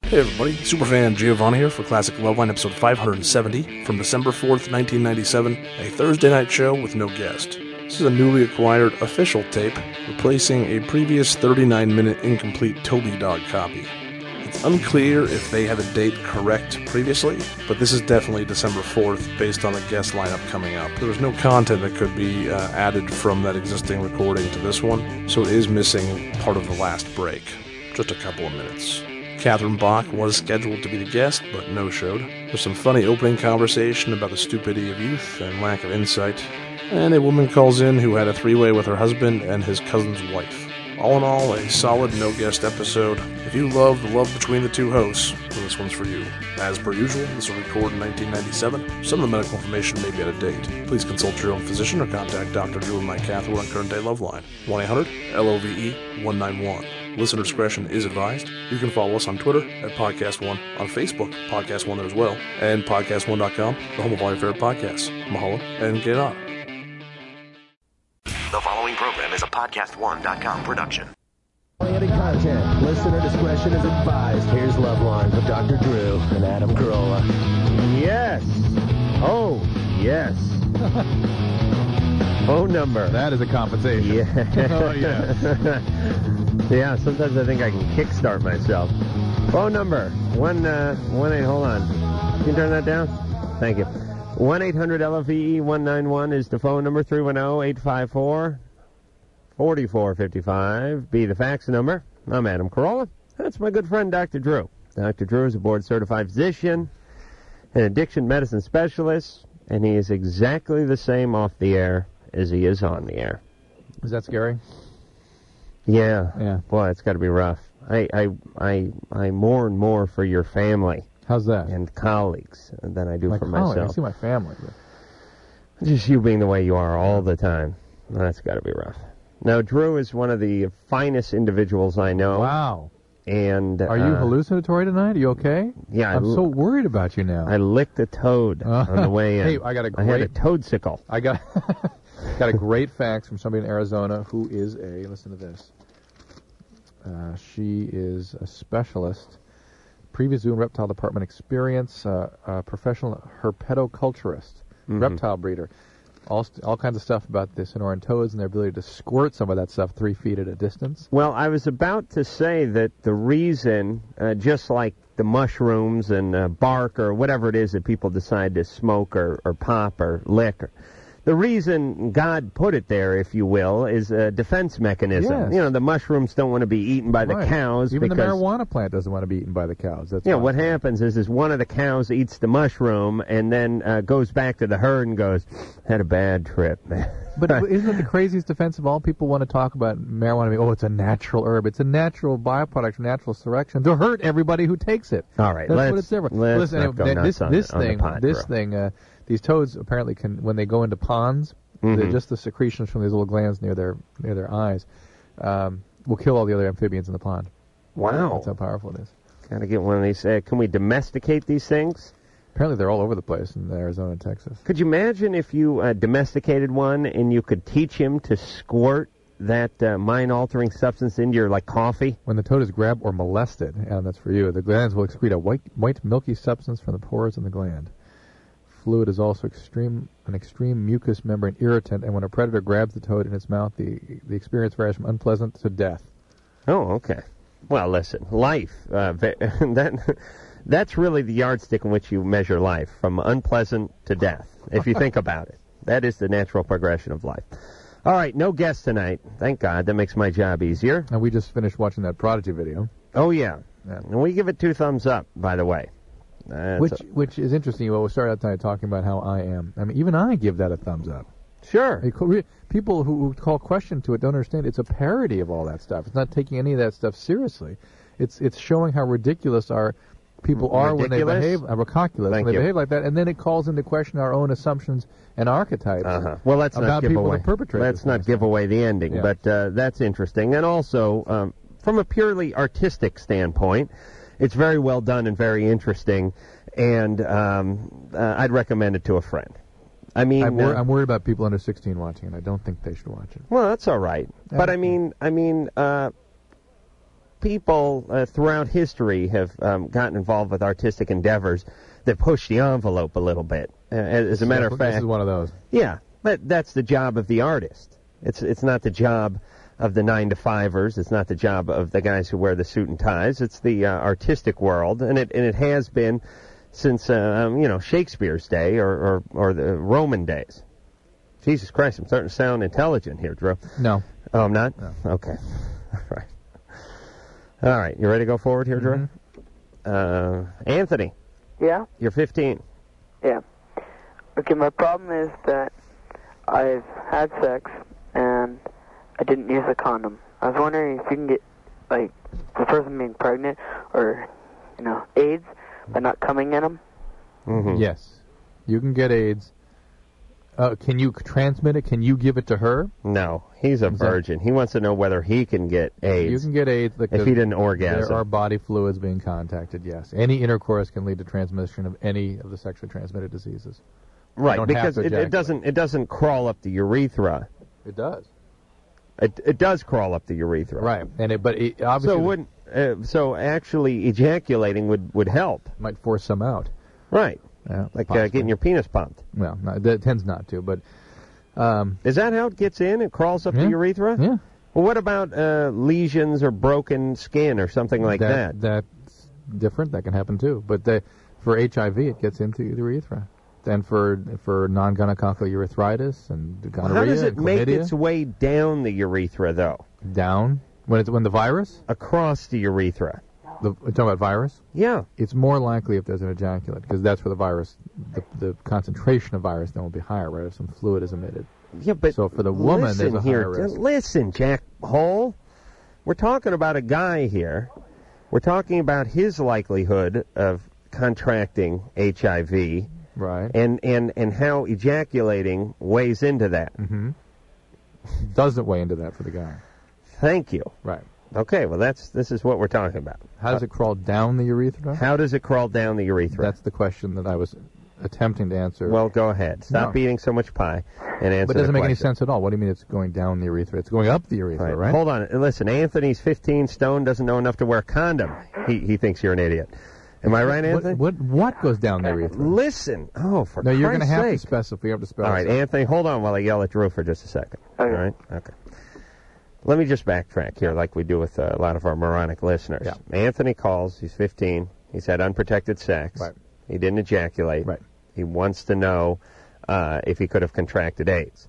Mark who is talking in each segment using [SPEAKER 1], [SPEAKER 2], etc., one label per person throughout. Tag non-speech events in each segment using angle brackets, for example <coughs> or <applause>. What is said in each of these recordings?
[SPEAKER 1] Hey everybody, Superfan Giovanni here for Classic Loveline episode 570 from December 4th, 1997, a Thursday night show with no guest. This is a newly acquired official tape replacing a previous 39 minute incomplete Toby Dog copy. It's unclear if they had a date correct previously, but this is definitely December 4th based on the guest lineup coming up. There was no content that could be uh, added from that existing recording to this one, so it is missing part of the last break. Just a couple of minutes. Catherine Bach was scheduled to be the guest, but no showed. There's some funny opening conversation about the stupidity of youth and lack of insight, and a woman calls in who had a three way with her husband and his cousin's wife. All in all, a solid no guest episode. If you love the love between the two hosts, then this one's for you. As per usual, this was recorded in 1997. Some of the medical information may be out of date. Please consult your own physician or contact Dr. Drew and Mike Catherwood on current day love line 1 800 LOVE 191. Listener discretion is advised. You can follow us on Twitter at Podcast One, on Facebook, Podcast One there as well, and PodcastOne.com, the home of all your favorite podcasts. Mahalo and get on.
[SPEAKER 2] The following program is a podcast1.com production.
[SPEAKER 3] Any content. Listener discretion is advised. Here's Loveline with Dr. Drew and Adam Carolla. Yes. Oh, yes. <laughs> Phone number.
[SPEAKER 4] That is a compensation.
[SPEAKER 3] Yeah.
[SPEAKER 4] <laughs> Oh,
[SPEAKER 3] <laughs> yeah. sometimes I think I can kickstart myself. Phone number. One, uh, one eight, hold on. You can turn that down? Thank you. E 1-800-LFE-191 is the phone number, 310-854. 4455 be the fax number. I'm Adam Carolla. That's my good friend, Dr. Drew. Dr. Drew is a board certified physician, an addiction medicine specialist, and he is exactly the same off the air as he is on the air.
[SPEAKER 4] Is that scary?
[SPEAKER 3] Yeah.
[SPEAKER 4] Yeah.
[SPEAKER 3] Boy, it's got to be rough. I, I, I, I mourn more for your family
[SPEAKER 4] How's that?
[SPEAKER 3] and colleagues than I do
[SPEAKER 4] my
[SPEAKER 3] for
[SPEAKER 4] colleague. I
[SPEAKER 3] myself.
[SPEAKER 4] see my family. but-
[SPEAKER 3] Just you being the way you are all the time. That's got to be rough. Now, Drew is one of the finest individuals I know.
[SPEAKER 4] Wow.
[SPEAKER 3] And
[SPEAKER 4] Are you
[SPEAKER 3] uh,
[SPEAKER 4] hallucinatory tonight? Are you okay?
[SPEAKER 3] Yeah, I
[SPEAKER 4] I'm
[SPEAKER 3] l-
[SPEAKER 4] so worried about you now. Uh,
[SPEAKER 3] I licked a toad on the way
[SPEAKER 4] <laughs>
[SPEAKER 3] in.
[SPEAKER 4] Hey, I got a
[SPEAKER 3] I had a
[SPEAKER 4] great-
[SPEAKER 3] toadsicle.
[SPEAKER 4] I got <laughs> got a great fax from somebody in Arizona who is a listen to this. Uh, she is a specialist, previous zoo and reptile department experience, uh, a professional herpetoculturist,
[SPEAKER 3] Mm-hmm.
[SPEAKER 4] reptile breeder. All, st- all kinds of stuff about this and toads and their ability to squirt some of that stuff three feet at a distance.
[SPEAKER 3] Well, I was about to say that the reason, uh, just like the mushrooms and uh, bark or whatever it is that people decide to smoke or, or pop or lick, or, the reason God put it there, if you will, is a defense mechanism.
[SPEAKER 4] Yes.
[SPEAKER 3] You know, the mushrooms don't want to be eaten by the
[SPEAKER 4] Right.
[SPEAKER 3] cows
[SPEAKER 4] Even the
[SPEAKER 3] because
[SPEAKER 4] marijuana plant doesn't want to be eaten by the cows. That's
[SPEAKER 3] Yeah,
[SPEAKER 4] why.
[SPEAKER 3] what happens is, is one of the cows eats the mushroom and then uh, goes back to the herd and goes, "Had a bad trip, man." <laughs>
[SPEAKER 4] But isn't it the craziest defense of all? People want to talk about marijuana. I mean, oh, it's a natural herb. It's a natural byproduct, natural selection to hurt everybody who takes it.
[SPEAKER 3] All right,
[SPEAKER 4] that's
[SPEAKER 3] let's-
[SPEAKER 4] what it's there for.
[SPEAKER 3] let's
[SPEAKER 4] Listen,
[SPEAKER 3] not
[SPEAKER 4] and
[SPEAKER 3] go
[SPEAKER 4] then
[SPEAKER 3] nuts
[SPEAKER 4] this
[SPEAKER 3] on
[SPEAKER 4] this
[SPEAKER 3] the- on the
[SPEAKER 4] thing,
[SPEAKER 3] pot,
[SPEAKER 4] this
[SPEAKER 3] bro.
[SPEAKER 4] thing, uh, these toads apparently can when they go into ponds,
[SPEAKER 3] Mm-hmm.
[SPEAKER 4] they're just the secretions from these little glands near their near their eyes um, will kill all the other amphibians in the pond.
[SPEAKER 3] wow,
[SPEAKER 4] That's how powerful it is.
[SPEAKER 3] gotta get one of these. Uh, can we domesticate these things?
[SPEAKER 4] Apparently, they're all over the place in Arizona and Texas.
[SPEAKER 3] Could you imagine if you uh, domesticated one and you could teach him to squirt that uh, mind-altering substance into your like coffee?
[SPEAKER 4] When the toad is grabbed or molested, and that's for you, the glands will excrete a white, white milky substance from the pores in the gland. Fluid is also extreme, an extreme mucous membrane irritant, and when a predator grabs the toad in its mouth, the, the experience varies from unpleasant to death.
[SPEAKER 3] Oh, okay. Well, listen, life. Uh, <laughs> ve- that that's really the yardstick in which you measure life, from unpleasant to death. If
[SPEAKER 4] <laughs>
[SPEAKER 3] you think about it, that is the natural progression of life. All right, no guest tonight. Thank God. That makes my job easier.
[SPEAKER 4] And we just finished watching that Prodigy video,
[SPEAKER 3] Oh yeah,
[SPEAKER 4] Yeah.
[SPEAKER 3] and we give it two thumbs up. By the way, That's
[SPEAKER 4] which which is interesting. Well, we started out tonight talking about how I am. I mean, even I give that a thumbs up.
[SPEAKER 3] a- sure.
[SPEAKER 4] They co- re- People who who call question to it don't understand. It's a parody of all that stuff. It's not taking any of that stuff seriously. It's it's showing how ridiculous our people are when they
[SPEAKER 3] ridiculous?
[SPEAKER 4] behave. Uh, ridiculous when
[SPEAKER 3] Thank
[SPEAKER 4] they
[SPEAKER 3] you.
[SPEAKER 4] behave like that, and then it calls into question our own assumptions and archetypes.
[SPEAKER 3] Uh-huh. Well, let's
[SPEAKER 4] about
[SPEAKER 3] not give
[SPEAKER 4] people
[SPEAKER 3] away.
[SPEAKER 4] that perpetrate.
[SPEAKER 3] let's
[SPEAKER 4] this
[SPEAKER 3] not
[SPEAKER 4] nonsense.
[SPEAKER 3] give away the ending,
[SPEAKER 4] Yeah.
[SPEAKER 3] but uh, that's interesting. And also, um, from a purely artistic standpoint, it's very well done and very interesting. And um, uh, I'd recommend it to a friend. I mean,
[SPEAKER 4] I'm, wor-
[SPEAKER 3] uh,
[SPEAKER 4] I'm worried about people under 16 watching it. I don't think they should watch it.
[SPEAKER 3] well, that's all right. But I mean, I mean, uh, people uh, throughout history have um, gotten involved with artistic endeavors that push the envelope a little bit. Uh, as a matter of fact,
[SPEAKER 4] this is one of those.
[SPEAKER 3] yeah, but that's the job of the artist. It's it's not the job of the nine to fivers. It's not the job of the guys who wear the suit and ties. It's the uh, artistic world, and it and it has been since uh, um, you know Shakespeare's day or, or or the Roman days. Jesus Christ, I'm starting to sound intelligent here, Drew.
[SPEAKER 4] No.
[SPEAKER 3] Oh, I'm not. Okay. <laughs> All right. All right. You ready to go forward here,
[SPEAKER 4] Mm-hmm.
[SPEAKER 3] Drew? Uh, Anthony,
[SPEAKER 5] Yeah?
[SPEAKER 3] you're 15.
[SPEAKER 5] Yeah. Okay, my problem is that I've had sex and I didn't use a condom. I was wondering if you can get, like, the person being pregnant or, you know, AIDS by not coming in them.
[SPEAKER 3] Mm-hmm.
[SPEAKER 4] Yes. You can get AIDS. Uh, can you c- transmit it? Can you give it to her?
[SPEAKER 3] No, he's a virgin. He wants to know whether he can get
[SPEAKER 4] You
[SPEAKER 3] AIDS.
[SPEAKER 4] can get AIDS. Like
[SPEAKER 3] If he didn't orgasm.
[SPEAKER 4] There are body fluids being contacted, yes. Any intercourse can lead to transmission of any of the sexually transmitted diseases. you
[SPEAKER 3] right,
[SPEAKER 4] don't have
[SPEAKER 3] because
[SPEAKER 4] to
[SPEAKER 3] it, it
[SPEAKER 4] ejaculate.
[SPEAKER 3] doesn't it doesn't crawl up the urethra.
[SPEAKER 4] It does.
[SPEAKER 3] It it does crawl up the urethra.
[SPEAKER 4] Right. And it, but it obviously
[SPEAKER 3] So it wouldn't uh, so actually ejaculating would would help.
[SPEAKER 4] might force some out.
[SPEAKER 3] Right.
[SPEAKER 4] Yeah,
[SPEAKER 3] Like uh,
[SPEAKER 4] possibly.
[SPEAKER 3] getting your penis pumped.
[SPEAKER 4] Well, no, that tends not to, but um,
[SPEAKER 3] Is that how it gets in? It crawls up
[SPEAKER 4] Yeah.
[SPEAKER 3] the urethra?
[SPEAKER 4] yeah.
[SPEAKER 3] Well, what about uh, lesions or broken skin or something like that?
[SPEAKER 4] That's different. That can happen too. But the, for HIV, it gets into the urethra. Then for for non-gonococcal urethritis and gonorrhea,
[SPEAKER 3] How does it
[SPEAKER 4] and
[SPEAKER 3] make
[SPEAKER 4] chlamydia,
[SPEAKER 3] its way down the urethra though?
[SPEAKER 4] down when it's when the virus?
[SPEAKER 3] Across the urethra.
[SPEAKER 4] The, we're talking about virus.
[SPEAKER 3] Yeah.
[SPEAKER 4] It's more likely if there's an ejaculate because that's where the virus, the, the concentration of virus, then will be higher, right? If some fluid is emitted.
[SPEAKER 3] Yeah, but
[SPEAKER 4] So for the woman, there's
[SPEAKER 3] listen
[SPEAKER 4] a
[SPEAKER 3] here,
[SPEAKER 4] higher risk.
[SPEAKER 3] Listen, Jack Hole, we're talking about a guy here. We're talking about his likelihood of contracting HIV,
[SPEAKER 4] Right.
[SPEAKER 3] and and and how ejaculating weighs into that.
[SPEAKER 4] Mm-hmm. doesn't weigh into that for the guy.
[SPEAKER 3] Thank you.
[SPEAKER 4] Right.
[SPEAKER 3] Okay, well that's this is what we're talking about.
[SPEAKER 4] How does it crawl down the urethra?
[SPEAKER 3] How does it crawl down the urethra?
[SPEAKER 4] That's the question that I was attempting to answer.
[SPEAKER 3] well, go ahead. Stop
[SPEAKER 4] No.
[SPEAKER 3] eating so much pie and answer.
[SPEAKER 4] But it doesn't
[SPEAKER 3] the
[SPEAKER 4] make any
[SPEAKER 3] question.
[SPEAKER 4] sense at all. What do you mean it's going down the urethra? It's going up the
[SPEAKER 3] All
[SPEAKER 4] urethra,
[SPEAKER 3] right,
[SPEAKER 4] right?
[SPEAKER 3] Hold on. Listen, Anthony's 15, stone, doesn't know enough to wear a condom. He, he thinks you're an idiot. Am I right, Anthony?
[SPEAKER 4] What, what what goes down the urethra?
[SPEAKER 3] Listen. Oh, for
[SPEAKER 4] No, you're going to
[SPEAKER 3] Christ's
[SPEAKER 4] have to
[SPEAKER 3] sake.
[SPEAKER 4] specify. You have to spell.
[SPEAKER 3] All right,
[SPEAKER 4] it.
[SPEAKER 3] Anthony, hold on while I yell at Drew for just a second. All right? Okay. Let me just backtrack here, like we do with uh, a lot of our moronic listeners.
[SPEAKER 4] Yeah.
[SPEAKER 3] Anthony calls. He's 15. He's had unprotected sex.
[SPEAKER 4] Right.
[SPEAKER 3] He didn't ejaculate.
[SPEAKER 4] Right.
[SPEAKER 3] He wants to know uh, if he could have contracted AIDS.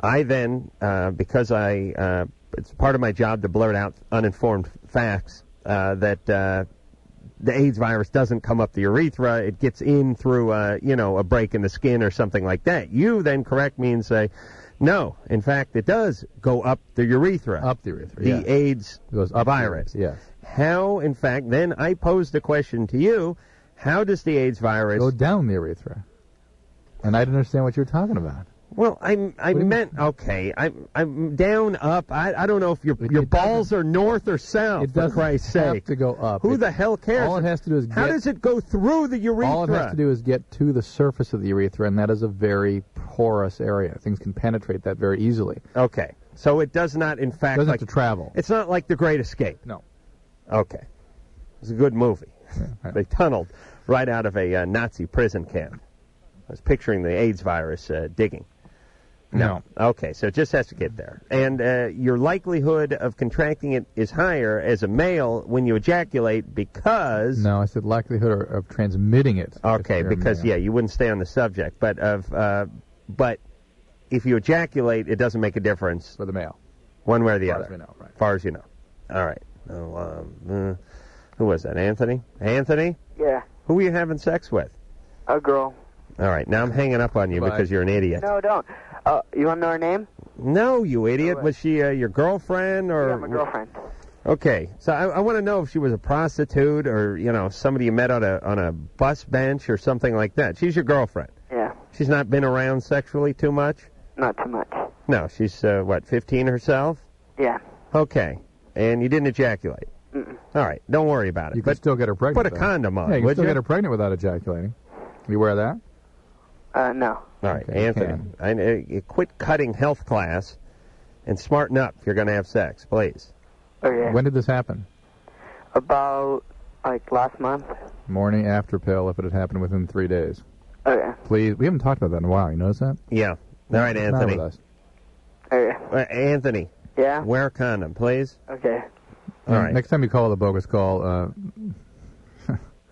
[SPEAKER 3] I then, uh, because I, uh, it's part of my job to blurt out uninformed facts uh, that uh, the AIDS virus doesn't come up the urethra; it gets in through, uh, you know, a break in the skin or something like that. You then correct me and say, no, in fact, it does go up the urethra.
[SPEAKER 4] Up the urethra,
[SPEAKER 3] The
[SPEAKER 4] yes.
[SPEAKER 3] AIDS
[SPEAKER 4] It goes up the
[SPEAKER 3] virus.
[SPEAKER 4] urethra, yes.
[SPEAKER 3] How, in fact, then I pose the question to you: How does the AIDS virus
[SPEAKER 4] Go down the urethra. And I didn't understand what you were talking about.
[SPEAKER 3] Well, I I meant okay. I'm I'm down up. I I don't know if your
[SPEAKER 4] It-
[SPEAKER 3] your
[SPEAKER 4] it
[SPEAKER 3] balls are north or south.
[SPEAKER 4] it
[SPEAKER 3] for
[SPEAKER 4] doesn't
[SPEAKER 3] Christ's
[SPEAKER 4] have
[SPEAKER 3] sake,
[SPEAKER 4] to go up.
[SPEAKER 3] Who
[SPEAKER 4] It-
[SPEAKER 3] the hell cares?
[SPEAKER 4] all it has to do is
[SPEAKER 3] how
[SPEAKER 4] get-
[SPEAKER 3] does it go through the urethra?
[SPEAKER 4] All it has to do is get to the surface of the urethra, and that is a very porous area. Things can penetrate that very easily.
[SPEAKER 3] Okay, so it does not, in fact,
[SPEAKER 4] Doesn't
[SPEAKER 3] like,
[SPEAKER 4] have to travel.
[SPEAKER 3] It's not like The Great Escape.
[SPEAKER 4] No.
[SPEAKER 3] Okay, it's a good
[SPEAKER 4] <laughs>
[SPEAKER 3] movie. they tunneled right out of a uh, Nazi prison camp. I was picturing the AIDS virus uh, digging.
[SPEAKER 4] No.
[SPEAKER 3] Okay, so it just has to get there. And uh, your likelihood of contracting it is higher as a male when you ejaculate because.
[SPEAKER 4] No, I said likelihood or- of transmitting it. if
[SPEAKER 3] Okay,
[SPEAKER 4] you're a
[SPEAKER 3] because,
[SPEAKER 4] male.
[SPEAKER 3] yeah, you wouldn't stay on the subject. But, of, uh, but if you ejaculate, it doesn't make a difference
[SPEAKER 4] For the male.
[SPEAKER 3] one way or the
[SPEAKER 4] Far as
[SPEAKER 3] other.
[SPEAKER 4] we know, right.
[SPEAKER 3] Far as you know. All right. Oh, um, uh, who was that? Anthony? Anthony?
[SPEAKER 5] Yeah.
[SPEAKER 3] Who were you having sex with?
[SPEAKER 5] A girl.
[SPEAKER 3] All right, now I'm hanging up on you
[SPEAKER 4] Goodbye.
[SPEAKER 3] because you're an idiot.
[SPEAKER 5] No, don't. Uh, you want to know her name?
[SPEAKER 3] No, you idiot. was she uh, your girlfriend or?
[SPEAKER 5] Yeah, my girlfriend.
[SPEAKER 3] Okay, so I, I want to know if she was a prostitute or you know somebody you met on a on a bus bench or something like that. She's your girlfriend.
[SPEAKER 5] Yeah.
[SPEAKER 3] She's not been around sexually too much.
[SPEAKER 5] Not too much.
[SPEAKER 3] No, she's uh, what 15 herself.
[SPEAKER 5] Yeah.
[SPEAKER 3] Okay, and you didn't ejaculate. All right, don't worry about it.
[SPEAKER 4] You could
[SPEAKER 3] but
[SPEAKER 4] still get her pregnant.
[SPEAKER 3] put a
[SPEAKER 4] though.
[SPEAKER 3] condom on,
[SPEAKER 4] Yeah, you
[SPEAKER 3] would
[SPEAKER 4] can still
[SPEAKER 3] you?
[SPEAKER 4] get her pregnant without ejaculating. You wear that?
[SPEAKER 5] Uh, no.
[SPEAKER 3] all right,
[SPEAKER 4] Okay, you
[SPEAKER 3] Anthony,
[SPEAKER 4] can.
[SPEAKER 3] I, uh, quit cutting health class and smarten up if you're going to have sex, please.
[SPEAKER 5] Okay.
[SPEAKER 4] When did this happen?
[SPEAKER 5] About like last month.
[SPEAKER 4] Morning after pill if it had happened within three days.
[SPEAKER 5] Okay.
[SPEAKER 4] Please, we haven't talked about that in a while. You notice that?
[SPEAKER 3] Yeah. All
[SPEAKER 4] What's
[SPEAKER 3] right,
[SPEAKER 4] the matter
[SPEAKER 3] Anthony.
[SPEAKER 4] with us?
[SPEAKER 5] Okay.
[SPEAKER 3] Uh, Anthony,
[SPEAKER 5] Yeah.
[SPEAKER 3] wear a condom, please.
[SPEAKER 5] Okay.
[SPEAKER 3] All
[SPEAKER 4] Um,
[SPEAKER 3] right.
[SPEAKER 4] Next time you call the bogus call, uh,
[SPEAKER 3] Mm-hmm.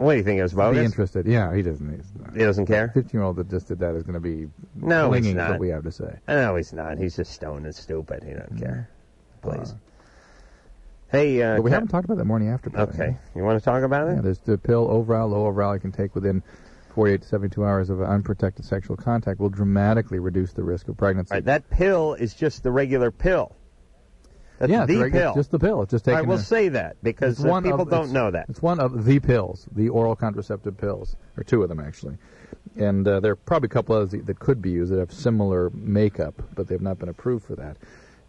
[SPEAKER 3] What do you think it was
[SPEAKER 4] be
[SPEAKER 3] bogus?
[SPEAKER 4] interested. Yeah, he doesn't. He's,
[SPEAKER 3] He doesn't care.
[SPEAKER 4] 15 year old that just did that is going to be
[SPEAKER 3] No, he's
[SPEAKER 4] clinging to
[SPEAKER 3] not.
[SPEAKER 4] what we have to say.
[SPEAKER 3] No, he's not. He's just stoned and stupid. He doesn't care. Please. hey, uh,
[SPEAKER 4] Mm-hmm. But we
[SPEAKER 3] Ca-
[SPEAKER 4] haven't talked about that morning after pill.
[SPEAKER 3] okay. You want to talk about it?
[SPEAKER 4] Yeah, there's the pill, Overal, low Overal you can take within 48 to 72 hours of unprotected sexual contact will dramatically reduce the risk of pregnancy.
[SPEAKER 3] All right, that pill is just the regular pill. That's
[SPEAKER 4] yeah,
[SPEAKER 3] the
[SPEAKER 4] it's regu-
[SPEAKER 3] pill.
[SPEAKER 4] just the pill. It's just
[SPEAKER 3] I
[SPEAKER 4] taken.
[SPEAKER 3] will
[SPEAKER 4] a-
[SPEAKER 3] say that because
[SPEAKER 4] it's
[SPEAKER 3] uh,
[SPEAKER 4] one
[SPEAKER 3] people
[SPEAKER 4] of-
[SPEAKER 3] don't
[SPEAKER 4] it's-
[SPEAKER 3] know that.
[SPEAKER 4] It's one of the pills, the oral contraceptive pills, or two of them actually. And uh, there are probably a couple others that, that could be used that have similar makeup, but they've not been approved for that.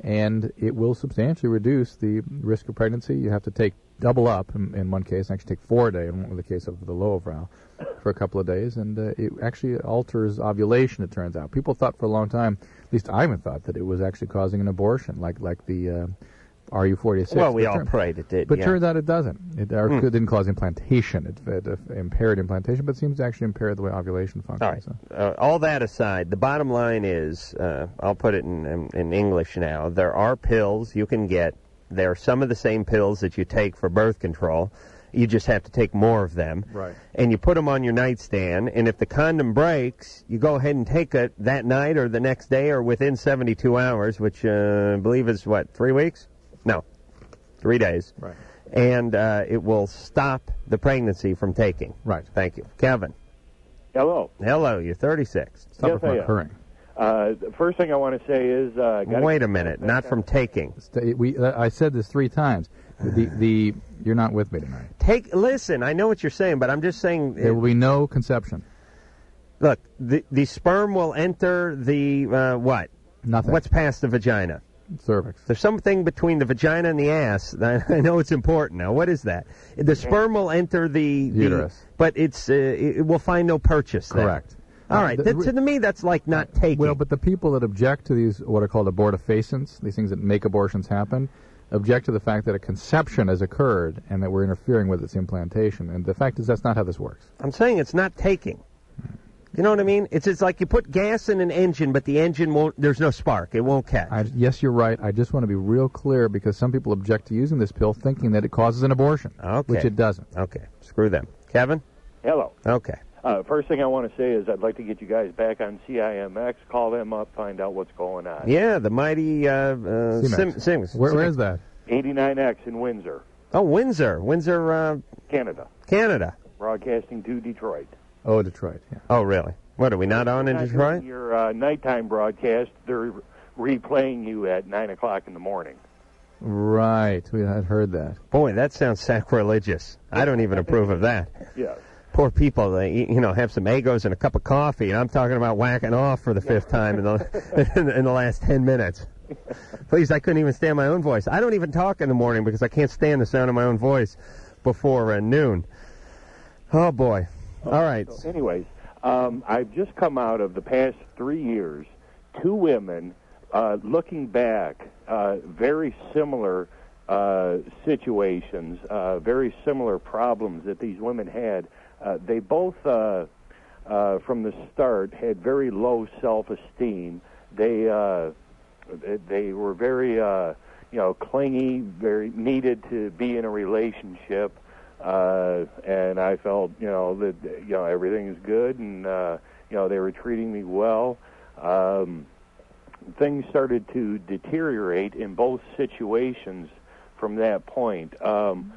[SPEAKER 4] And it will substantially reduce the risk of pregnancy. You have to take double up in, in one case, and actually take four a day in the case of the Lowofrau for a couple of days. And uh, it actually alters ovulation, it turns out. People thought for a long time, at least I even thought, that it was actually causing an abortion, like, like the uh, RU46.
[SPEAKER 3] Well, we
[SPEAKER 4] But
[SPEAKER 3] all
[SPEAKER 4] turn-
[SPEAKER 3] prayed it did.
[SPEAKER 4] but
[SPEAKER 3] yeah. Hmm.
[SPEAKER 4] turns out it doesn't. It or it didn't cause implantation. It, it, uh, impaired implantation, but it seems to actually impair the way ovulation functions.
[SPEAKER 3] all right.
[SPEAKER 4] so.
[SPEAKER 3] Uh, all that aside, the bottom line is, uh, I'll put it in, in, in English now. There are pills you can get. There are some of the same pills that you take for birth control. You just have to take more of them.
[SPEAKER 4] Right.
[SPEAKER 3] And you put them on your nightstand. And if the condom breaks, you go ahead and take it that night or the next day or within 72 hours, which uh, I believe is what three weeks? No, three days.
[SPEAKER 4] Right.
[SPEAKER 3] And uh, it will stop the pregnancy from taking.
[SPEAKER 4] Right.
[SPEAKER 3] Thank you, Kevin.
[SPEAKER 6] Hello.
[SPEAKER 3] Hello, you're 36.
[SPEAKER 4] Stop
[SPEAKER 6] Yes,
[SPEAKER 4] it from
[SPEAKER 6] I am.
[SPEAKER 4] occurring.
[SPEAKER 6] Uh, the first thing I want to say is uh, gotta-
[SPEAKER 3] Wait a minute, not from taking.
[SPEAKER 4] St- we, uh, I said this three times. The, the you're not with me tonight.
[SPEAKER 3] Take. Listen, I know what you're saying, but I'm just saying.
[SPEAKER 4] There will be no conception.
[SPEAKER 3] look, the the sperm will enter the uh, what?
[SPEAKER 4] Nothing.
[SPEAKER 3] What's past the vagina?
[SPEAKER 4] cervix?
[SPEAKER 3] There's something between the vagina and the ass. <laughs> I I know it's important. Now, what is that? The sperm will enter the, the-
[SPEAKER 4] Uterus.
[SPEAKER 3] but it's uh, it it will find no purchase. there.
[SPEAKER 4] Correct.
[SPEAKER 3] All
[SPEAKER 4] Uh,
[SPEAKER 3] right.
[SPEAKER 4] the- Uh,
[SPEAKER 3] that- to me, that's like not taking.
[SPEAKER 4] Well, but the people that object to these what are called abortifacients, these things that make abortions happen, object to the fact that a conception has occurred and that we're interfering with its implantation. And the fact is that's not how this works.
[SPEAKER 3] I'm saying it's not taking. You know what I mean? It's it's like you put gas in an engine, but the engine won't. There's no spark. It won't catch.
[SPEAKER 4] I, yes, you're right. I just want to be real clear because some people object to using this pill thinking that it causes an abortion,
[SPEAKER 3] Okay.
[SPEAKER 4] which it doesn't.
[SPEAKER 3] Okay, screw them. Kevin?
[SPEAKER 6] Hello.
[SPEAKER 3] Okay.
[SPEAKER 6] Uh, first thing I want to say is I'd like to get you guys back on CIMX. Call them up, find out what's going on.
[SPEAKER 3] Yeah, the mighty uh, uh, Sim-
[SPEAKER 4] C-Max.
[SPEAKER 3] Sims.
[SPEAKER 4] Where, where is that?
[SPEAKER 6] 89X in Windsor,
[SPEAKER 3] Oh, Windsor. Windsor, uh,
[SPEAKER 6] Canada,
[SPEAKER 3] Canada.
[SPEAKER 6] broadcasting to Detroit.
[SPEAKER 4] Oh, Detroit. Yeah.
[SPEAKER 3] Oh, really? What, are we not on in
[SPEAKER 6] Not
[SPEAKER 3] Detroit?
[SPEAKER 6] doing Your uh, nighttime broadcast, they're replaying you at 9 o'clock in the morning.
[SPEAKER 4] Right. We had heard that.
[SPEAKER 3] Boy, that sounds sacrilegious. I don't even approve of that.
[SPEAKER 6] Yes.
[SPEAKER 3] Poor people, they, you know, have some egos and a cup of coffee, and I'm talking about whacking off for the fifth time in the, in, in the last 10 minutes. Please, I couldn't even stand my own voice. I don't even talk in the morning because I can't stand the sound of my own voice before uh, noon. Oh, boy. All right.
[SPEAKER 6] So anyways, um, I've just come out of the past three years, two women uh, looking back, uh, very similar uh, situations, uh, very similar problems that these women had. Uh, they both, uh, uh, from the start, had very low self-esteem. They uh, they- they were very uh, you know clingy, very needed to be in a relationship, uh, and I felt you know that you know everything's good and uh, you know they were treating me well. Um, things started to deteriorate in both situations from that point. Um,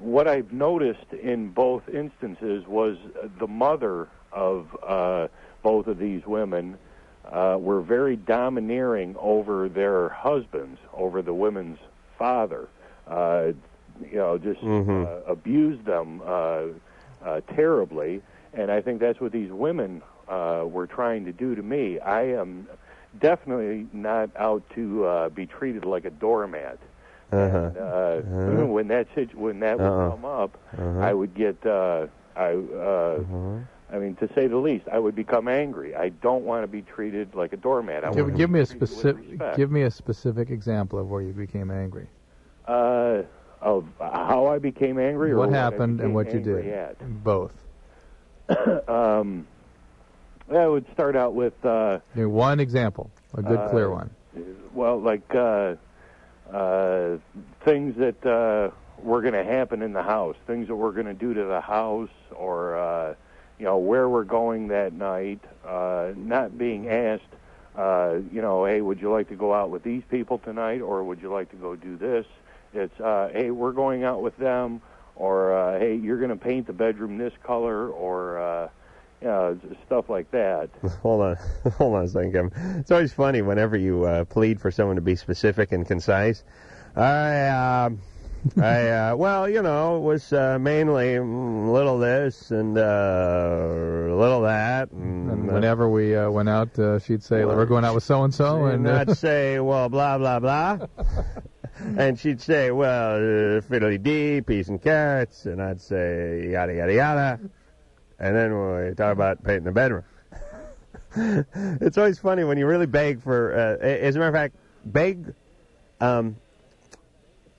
[SPEAKER 6] what I've noticed in both instances was uh, the mother of uh, both of these women uh, were very domineering over their husbands, over the women's father. Uh, you know, just uh, abused them uh, uh, terribly, and I think that's what these women uh, were trying to do to me. I am definitely not out to uh, be treated like a doormat.
[SPEAKER 3] Uh-huh.
[SPEAKER 6] And, uh, When that situ- when that would come up,
[SPEAKER 3] Uh-huh.
[SPEAKER 6] I would get uh, I uh, I mean to say the least, I would become angry. I don't want to be treated like a doormat. I
[SPEAKER 4] Give,
[SPEAKER 6] wanna
[SPEAKER 4] give
[SPEAKER 6] be
[SPEAKER 4] me a
[SPEAKER 6] treated with
[SPEAKER 4] specific.
[SPEAKER 6] respect.
[SPEAKER 4] Give me a specific example of where you became angry.
[SPEAKER 6] Uh, uh, of how I became angry or
[SPEAKER 4] what
[SPEAKER 6] I
[SPEAKER 4] happened and
[SPEAKER 6] became
[SPEAKER 4] what you
[SPEAKER 6] angry
[SPEAKER 4] did?
[SPEAKER 6] at.
[SPEAKER 4] Both.
[SPEAKER 6] <coughs> um, I would start out with, uh,
[SPEAKER 4] Give me one example, a good
[SPEAKER 6] Uh,
[SPEAKER 4] clear one.
[SPEAKER 6] well, like uh, uh, things that uh, were going to happen in the house, things that we're going to do to the house, or uh, you know where we're going that night. Uh, not being asked, uh, you know, hey, would you like to go out with these people tonight, or would you like to go do this? It's uh, hey, we're going out with them, or uh, hey, you're going to paint the bedroom this color, or uh, you know, stuff like that.
[SPEAKER 3] <laughs> Hold on, hold on a second, Kevin. It's always funny whenever you uh, plead for someone to be specific and concise. I, uh,
[SPEAKER 4] <laughs>
[SPEAKER 3] I, uh, well, you know, it was uh, mainly mm, little this and uh, little that. And,
[SPEAKER 4] And
[SPEAKER 3] uh,
[SPEAKER 4] whenever we uh, went out, uh, she'd say, "We're going out with so and so," and
[SPEAKER 3] and
[SPEAKER 4] uh,
[SPEAKER 3] I'd say, well, blah blah
[SPEAKER 4] <laughs>
[SPEAKER 3] blah, and she'd say, well, uh, fiddly dee, peas and carrots, and I'd say yada yada yada, and then we talk about painting the bedroom. <laughs> it's always funny when you really beg for. Uh, a- as a matter of fact, beg um,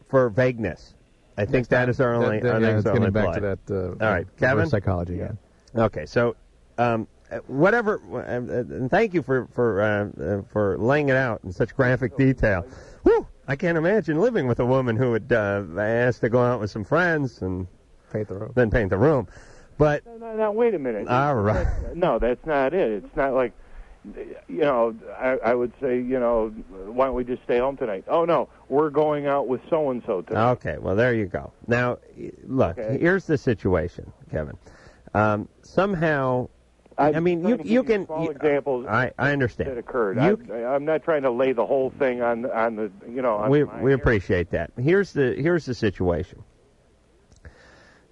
[SPEAKER 3] for vagueness. I think that is our
[SPEAKER 4] uh, that-
[SPEAKER 3] only.
[SPEAKER 4] that-
[SPEAKER 3] our
[SPEAKER 4] yeah,
[SPEAKER 3] next
[SPEAKER 4] it's getting
[SPEAKER 3] only
[SPEAKER 4] back
[SPEAKER 3] play.
[SPEAKER 4] to that. Uh,
[SPEAKER 3] All right,
[SPEAKER 4] reverse
[SPEAKER 3] Kevin?
[SPEAKER 4] psychology again.
[SPEAKER 3] Okay, so um, uh, whatever, uh, and thank you for for uh, uh, for laying it out in such graphic detail. Whew, I can't imagine living with a woman who would uh, ask to go out with some friends and
[SPEAKER 4] Paint the room.
[SPEAKER 3] then paint the room. But
[SPEAKER 6] No, no, no, wait a minute.
[SPEAKER 3] all right,
[SPEAKER 6] No, that's not it. It's not like, you know, I, I would say, you know, why don't we just stay home tonight? Oh no, we're going out with so and so tonight.
[SPEAKER 3] okay, well there you go. Now, y- look,
[SPEAKER 6] Okay.
[SPEAKER 3] here's the situation, Kevin. Um, somehow, I mean, Uh, you
[SPEAKER 6] trying to give
[SPEAKER 3] you can.
[SPEAKER 6] small
[SPEAKER 3] you-
[SPEAKER 6] examples
[SPEAKER 3] I I understand
[SPEAKER 6] that occurred.
[SPEAKER 3] You
[SPEAKER 6] I, I'm not trying to lay the whole thing on on the, you know. On
[SPEAKER 3] we
[SPEAKER 6] my
[SPEAKER 3] we
[SPEAKER 6] hair.
[SPEAKER 3] appreciate that. Here's the here's the situation.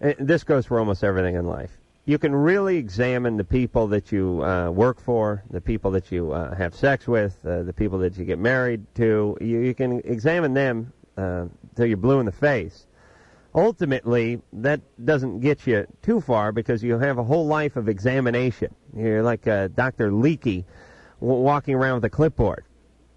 [SPEAKER 3] Uh, This goes for almost everything in life. You can really examine the people that you uh, work for, the people that you uh, have sex with, uh, the people that you get married to. You, you can examine them uh, till you're blue in the face. Ultimately, that doesn't get you too far because you have a whole life of examination. You're like uh, Dr. Leakey w- walking around with a clipboard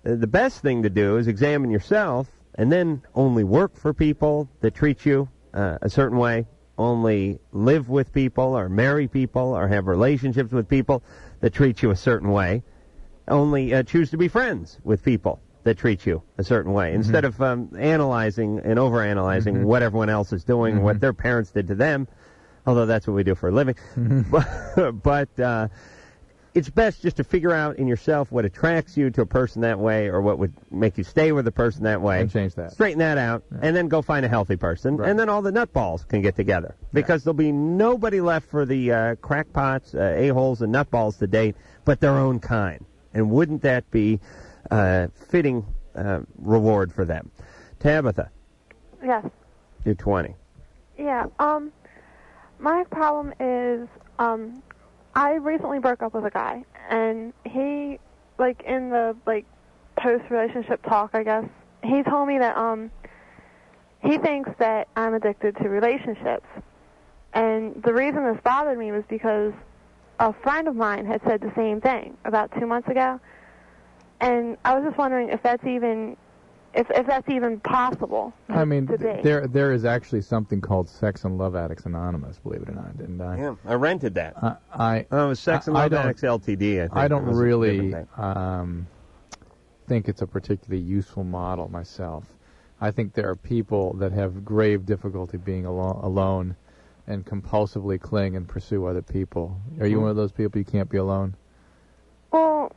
[SPEAKER 3] Uh, the best thing to do is examine yourself and then only work for people that treat you uh, a certain way, only live with people or marry people or have relationships with people that treat you a certain way, only uh, choose to be friends with people that treat you a certain way instead of um, analyzing and overanalyzing what everyone else is doing, what their parents did to them, although that's what we do for a living. <laughs> but, but uh, it's best just to figure out in yourself what attracts you to a person that way or what would make you stay with a person that way.
[SPEAKER 4] And change that.
[SPEAKER 3] Straighten that out and then go find a healthy person.
[SPEAKER 4] Right.
[SPEAKER 3] And then all the nutballs can get together because there'll be nobody left for the uh, crackpots, uh, a-holes, and nutballs to date but their own kind. And wouldn't that be uh, fitting uh, reward for them? Tabitha,
[SPEAKER 7] Yes.
[SPEAKER 3] you're 20.
[SPEAKER 7] Yeah. Um, my problem is, um, I recently broke up with a guy, and he, like, in the like post relationship talk, I guess he told me that um, he thinks that I'm addicted to relationships, and the reason this bothered me was because a friend of mine had said the same thing about two months ago, and I was just wondering if that's even, if if that's even possible.
[SPEAKER 4] I mean,
[SPEAKER 7] to be.
[SPEAKER 4] there there is actually something called Sex and Love Addicts Anonymous, believe it or not. And uh, I,
[SPEAKER 3] I rented that.
[SPEAKER 4] I, I,
[SPEAKER 3] Oh, it was Sex and
[SPEAKER 4] I- I
[SPEAKER 3] Love
[SPEAKER 4] don't-
[SPEAKER 3] Addicts LTD. I, think.
[SPEAKER 4] I
[SPEAKER 3] It
[SPEAKER 4] don't
[SPEAKER 3] was a
[SPEAKER 4] really
[SPEAKER 3] different thing.
[SPEAKER 4] um, think it's a particularly useful model myself. I think there are people that have grave difficulty being alo- alone and compulsively cling and pursue other people. Are
[SPEAKER 3] Hmm.
[SPEAKER 4] you one of those people you can't be alone?
[SPEAKER 7] Well,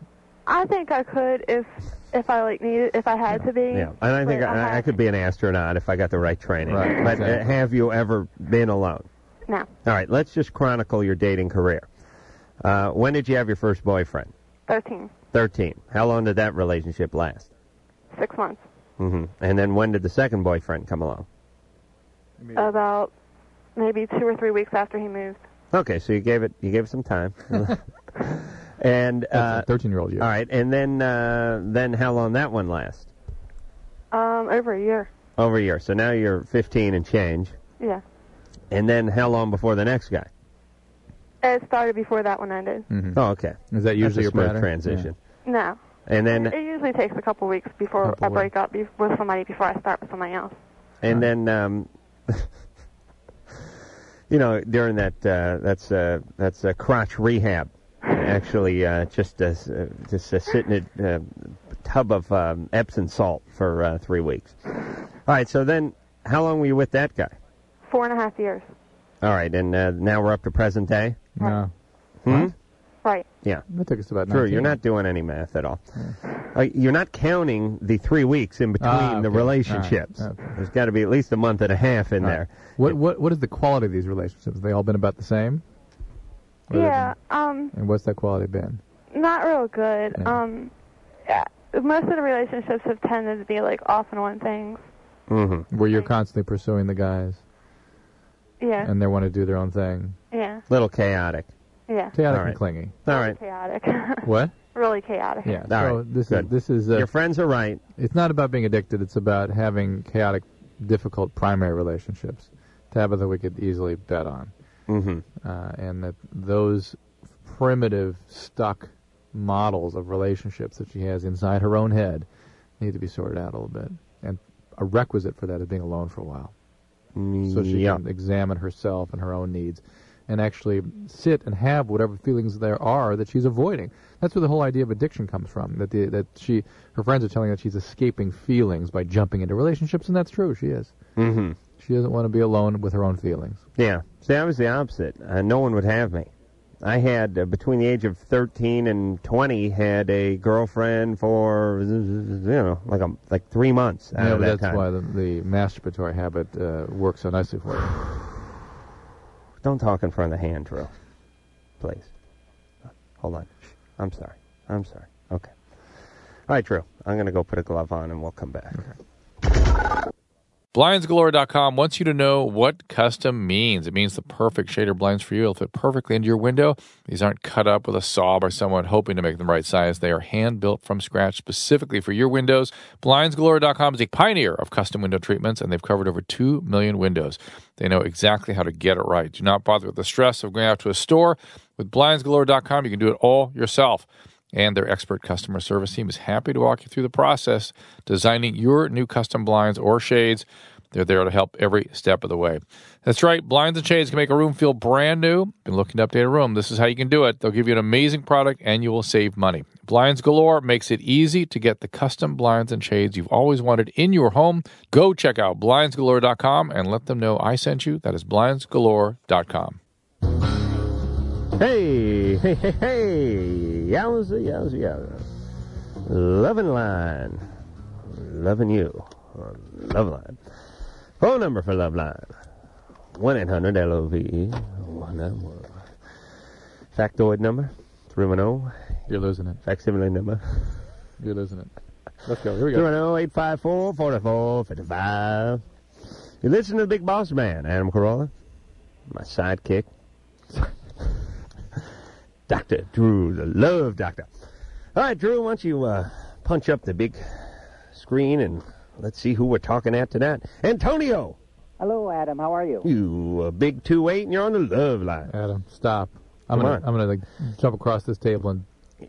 [SPEAKER 7] I think I could if if I like needed if I had to be.
[SPEAKER 3] Yeah, and I think
[SPEAKER 7] But
[SPEAKER 3] I, I
[SPEAKER 7] have-
[SPEAKER 3] could be an astronaut if I got the right training.
[SPEAKER 4] Right,
[SPEAKER 3] but uh,
[SPEAKER 4] exactly.
[SPEAKER 3] have you ever been alone?
[SPEAKER 7] No,
[SPEAKER 3] All right, let's just chronicle your dating career. Uh, when did you have your first boyfriend?
[SPEAKER 7] thirteen,
[SPEAKER 3] 13. How long did that relationship last?
[SPEAKER 7] six months.
[SPEAKER 3] hmm And then when did the second boyfriend come along?
[SPEAKER 7] About maybe two or three weeks after he moved.
[SPEAKER 3] Okay, so you gave it you gave it
[SPEAKER 4] <laughs>
[SPEAKER 3] some time. and uh,
[SPEAKER 4] Thirteen-year-old you.
[SPEAKER 3] all right, and then uh, then how long that one last?
[SPEAKER 7] Um, over a year.
[SPEAKER 3] Over a year. So now you're 15 and change.
[SPEAKER 7] Yeah,
[SPEAKER 3] And then how long before the next guy?
[SPEAKER 7] it started before that one ended.
[SPEAKER 3] Oh, okay.
[SPEAKER 4] Mm-hmm. Is that usually
[SPEAKER 3] That's a
[SPEAKER 4] your
[SPEAKER 3] smooth
[SPEAKER 4] pattern?
[SPEAKER 3] transition?
[SPEAKER 7] No,
[SPEAKER 3] And Oh, then
[SPEAKER 7] it usually takes a couple weeks before
[SPEAKER 4] Couple
[SPEAKER 7] I break up be- with somebody before I start with somebody else.
[SPEAKER 3] And then, um, <laughs> you know, during that uh, that's uh, that's uh, crotch rehab, actually, uh, just uh, s- uh, just uh, sitting in a uh, tub of um, Epsom salt for uh, three weeks. All right. So then, how long were you with that guy?
[SPEAKER 7] Four and a half years.
[SPEAKER 3] All right, and uh, now we're up to present day.
[SPEAKER 4] No.
[SPEAKER 3] Hmm?
[SPEAKER 7] Right.
[SPEAKER 3] Yeah.
[SPEAKER 4] That took us about
[SPEAKER 3] True,
[SPEAKER 4] 19.
[SPEAKER 3] you're not doing any math at all. Uh, you're not counting the three weeks in between
[SPEAKER 4] Ah, okay.
[SPEAKER 3] the
[SPEAKER 4] All right.
[SPEAKER 3] relationships.
[SPEAKER 4] Okay.
[SPEAKER 3] There's got to be at least a month and a half in
[SPEAKER 4] All right.
[SPEAKER 3] there.
[SPEAKER 4] What what what is the quality of these relationships? Have they all been about the same? Or have they
[SPEAKER 7] Yeah. Um,
[SPEAKER 4] been- And what's that quality been?
[SPEAKER 7] not real good.
[SPEAKER 4] Yeah.
[SPEAKER 7] Um, yeah, most of the relationships have tended to be like off and on things.
[SPEAKER 3] hmm
[SPEAKER 4] Where you're constantly pursuing the guys
[SPEAKER 7] Yeah.
[SPEAKER 4] and they want to do their own thing.
[SPEAKER 7] yeah.
[SPEAKER 3] Little chaotic.
[SPEAKER 7] Yeah.
[SPEAKER 4] Chaotic
[SPEAKER 3] All right.
[SPEAKER 4] and clingy.
[SPEAKER 3] All right.
[SPEAKER 7] Chaotic. <laughs>
[SPEAKER 4] What?
[SPEAKER 7] really chaotic.
[SPEAKER 4] Yeah.
[SPEAKER 3] All
[SPEAKER 4] so
[SPEAKER 3] right.
[SPEAKER 4] this
[SPEAKER 3] Good.
[SPEAKER 4] is this is uh,
[SPEAKER 3] Your friends are right.
[SPEAKER 4] it's not about being addicted. It's about having chaotic, difficult primary relationships. Tabitha we could easily bet on,
[SPEAKER 3] hmm
[SPEAKER 4] uh, and that those primitive, stuck models of relationships that she has inside her own head need to be sorted out a little bit. And a requisite for that is being alone for a while,
[SPEAKER 3] Mm-hmm.
[SPEAKER 4] so she
[SPEAKER 3] yeah.
[SPEAKER 4] can examine herself and her own needs, and actually sit and have whatever feelings there are that she's avoiding. That's where the whole idea of addiction comes from. That the that she her friends are telling her that she's escaping feelings by jumping into relationships, and that's true. She is.
[SPEAKER 3] hmm
[SPEAKER 4] She doesn't want to be alone with her own feelings.
[SPEAKER 3] Yeah. See, I was the opposite. Uh, no one would have me. I had, uh, between the age of 13 and 20, had a girlfriend for, you know, like a, like three months out
[SPEAKER 4] yeah,
[SPEAKER 3] of
[SPEAKER 4] but
[SPEAKER 3] that
[SPEAKER 4] that's
[SPEAKER 3] time.
[SPEAKER 4] why the, the masturbatory habit uh, works so nicely for you.
[SPEAKER 3] <sighs> Don't talk in front of the hand, Drew. Please. Hold on. Shh. I'm sorry. I'm sorry. Okay. All right, Drew. I'm going to go put a glove on and we'll come back.
[SPEAKER 8] BlindsGlory.com wants you to know what custom means. It means the perfect shade of blinds for you. It'll fit perfectly into your window. These aren't cut up with a saw by someone hoping to make them right size. They are hand built from scratch specifically for your windows. BlindsGlory.com is a pioneer of custom window treatments, and they've covered over 2 million windows. They know exactly how to get it right. Do not bother with the stress of going out to a store. With BlindsGlory.com, you can do it all yourself and their expert customer service team is happy to walk you through the process designing your new custom blinds or shades. They're there to help every step of the way. That's right, blinds and shades can make a room feel brand new. Been looking to update a room. This is how you can do it. They'll give you an amazing product and you will save money. Blinds Galore makes it easy to get the custom blinds and shades you've always wanted in your home. Go check out blindsgalore.com and let them know I sent you. That is blindsgalore.com.
[SPEAKER 3] Hey, hey, hey, hey. Yowza, yowza, yowza. Lovin' line. Loving you. on Love line. Phone number for Love line 1 800 L O V E 191. Factoid number 310.
[SPEAKER 4] You're losing it.
[SPEAKER 3] Facsimile number
[SPEAKER 4] You're losing it. Let's go. Here we go.
[SPEAKER 3] 310-854-4455. You listen to the Big Boss Man, Adam Carolla, my sidekick, <laughs> Doctor Drew, the Love Doctor. All right, Drew, why don't you uh, punch up the big screen and let's see who we're talking at tonight. Antonio,
[SPEAKER 9] Hello, Adam. How are you?
[SPEAKER 3] you a big two eight, and you're on the Love Line.
[SPEAKER 4] Adam, stop. I'm
[SPEAKER 3] Come
[SPEAKER 4] gonna
[SPEAKER 3] on.
[SPEAKER 4] I'm gonna like jump across this table and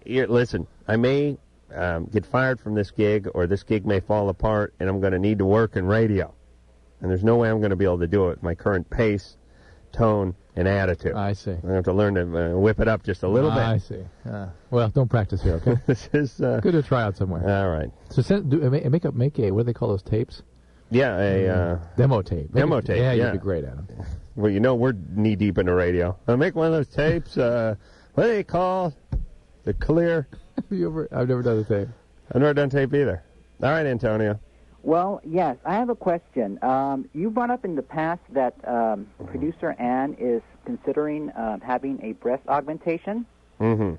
[SPEAKER 3] Here, listen, I may um, get fired from this gig, or this gig may fall apart, and I'm going to need to work in radio. And there's no way I'm going to be able to do it with my current pace, tone, and attitude.
[SPEAKER 4] I see.
[SPEAKER 3] I'm going to have to learn to uh, whip it up just a little
[SPEAKER 4] I
[SPEAKER 3] bit.
[SPEAKER 4] see. Uh, well, don't practice here, okay?
[SPEAKER 3] <laughs> this is uh,
[SPEAKER 4] Good to try out somewhere.
[SPEAKER 3] all right.
[SPEAKER 4] So send, do, uh, ma- make a make a what do they call those tapes?
[SPEAKER 3] Yeah, a, uh,
[SPEAKER 4] Demo tape. Make
[SPEAKER 3] Demo
[SPEAKER 4] a-
[SPEAKER 3] tape,
[SPEAKER 4] Yeah,
[SPEAKER 3] yeah.
[SPEAKER 4] you'd be great, Adam.
[SPEAKER 3] well, you know, we're knee deep in the radio. I'll make one of those tapes. Uh, what do they call the clear?
[SPEAKER 4] <laughs> You ever- I've never done a tape.
[SPEAKER 3] I've never done tape either. All right, Antonio.
[SPEAKER 9] Well, yes, I have a question. Um, you brought up in the past that um, producer Ann is considering um having a breast augmentation.
[SPEAKER 3] Mm-hmm.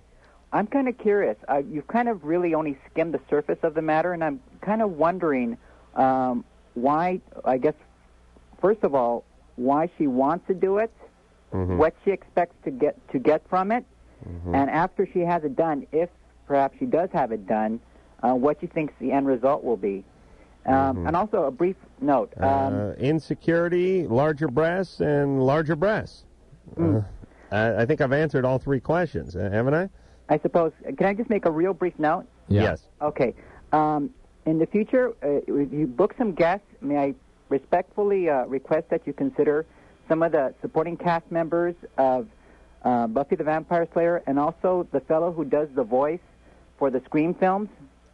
[SPEAKER 9] I'm kind of curious. Uh, you've kind of really only skimmed the surface of the matter, and I'm kind of wondering um, why, I guess, first of all, why she wants to do it,
[SPEAKER 5] Hmm.
[SPEAKER 9] what she expects to get to get from it,
[SPEAKER 3] Mm-hmm.
[SPEAKER 5] Mm-hmm.
[SPEAKER 9] and after she has it done, if perhaps she does have it done, uh, what she thinks the end result will be. Um, And also a brief note. Um,
[SPEAKER 3] uh, insecurity, larger breasts, and larger breasts.
[SPEAKER 9] Hmm.
[SPEAKER 3] Uh, I, I think I've answered all three questions, uh, haven't I?
[SPEAKER 9] I suppose, can I just make a real brief note?
[SPEAKER 4] Yeah.
[SPEAKER 3] Yes.
[SPEAKER 9] Okay. Um, in the future, uh, if you book some guests, may I respectfully uh, request that you consider some of the supporting cast members of uh, Buffy the Vampire Slayer and also the fellow who does the voice for the Scream films.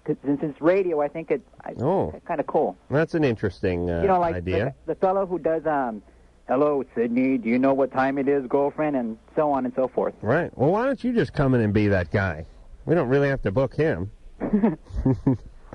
[SPEAKER 9] 'Cause Since it's radio, I think it, I- it's
[SPEAKER 3] Oh.
[SPEAKER 9] kind of cool.
[SPEAKER 3] That's an interesting uh,
[SPEAKER 9] you know, like
[SPEAKER 3] idea.
[SPEAKER 9] The, the fellow who does, um, hello, Sydney, do you know what time it is, girlfriend, and so on and so forth.
[SPEAKER 3] Right. Well, why don't you just come in and be that guy? We don't really have to
[SPEAKER 4] <laughs>
[SPEAKER 3] book him.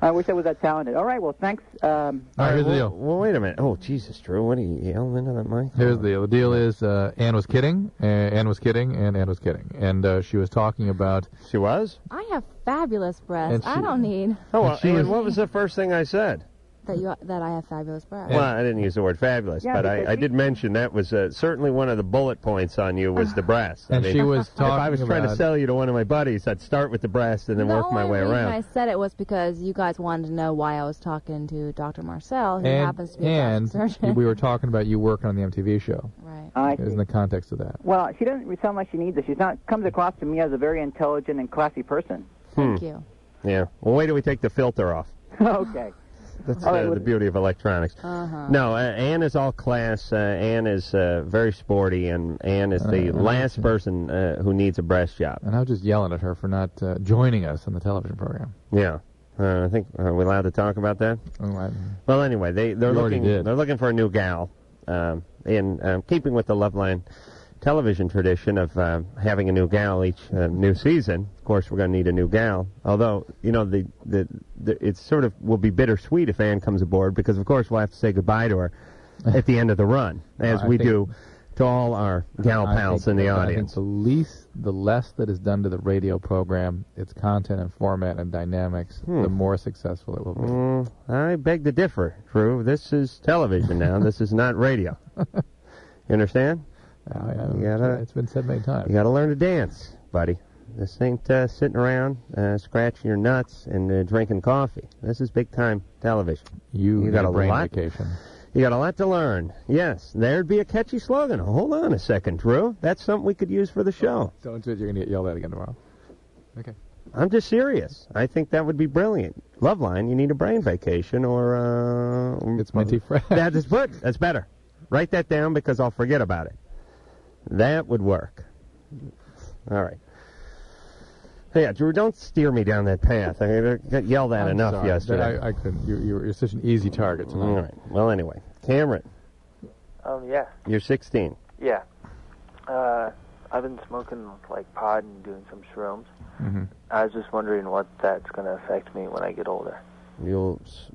[SPEAKER 9] I wish I was that talented. All right, well, thanks. Um,
[SPEAKER 4] All right, here's the
[SPEAKER 3] well,
[SPEAKER 4] deal.
[SPEAKER 3] Well, wait a minute. Oh, Jesus, Drew, what are you yelling into that mic?
[SPEAKER 4] Here's the deal. The deal is uh, Anne was kidding, uh, Anne was kidding, and Anne was kidding, and uh, she was talking about.
[SPEAKER 3] She was.
[SPEAKER 10] I have fabulous
[SPEAKER 4] And
[SPEAKER 10] breasts. I
[SPEAKER 4] she-
[SPEAKER 10] don't need
[SPEAKER 3] <laughs> Oh well.
[SPEAKER 4] She
[SPEAKER 3] and
[SPEAKER 4] was-
[SPEAKER 3] what was the first thing I said?
[SPEAKER 10] that you that I have fabulous breasts.
[SPEAKER 3] Well, I didn't use the word fabulous,
[SPEAKER 9] Yeah,
[SPEAKER 3] but I,
[SPEAKER 9] because
[SPEAKER 3] I
[SPEAKER 9] we-
[SPEAKER 3] did mention that was uh, certainly one of the bullet points on you
[SPEAKER 4] <laughs>
[SPEAKER 3] was the breast. I
[SPEAKER 4] And
[SPEAKER 3] mean,
[SPEAKER 4] she was
[SPEAKER 3] If I
[SPEAKER 4] talking
[SPEAKER 3] was trying to
[SPEAKER 4] about-
[SPEAKER 3] sell you to one of my buddies, I'd start with the breast and then
[SPEAKER 10] the
[SPEAKER 3] work my
[SPEAKER 10] only
[SPEAKER 3] way
[SPEAKER 10] reason
[SPEAKER 3] around.
[SPEAKER 10] I said it was because you guys wanted to know why I was talking to Dr. Marcel, who
[SPEAKER 4] And,
[SPEAKER 10] happens to be a
[SPEAKER 4] and
[SPEAKER 10] plastic surgeon.
[SPEAKER 4] we were talking about you working on the MTV show.
[SPEAKER 10] right.
[SPEAKER 9] I
[SPEAKER 4] It was in the context of that.
[SPEAKER 9] uh, Well, she doesn't sound like she needs it. She's not comes across to me as a very intelligent and classy person.
[SPEAKER 10] Thank you.
[SPEAKER 3] Hmm. Yeah. Well, wait till we take the filter off.
[SPEAKER 9] <laughs> okay.
[SPEAKER 3] That's
[SPEAKER 9] All right,
[SPEAKER 3] uh,
[SPEAKER 9] well-
[SPEAKER 3] the beauty of electronics.
[SPEAKER 10] Uh-huh.
[SPEAKER 3] No, uh, Anne is all class. Uh, Anne is uh, very sporty, and Anne is the last person uh, who needs a breast job.
[SPEAKER 4] And I was just yelling at her for not uh, joining us on the television program.
[SPEAKER 3] Yeah. Uh, I think are we allowed to talk about that?
[SPEAKER 4] Oh, I-
[SPEAKER 3] Well, anyway, they they're
[SPEAKER 4] You already
[SPEAKER 3] looking
[SPEAKER 4] did.
[SPEAKER 3] they're looking for a new gal, um, in um, keeping with the Loveline television tradition of um having a new gal each uh, new season. Of course, we're going to need a new gal. Although you know the, the the it's sort of will be bittersweet if Ann comes aboard because of course we'll have to say goodbye to her at the end of the run, as
[SPEAKER 4] I
[SPEAKER 3] we
[SPEAKER 4] think-
[SPEAKER 3] do to all our gal
[SPEAKER 4] I
[SPEAKER 3] pals
[SPEAKER 4] think-
[SPEAKER 3] in the
[SPEAKER 4] I think
[SPEAKER 3] audience.
[SPEAKER 4] the least, the less that is done to the radio program, its content and format and dynamics,
[SPEAKER 3] Hmm.
[SPEAKER 4] the more successful it will be.
[SPEAKER 3] Mm, I beg to differ, Drew. This is television now. this is
[SPEAKER 4] <laughs>
[SPEAKER 3] not radio. You understand?
[SPEAKER 4] Oh, yeah,
[SPEAKER 3] You gotta-
[SPEAKER 4] it's been said many times.
[SPEAKER 3] You got to learn to dance, buddy. This ain't uh, sitting around uh, scratching your nuts and uh, drinking coffee. This is big time television.
[SPEAKER 4] You,
[SPEAKER 3] You
[SPEAKER 4] need
[SPEAKER 3] got
[SPEAKER 4] a
[SPEAKER 3] a
[SPEAKER 4] brain
[SPEAKER 3] lot-
[SPEAKER 4] vacation.
[SPEAKER 3] You got a lot to learn. Yes, there'd be a catchy slogan. Hold on a second, Drew. That's something we could use for the show.
[SPEAKER 4] Don't do it. You're gonna get yelled at again tomorrow. Okay.
[SPEAKER 3] I'm just serious. I think that would be brilliant. Loveline, you need a brain vacation or uh,
[SPEAKER 4] It's
[SPEAKER 3] <laughs>
[SPEAKER 4] minty fresh.
[SPEAKER 3] That is good. That's better. Write that down because I'll forget about it. That would work. All right. Yeah, Drew, don't steer me down that path. I got yelled at
[SPEAKER 4] I'm
[SPEAKER 3] enough
[SPEAKER 4] sorry,
[SPEAKER 3] yesterday. Mm.
[SPEAKER 4] I, I couldn't. You, you, you're such an easy target tonight.
[SPEAKER 3] All right. Well, anyway, Cameron,
[SPEAKER 5] Um, yeah,
[SPEAKER 3] you're 16.
[SPEAKER 5] yeah. Uh, I've been smoking like pod and doing some shrooms.
[SPEAKER 4] Mhm.
[SPEAKER 5] I was just wondering what that's going to affect me when I get older.
[SPEAKER 3] You'll s-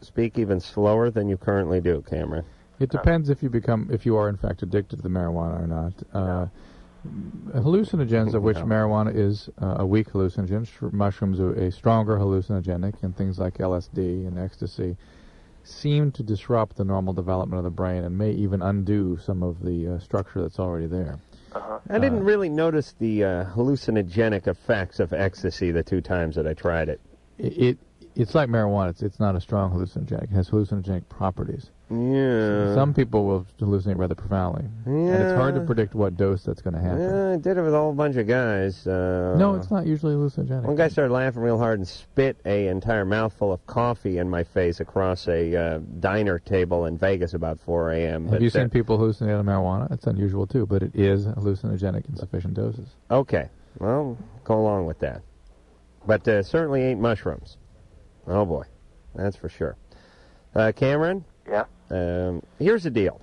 [SPEAKER 3] speak even slower than you currently do, Cameron.
[SPEAKER 4] It depends if you become, if you are in fact addicted to marijuana or not. Uh, hallucinogens, of which
[SPEAKER 3] No.
[SPEAKER 4] marijuana is uh, a weak hallucinogen, sh- mushrooms are a stronger hallucinogenic, and things like LSD and ecstasy seem to disrupt the normal development of the brain and may even undo some of the uh, structure that's already there.
[SPEAKER 3] I didn't really notice the uh, hallucinogenic effects of ecstasy the two times that I tried it.
[SPEAKER 4] I- It, it's like marijuana. It's, it's not a strong hallucinogenic. It has hallucinogenic properties.
[SPEAKER 3] Yeah.
[SPEAKER 4] Some people will hallucinate rather profoundly, and it's hard to
[SPEAKER 3] Yeah.
[SPEAKER 4] predict what dose that's going to happen.
[SPEAKER 3] Yeah, I did it with a whole bunch of guys. Uh,
[SPEAKER 4] No, it's not usually hallucinogenic.
[SPEAKER 3] One guy started laughing real hard and spit a entire mouthful of coffee in my face across a uh, diner table in Vegas about 4 a.m.
[SPEAKER 4] Have
[SPEAKER 3] But,
[SPEAKER 4] you
[SPEAKER 3] uh,
[SPEAKER 4] seen people hallucinate on marijuana? It's unusual too, but it is hallucinogenic in sufficient doses.
[SPEAKER 3] Okay, well, go along with that. But uh, certainly ain't mushrooms. Oh boy, that's for sure. Uh, Cameron,
[SPEAKER 5] Yeah.
[SPEAKER 3] um, here's the deal.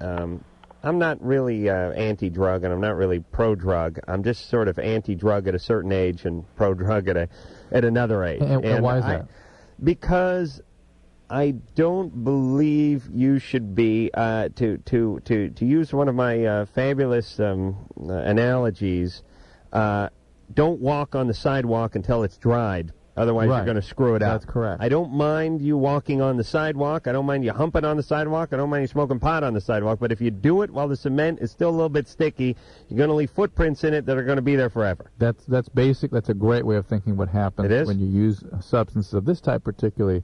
[SPEAKER 3] Um, I'm not really uh, anti-drug, and I'm not really pro-drug. I'm just sort of anti-drug at a certain age and pro-drug at a at another age.
[SPEAKER 4] And- and why is
[SPEAKER 3] I-
[SPEAKER 4] that?
[SPEAKER 3] Because I don't believe you should be uh, to to to to use one of my uh, fabulous um, uh, analogies. Uh, don't walk on the sidewalk until it's dried. Otherwise,
[SPEAKER 4] Right.
[SPEAKER 3] you're going to screw it up.
[SPEAKER 4] That's correct.
[SPEAKER 3] I don't mind you walking on the sidewalk. I don't mind you humping on the sidewalk. I don't mind you smoking pot on the sidewalk. But if you do it while the cement is still a little bit sticky, you're going to leave footprints in it that are going to be there forever.
[SPEAKER 4] That's that's basic. That's a great way of thinking. What happens
[SPEAKER 3] It is?
[SPEAKER 4] when you use substances of this type, particularly,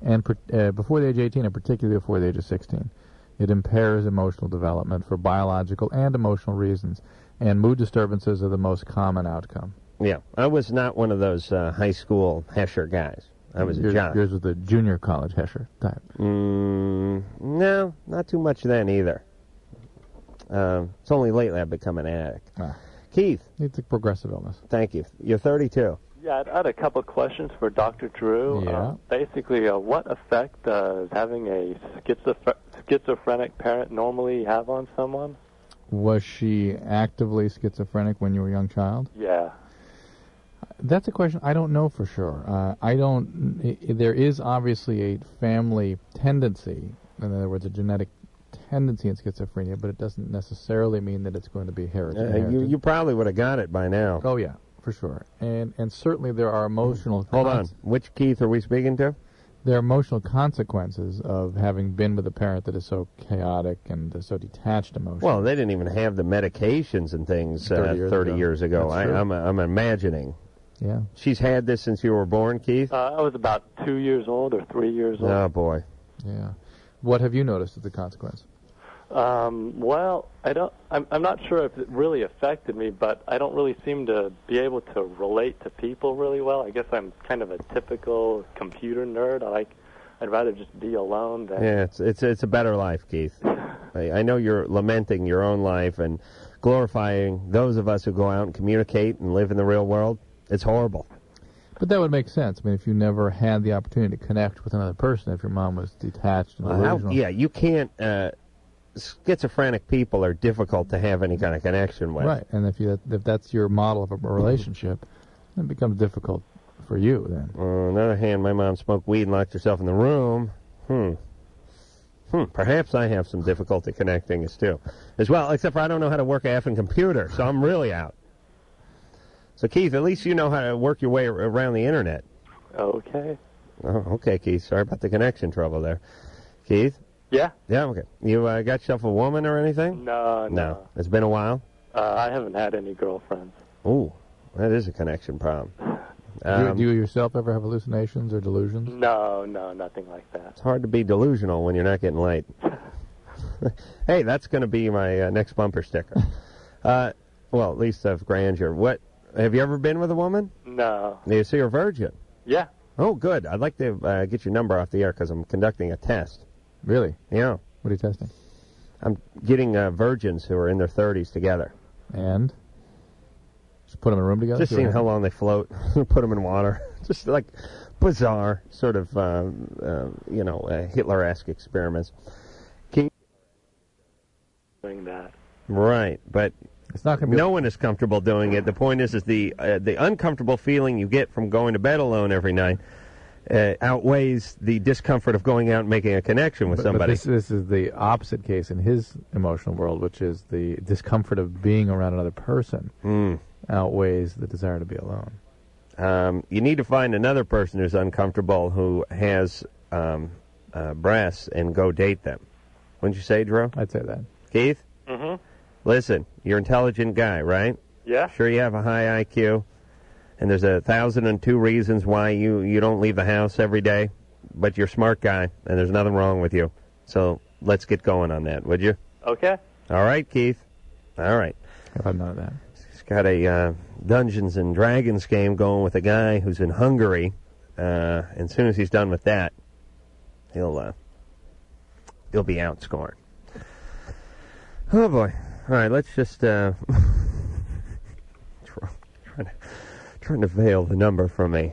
[SPEAKER 4] and per, uh, before the age of 18, and particularly before the age of 16, it impairs emotional development for biological and emotional reasons, and mood disturbances are the most common outcome.
[SPEAKER 3] Yeah, I was not one of those uh, high school hesher guys. I was a
[SPEAKER 4] yours,
[SPEAKER 3] jock.
[SPEAKER 4] Yours was the junior college hesher type.
[SPEAKER 3] Mm, no, not too much then either. Um, it's only lately I've become an addict. Keith.
[SPEAKER 4] Ah. It's a progressive illness.
[SPEAKER 3] Thank you. You're 32.
[SPEAKER 11] Yeah, I'd- I had a couple of questions for Dr. Drew.
[SPEAKER 3] Yeah.
[SPEAKER 11] Um, basically, uh, what effect does having a schizophr- schizophrenic parent normally have on someone?
[SPEAKER 4] Was she actively schizophrenic when you were a young child?
[SPEAKER 11] Yeah.
[SPEAKER 4] That's a question I don't know for sure. Uh, I don't. i- i- There is obviously a family tendency, in other words, a genetic tendency in schizophrenia, but it doesn't necessarily mean that it's going to be heri-
[SPEAKER 3] Uh,
[SPEAKER 4] inherited.
[SPEAKER 3] you, you probably would have got it by now.
[SPEAKER 4] Oh yeah, for sure. And and certainly there are emotional.
[SPEAKER 3] Hold on. Which Keith are we speaking to?
[SPEAKER 4] There are emotional consequences of having been with a parent that is so chaotic and uh, so detached emotionally.
[SPEAKER 3] Well, they didn't even have the medications and things uh, 30 years ago.
[SPEAKER 4] That's
[SPEAKER 3] I,
[SPEAKER 4] true.
[SPEAKER 3] I'm, I'm imagining.
[SPEAKER 4] Yeah.
[SPEAKER 3] She's had this since you were born, Keith?
[SPEAKER 11] Uh, I was about two years old or three years old.
[SPEAKER 3] oh, boy.
[SPEAKER 4] Yeah. What have you noticed as a consequence?
[SPEAKER 11] Um, well, I don't. I'm, I'm not sure if it really affected me, but I don't really seem to be able to relate to people really well. I guess I'm kind of a typical computer nerd. I like. I'd rather just be alone than.
[SPEAKER 3] Yeah, it's it's it's a better life, Keith. I, I know you're lamenting your own life and glorifying those of us who go out and communicate and live in the real world. It's horrible.
[SPEAKER 4] But that would make sense. I mean, if you never had the opportunity to connect with another person, if your mom was detached and
[SPEAKER 3] Uh, how-
[SPEAKER 4] delusional.
[SPEAKER 3] yeah, you can't. Uh, schizophrenic people are difficult to have any kind of connection with.
[SPEAKER 4] Right. And if you if that's your model
[SPEAKER 3] Mm-hmm.
[SPEAKER 4] of a relationship, it becomes difficult for you then.
[SPEAKER 3] On the other hand, my mom smoked weed and locked herself in the room. Hmm. Hmm. Perhaps I have some difficulty connecting as too, as well. Except for I don't know how to work a effing computer, so I'm really out. So Keith, at least you know how to work your way ar- around the internet.
[SPEAKER 11] Okay.
[SPEAKER 3] Oh, okay, Keith. Sorry about the connection trouble there, Keith.
[SPEAKER 11] Yeah. Uh,
[SPEAKER 3] Yeah. Okay. You uh, got yourself a woman or anything?
[SPEAKER 11] No. No.
[SPEAKER 3] No. It's been a while.
[SPEAKER 11] Uh, I haven't had any girlfriends.
[SPEAKER 3] Ooh, that is a connection problem.
[SPEAKER 4] Do you-
[SPEAKER 3] Um,
[SPEAKER 4] do, you, yourself ever have hallucinations or delusions?
[SPEAKER 11] No, no, nothing like that.
[SPEAKER 3] It's hard to be delusional when you're not getting light. <laughs> hey, that's going to be my uh, next bumper sticker.
[SPEAKER 4] <laughs>
[SPEAKER 3] Uh, well, at least of grandeur. What have you ever been with a woman?
[SPEAKER 11] No.
[SPEAKER 3] Do you see her virgin?
[SPEAKER 11] Yeah.
[SPEAKER 3] Oh, good. I'd like to uh, get your number off the air because I'm conducting a test.
[SPEAKER 4] Really?
[SPEAKER 3] Yeah.
[SPEAKER 4] What are you testing?
[SPEAKER 3] I'm getting uh, virgins who are in their 30s together.
[SPEAKER 4] And just put them in a room together.
[SPEAKER 3] Just
[SPEAKER 4] see what
[SPEAKER 3] seeing how
[SPEAKER 4] happens?
[SPEAKER 3] long they float. <laughs> Put them in water. <laughs> Just like bizarre sort of, uh, uh, you know, uh, Hitler-esque experiments. Keith?
[SPEAKER 11] Doing that.
[SPEAKER 3] Right, but
[SPEAKER 4] it's not
[SPEAKER 3] no one is comfortable doing it. The point is, is the uh, the uncomfortable feeling you get from going to bed alone every night uh, outweighs the discomfort of going out and making a connection with
[SPEAKER 4] But- but
[SPEAKER 3] somebody.
[SPEAKER 4] this, this is the opposite case in his emotional world, which is the discomfort of being around another person
[SPEAKER 3] Hmm.
[SPEAKER 4] outweighs the desire to be alone.
[SPEAKER 3] um, you need to find another person who's uncomfortable who has um, uh, breasts and go date them. Wouldn't you say, Drew?
[SPEAKER 4] I'd say that.
[SPEAKER 3] Keith,
[SPEAKER 11] Mm-hmm.
[SPEAKER 3] listen, you're an intelligent guy, right?
[SPEAKER 11] Yeah.
[SPEAKER 3] Sure, you have a high IQ, and there's a thousand and two reasons why you you don't leave the house every day. But you're a smart guy, and there's nothing wrong with you. So let's get going on that, would you?
[SPEAKER 11] Okay.
[SPEAKER 3] All right, Keith. All right.
[SPEAKER 4] I've none of that.
[SPEAKER 3] He's got a uh, Dungeons and Dragons game going with a guy who's in Hungary. Uh, and as soon as he's done with that, he'll uh, he'll be outscored. Oh boy! All right, let's just uh, <laughs> try, trying to trying to veil the number from me.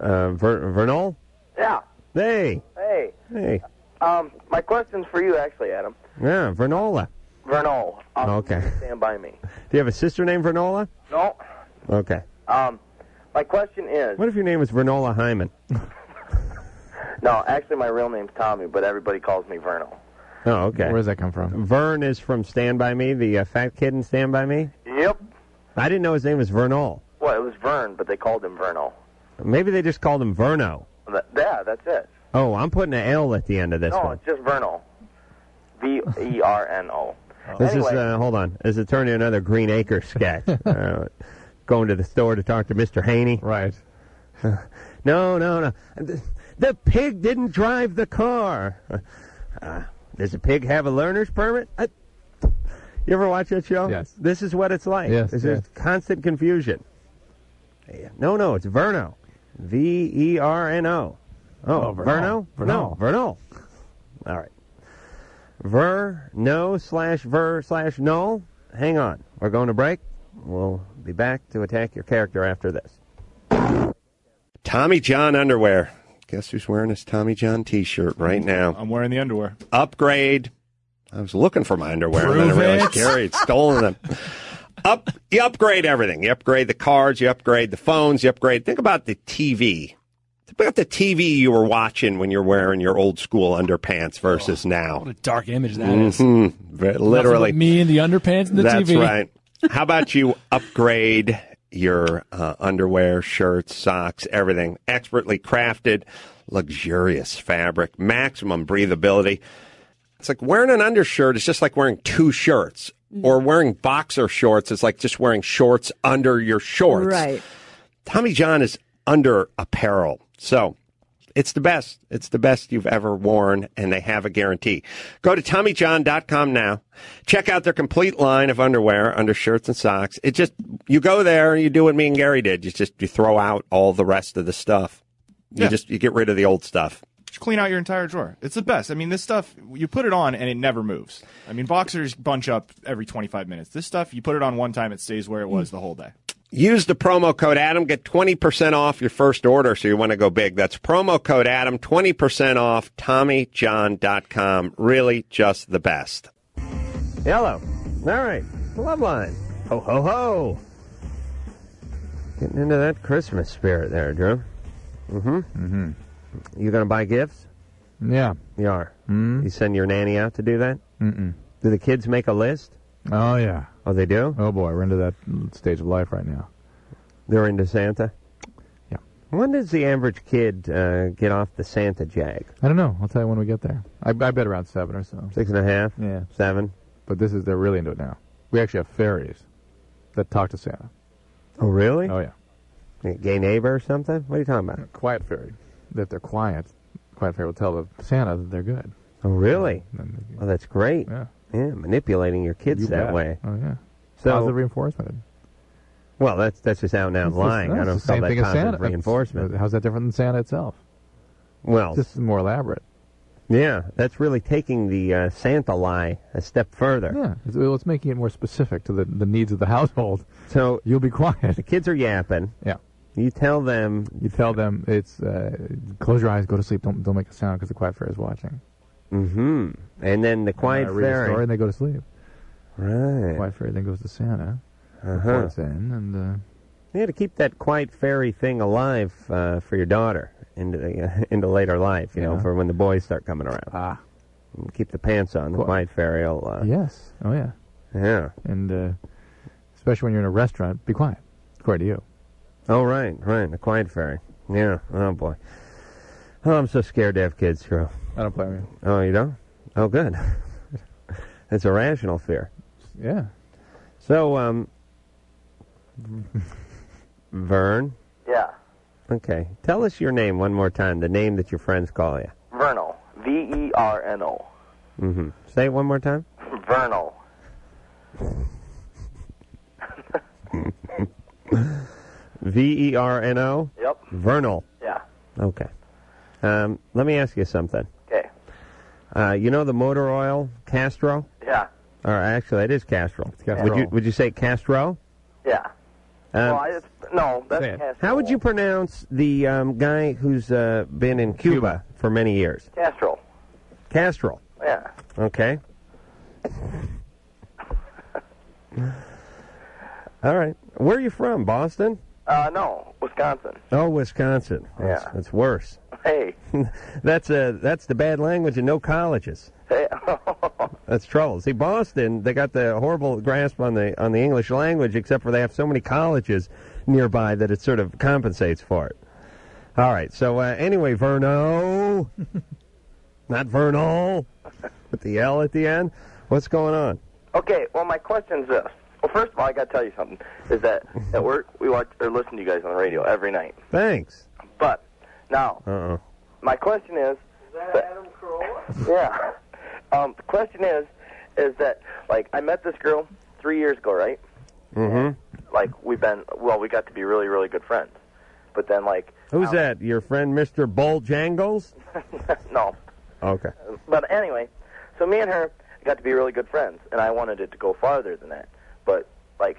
[SPEAKER 3] Uh, Ver, Vernal.
[SPEAKER 12] Yeah.
[SPEAKER 3] Hey,
[SPEAKER 12] Hey.
[SPEAKER 3] hey,
[SPEAKER 12] Um, my question's for you, actually, Adam.
[SPEAKER 3] yeah, Vernola.
[SPEAKER 12] Vernal, Um,
[SPEAKER 3] okay.
[SPEAKER 12] stand by me.
[SPEAKER 3] Do you have a sister named Vernola?
[SPEAKER 12] No.
[SPEAKER 3] Okay.
[SPEAKER 12] Um, my question is
[SPEAKER 3] What if your name was Vernola Hyman?
[SPEAKER 12] no, actually, my real name's Tommy, but everybody calls me Vernal.
[SPEAKER 3] Oh, okay. Where
[SPEAKER 4] does that come from?
[SPEAKER 3] Vern is from Stand By Me, the uh, fat kid in Stand By Me.
[SPEAKER 12] Yep.
[SPEAKER 3] I didn't know his name was Vernal.
[SPEAKER 12] Well, it was Vern, but they called him Vernal.
[SPEAKER 3] Maybe they just called him Verno.
[SPEAKER 12] Th- yeah, that's it.
[SPEAKER 3] Oh, I'm putting an L at the end of this
[SPEAKER 12] no,
[SPEAKER 3] one.
[SPEAKER 12] it's just Vernal. V E R N O.
[SPEAKER 3] Oh. This
[SPEAKER 12] anyway,
[SPEAKER 3] is, uh, hold on, this is turning another Green Acre sketch.
[SPEAKER 4] <laughs>
[SPEAKER 3] uh, going to the store to talk to Mr. Haney.
[SPEAKER 4] Right.
[SPEAKER 3] <laughs> no, no, no. The, the pig didn't drive the car. Uh, does the pig have a learner's permit? I, you ever watch that show? Yes. This is what it's like.
[SPEAKER 4] Yes,
[SPEAKER 3] This
[SPEAKER 4] yes.
[SPEAKER 3] is constant confusion. Yeah. No, no, it's Verno. V E R N O. Oh,
[SPEAKER 13] Oh,
[SPEAKER 3] Verno?
[SPEAKER 13] Vernal.
[SPEAKER 3] No, Vernal. All right. Ver, no, slash, ver, slash, null. Hang on. We're going to break. We'll be back to attack your character after this.
[SPEAKER 14] Tommy John underwear. Guess who's wearing his Tommy John T-shirt right now? I'm wearing the underwear. Upgrade. I was looking for my underwear, and then I
[SPEAKER 13] Prove
[SPEAKER 14] realized
[SPEAKER 13] it.
[SPEAKER 14] Gary had stolen them. Up, you upgrade everything. You upgrade the cars. You upgrade the phones. You upgrade. Think about the TV. Think about the TV you were watching when you're wearing your old school underpants versus now.
[SPEAKER 13] Oh, What a dark image that is.
[SPEAKER 14] Mhm. Ve- Literally,
[SPEAKER 13] Nothing but me and the underpants and the
[SPEAKER 14] That's
[SPEAKER 13] TV.
[SPEAKER 14] right. How about you upgrade your uh, underwear, shirts, socks, everything? Expertly crafted, luxurious fabric, maximum breathability. It's like wearing an undershirt is just like wearing two shirts, or wearing boxer shorts is like just wearing shorts under your shorts.
[SPEAKER 15] Right.
[SPEAKER 14] Tommy John is under apparel. So it's the best. It's the best you've ever worn, and they have a guarantee. Go to TommyJohn.com now. Check out their complete line of underwear, undershirts, and socks. It just, you go there and you do what me and Gary did. You just, you throw out all the rest of the stuff. You
[SPEAKER 16] Yeah.
[SPEAKER 14] just, you get rid of the old stuff.
[SPEAKER 16] Just clean out your entire drawer. It's the best. I mean, this stuff you put it on and it never moves. I mean, boxers bunch up every 25 minutes. This stuff you put it on one time, it stays where it
[SPEAKER 4] Mm.
[SPEAKER 16] was the whole day.
[SPEAKER 14] Use the promo code Adam. Get 20% off your first order. So you want to go big. That's promo code Adam. 20% off TommyJohn.com. Really just the best.
[SPEAKER 3] Hello. All right. Love line. Ho, ho, ho. Getting into that Christmas spirit there, Drew. Mm hmm. Mm hmm. You going to buy gifts?
[SPEAKER 4] Yeah.
[SPEAKER 3] You are. mm You send your nanny out to do that?
[SPEAKER 4] Mm-mm.
[SPEAKER 3] Do the kids make a list?
[SPEAKER 4] Oh yeah.
[SPEAKER 3] Oh, they do.
[SPEAKER 4] Oh boy, we're into that mm, stage of life right now.
[SPEAKER 3] They're into Santa? Yeah. When does the average kid uh, get off the Santa jag?
[SPEAKER 4] I don't know. I'll tell you when we get there. I, I bet around seven or so.
[SPEAKER 3] Six and a half?
[SPEAKER 4] Yeah.
[SPEAKER 3] Seven.
[SPEAKER 4] But this is they're really into it now. We actually have fairies that talk to Santa.
[SPEAKER 3] Oh, really?
[SPEAKER 4] Oh yeah.
[SPEAKER 3] A gay neighbor or something? What are you talking about?
[SPEAKER 4] Quiet fairy. If they're quiet, quiet fairy will tell the Santa that they're good.
[SPEAKER 3] Oh, really? Oh, that's great. Yeah. manipulating your kids
[SPEAKER 4] You
[SPEAKER 3] that
[SPEAKER 4] bet.
[SPEAKER 3] way.
[SPEAKER 4] Oh yeah.
[SPEAKER 3] So-
[SPEAKER 4] Positive reinforcement.
[SPEAKER 3] Well, that's that's just out and out
[SPEAKER 4] It's just-
[SPEAKER 3] lying. I
[SPEAKER 4] that's
[SPEAKER 3] don't
[SPEAKER 4] the
[SPEAKER 3] call
[SPEAKER 4] same
[SPEAKER 3] that
[SPEAKER 4] thing as
[SPEAKER 3] positive
[SPEAKER 4] Santa.
[SPEAKER 3] reinforcement.
[SPEAKER 4] How's that different than Santa itself?
[SPEAKER 3] Well,
[SPEAKER 4] It's just more elaborate.
[SPEAKER 3] yeah, that's really taking the uh, Santa lie a step further.
[SPEAKER 4] Yeah, it's, well, it's making it more specific to the, the needs of the household.
[SPEAKER 3] So
[SPEAKER 4] you'll be quiet. The
[SPEAKER 3] kids are yapping.
[SPEAKER 4] Yeah.
[SPEAKER 3] You tell them.
[SPEAKER 4] You tell them it's uh, close your eyes, go to sleep, don't don't make a sound because the quiet fairy is watching.
[SPEAKER 3] Mm-hmm. And then the quiet
[SPEAKER 4] I read the
[SPEAKER 3] fairy.
[SPEAKER 4] story and they go to sleep.
[SPEAKER 3] Right.
[SPEAKER 4] Quiet fairy then goes to Santa.
[SPEAKER 3] Uh-huh.
[SPEAKER 4] reports in, and uh,
[SPEAKER 3] You had to keep that quiet fairy thing alive uh, for your daughter into the, <laughs> uh, into later life. You know,
[SPEAKER 4] Yeah.
[SPEAKER 3] for when the boys start coming around. Ah. Keep the pants on. The quiet fairy will. Uh,
[SPEAKER 4] yes, oh yeah,
[SPEAKER 3] Yeah.
[SPEAKER 4] and uh, especially when you're in a restaurant, be quiet. According to you.
[SPEAKER 3] Oh right, right. The quiet fairy. Yeah. Oh boy. Oh, I'm so scared to have kids, Drew.
[SPEAKER 4] I don't blame you.
[SPEAKER 3] Oh, you don't? Oh, good. <laughs> it's a rational fear.
[SPEAKER 4] Yeah.
[SPEAKER 3] So, um, Vern.
[SPEAKER 12] Yeah.
[SPEAKER 3] Okay, tell us your name one more time. The name that your friends call you.
[SPEAKER 12] Vernal. V E R N O. <laughs>
[SPEAKER 3] Mm-hmm. Say it one more time.
[SPEAKER 12] Vernal.
[SPEAKER 3] <laughs> V E R N O?
[SPEAKER 12] Yep.
[SPEAKER 3] Vernal.
[SPEAKER 12] Yeah.
[SPEAKER 3] Okay. Um, let me ask you something.
[SPEAKER 12] Okay.
[SPEAKER 3] Uh, you know the motor oil Castro?
[SPEAKER 12] Yeah.
[SPEAKER 3] Or actually, it is Castro.
[SPEAKER 12] Castrol.
[SPEAKER 3] Would you would you say Castro?
[SPEAKER 12] Yeah.
[SPEAKER 3] Um,
[SPEAKER 12] well, I, it's, no, that's Castrol.
[SPEAKER 3] how would you pronounce the um, guy who's uh, been in Cuba, for many years?
[SPEAKER 12] Castrol.
[SPEAKER 3] Castro.
[SPEAKER 12] Yeah. <laughs>
[SPEAKER 3] Okay. All right. Where are you from? Boston?
[SPEAKER 12] Uh, no, Wisconsin.
[SPEAKER 3] Oh, Wisconsin. That's,
[SPEAKER 12] Yeah.
[SPEAKER 3] that's worse.
[SPEAKER 12] Hey.
[SPEAKER 3] <laughs> that's uh, that's the bad language and no colleges.
[SPEAKER 12] Hey. <laughs>
[SPEAKER 3] that's trouble. See, Boston, they got the horrible grasp on the on the English language, except for they have so many colleges nearby that it sort of compensates for it. All right. So uh,
[SPEAKER 12] <laughs>
[SPEAKER 3] anyway, Verno, not Vernal, with the L at the end. What's going on?
[SPEAKER 12] Okay, well, my question's this. Well, first of all, I got to tell you something. Is that at work we watch or listen to you guys on the radio every night.
[SPEAKER 3] Thanks.
[SPEAKER 12] But now
[SPEAKER 3] Uh oh.
[SPEAKER 12] my question is. Is that Adam Carolla? <laughs> yeah. Um, the question is, is that like I met this girl three years ago, right?
[SPEAKER 3] Mm-hmm.
[SPEAKER 12] Like we've been well, we got to be really, really good friends.
[SPEAKER 2] but then like
[SPEAKER 12] <laughs>
[SPEAKER 3] Who's that? Your friend, Mr. Bull Jangles?
[SPEAKER 2] no.
[SPEAKER 3] Okay.
[SPEAKER 2] But anyway, so me and her got to be really good friends, and I wanted it to go farther than that. But like,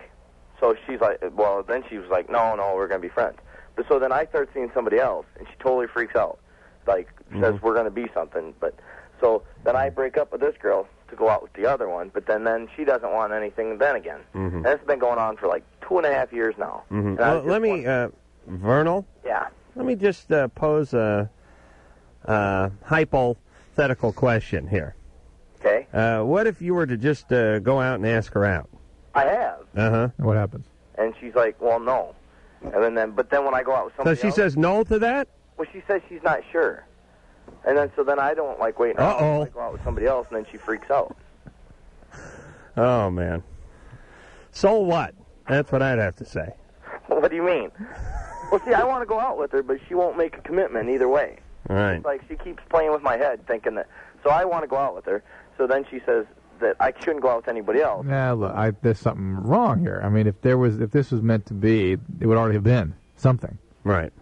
[SPEAKER 2] so she's like, well, then she was like, no, no, we're gonna be friends. But so then I start seeing somebody else, and she totally freaks out, like
[SPEAKER 3] Mm-hmm.
[SPEAKER 2] says we're gonna be something. But so then I break up with this girl to go out with the other one, but then then she doesn't want anything then again.
[SPEAKER 3] Mm-hmm.
[SPEAKER 2] And it's been going on for like two and a half years now.
[SPEAKER 3] hmm
[SPEAKER 2] And I
[SPEAKER 3] Well, let me, uh, Vernal,
[SPEAKER 2] Yeah.
[SPEAKER 3] let me just uh, pose a, a hypothetical question here.
[SPEAKER 2] Okay.
[SPEAKER 3] Uh, what if you were to just uh, go out and ask her out?
[SPEAKER 2] I have,
[SPEAKER 3] Uh huh.
[SPEAKER 4] What happens?
[SPEAKER 2] and she's like, well, no. And then, then but then when I go out with
[SPEAKER 3] So
[SPEAKER 2] somebody
[SPEAKER 3] she
[SPEAKER 2] else,
[SPEAKER 3] says no to that?
[SPEAKER 2] Well, she says she's not sure, and then so then I don't like waiting. around.
[SPEAKER 3] Uh-oh.
[SPEAKER 2] I go out with somebody else, and then she freaks out. <laughs>
[SPEAKER 3] Oh, man. So what? That's what I'd have to say.
[SPEAKER 2] What do you mean? well, see, I want to go out with her, but she won't make a commitment either way.
[SPEAKER 3] All right.
[SPEAKER 2] It's like she keeps playing with my head, thinking that. So I want to go out with her. So then she says that I shouldn't go out with anybody else.
[SPEAKER 4] Nah, look, I, there's something wrong here. I mean, if there was, if this was meant to be, it would already have been something.
[SPEAKER 3] Right.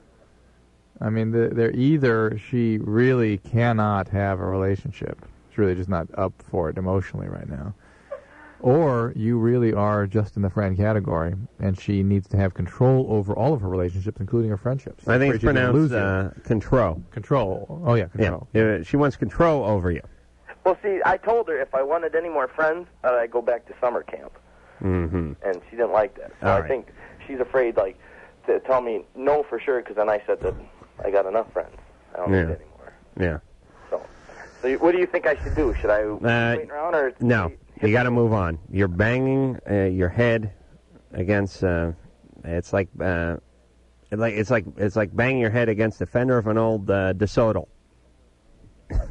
[SPEAKER 4] I mean, the- they're either she really cannot have a relationship. She's really just not up for it emotionally right now, or you really are just in the friend category, and she needs to have control over all of her relationships, including her friendships.
[SPEAKER 3] I think it's
[SPEAKER 4] Afraid she's gonna lose
[SPEAKER 3] pronounced
[SPEAKER 4] you.
[SPEAKER 3] uh, control.
[SPEAKER 4] Control. Oh, yeah, control.
[SPEAKER 3] Yeah. Uh, She wants control over you.
[SPEAKER 2] Well, see, I told her if I wanted any more friends, that I'd go back to summer camp,
[SPEAKER 3] Mm-hmm.
[SPEAKER 2] and she didn't like that. So
[SPEAKER 3] All
[SPEAKER 2] I
[SPEAKER 3] right.
[SPEAKER 2] think she's afraid, like, to tell me no for sure, because then I said that I got enough friends. I don't need
[SPEAKER 3] Yeah.
[SPEAKER 2] any.
[SPEAKER 3] Yeah.
[SPEAKER 2] So you- what do you think I should do? Should
[SPEAKER 3] Uh,
[SPEAKER 2] I wait around or
[SPEAKER 3] No, you got to move on. You're banging uh, your head against. Uh, it's like uh, it like it's like it's like banging your head against the fender of an old uh, DeSoto. sure,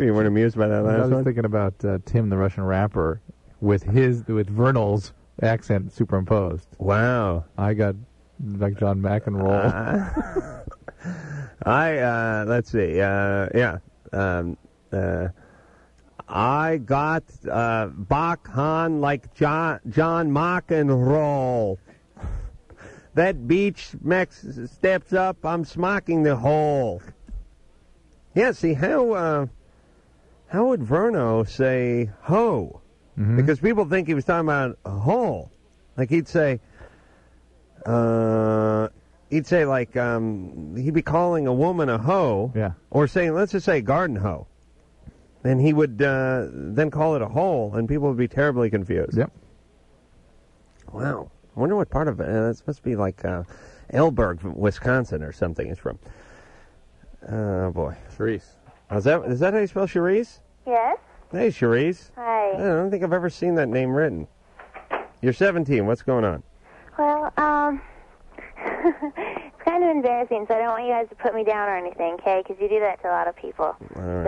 [SPEAKER 3] <laughs> you weren't amused by that
[SPEAKER 4] I
[SPEAKER 3] last
[SPEAKER 4] was
[SPEAKER 3] one.
[SPEAKER 4] thinking about uh, Tim, the Russian rapper, with his with Vernal's accent superimposed.
[SPEAKER 3] Wow, Uh,
[SPEAKER 4] I got like John McEnroe.
[SPEAKER 3] <laughs> I uh, let's see. Uh, yeah, um, uh, I got uh, Bach Han like John John Mock and Roll. <laughs> That beach Mex steps up. I'm smocking the hole. Yeah. See how uh, how would Verno say ho? Because people think he was talking about a hole. Like he'd say, uh, he'd say like um, he'd be calling a woman a hoe, yeah, or saying let's just say garden hoe, and he would uh, then call it a hole, and people would be terribly confused. Yep. Wow. I wonder what part of it. Uh, it's must be like uh, Elberg, Wisconsin, or something. It's from. Oh boy, Cherise. Is that is that how you spell Cherise?
[SPEAKER 15] Yes.
[SPEAKER 3] Hey, Cherise. I
[SPEAKER 15] Hi.
[SPEAKER 3] don't think I've ever seen that name written. You're 17. What's going on?
[SPEAKER 15] Well, um, <laughs> it's kind of embarrassing, so I don't want you guys to put me down or anything, okay? Because you do that to a lot of people.
[SPEAKER 3] All right.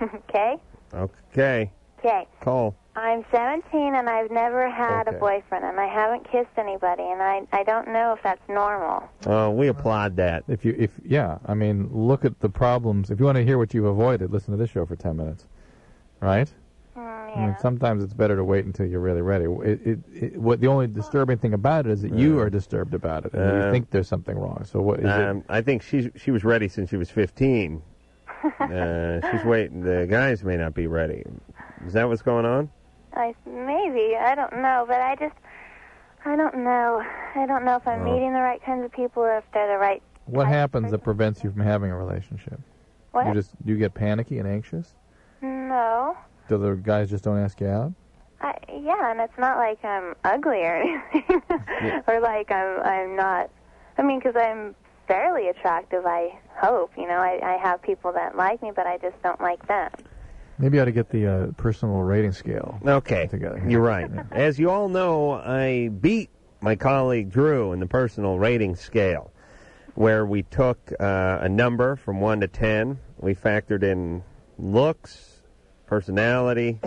[SPEAKER 15] So, <laughs> okay,
[SPEAKER 3] Okay.
[SPEAKER 15] okay.
[SPEAKER 3] Call.
[SPEAKER 15] I'm 17 and I've never had
[SPEAKER 3] Okay.
[SPEAKER 15] a boyfriend, and I haven't kissed anybody, and I I don't know if that's normal.
[SPEAKER 3] Oh, we applaud that.
[SPEAKER 4] If you, if yeah, I mean, look at the problems. If you want to hear what you've avoided, listen to this show for ten minutes, right? I mean, sometimes it's better to wait until you're really ready. It, it, it, what the only disturbing thing about it is that you are disturbed about it and
[SPEAKER 3] Uh,
[SPEAKER 4] you think there's something wrong. So what is it?
[SPEAKER 3] Um, I think she she was ready since she was 15. uh, she's waiting. The guys may not be ready. Is that what's going on?
[SPEAKER 15] I maybe I don't know, but I just I don't know. I don't know if I'm
[SPEAKER 4] Oh.
[SPEAKER 15] meeting the right kinds of people or if they're the right.
[SPEAKER 4] What happens that prevents you from having a relationship?
[SPEAKER 15] What?
[SPEAKER 4] You just you get panicky and anxious.
[SPEAKER 15] No.
[SPEAKER 4] Do the guys just don't ask you out?
[SPEAKER 15] I, yeah, and it's not like I'm ugly or <laughs> anything, or like I'm I'm not. I mean, because I'm fairly attractive. I hope you know. I I have people that like me, but I just don't like them.
[SPEAKER 4] Maybe I ought to get the uh, personal rating scale.
[SPEAKER 3] Okay. <laughs> You're right. As you all know, I beat my colleague Drew in the personal rating scale, where we took uh, a number from 1 to 10. We factored in looks, personality,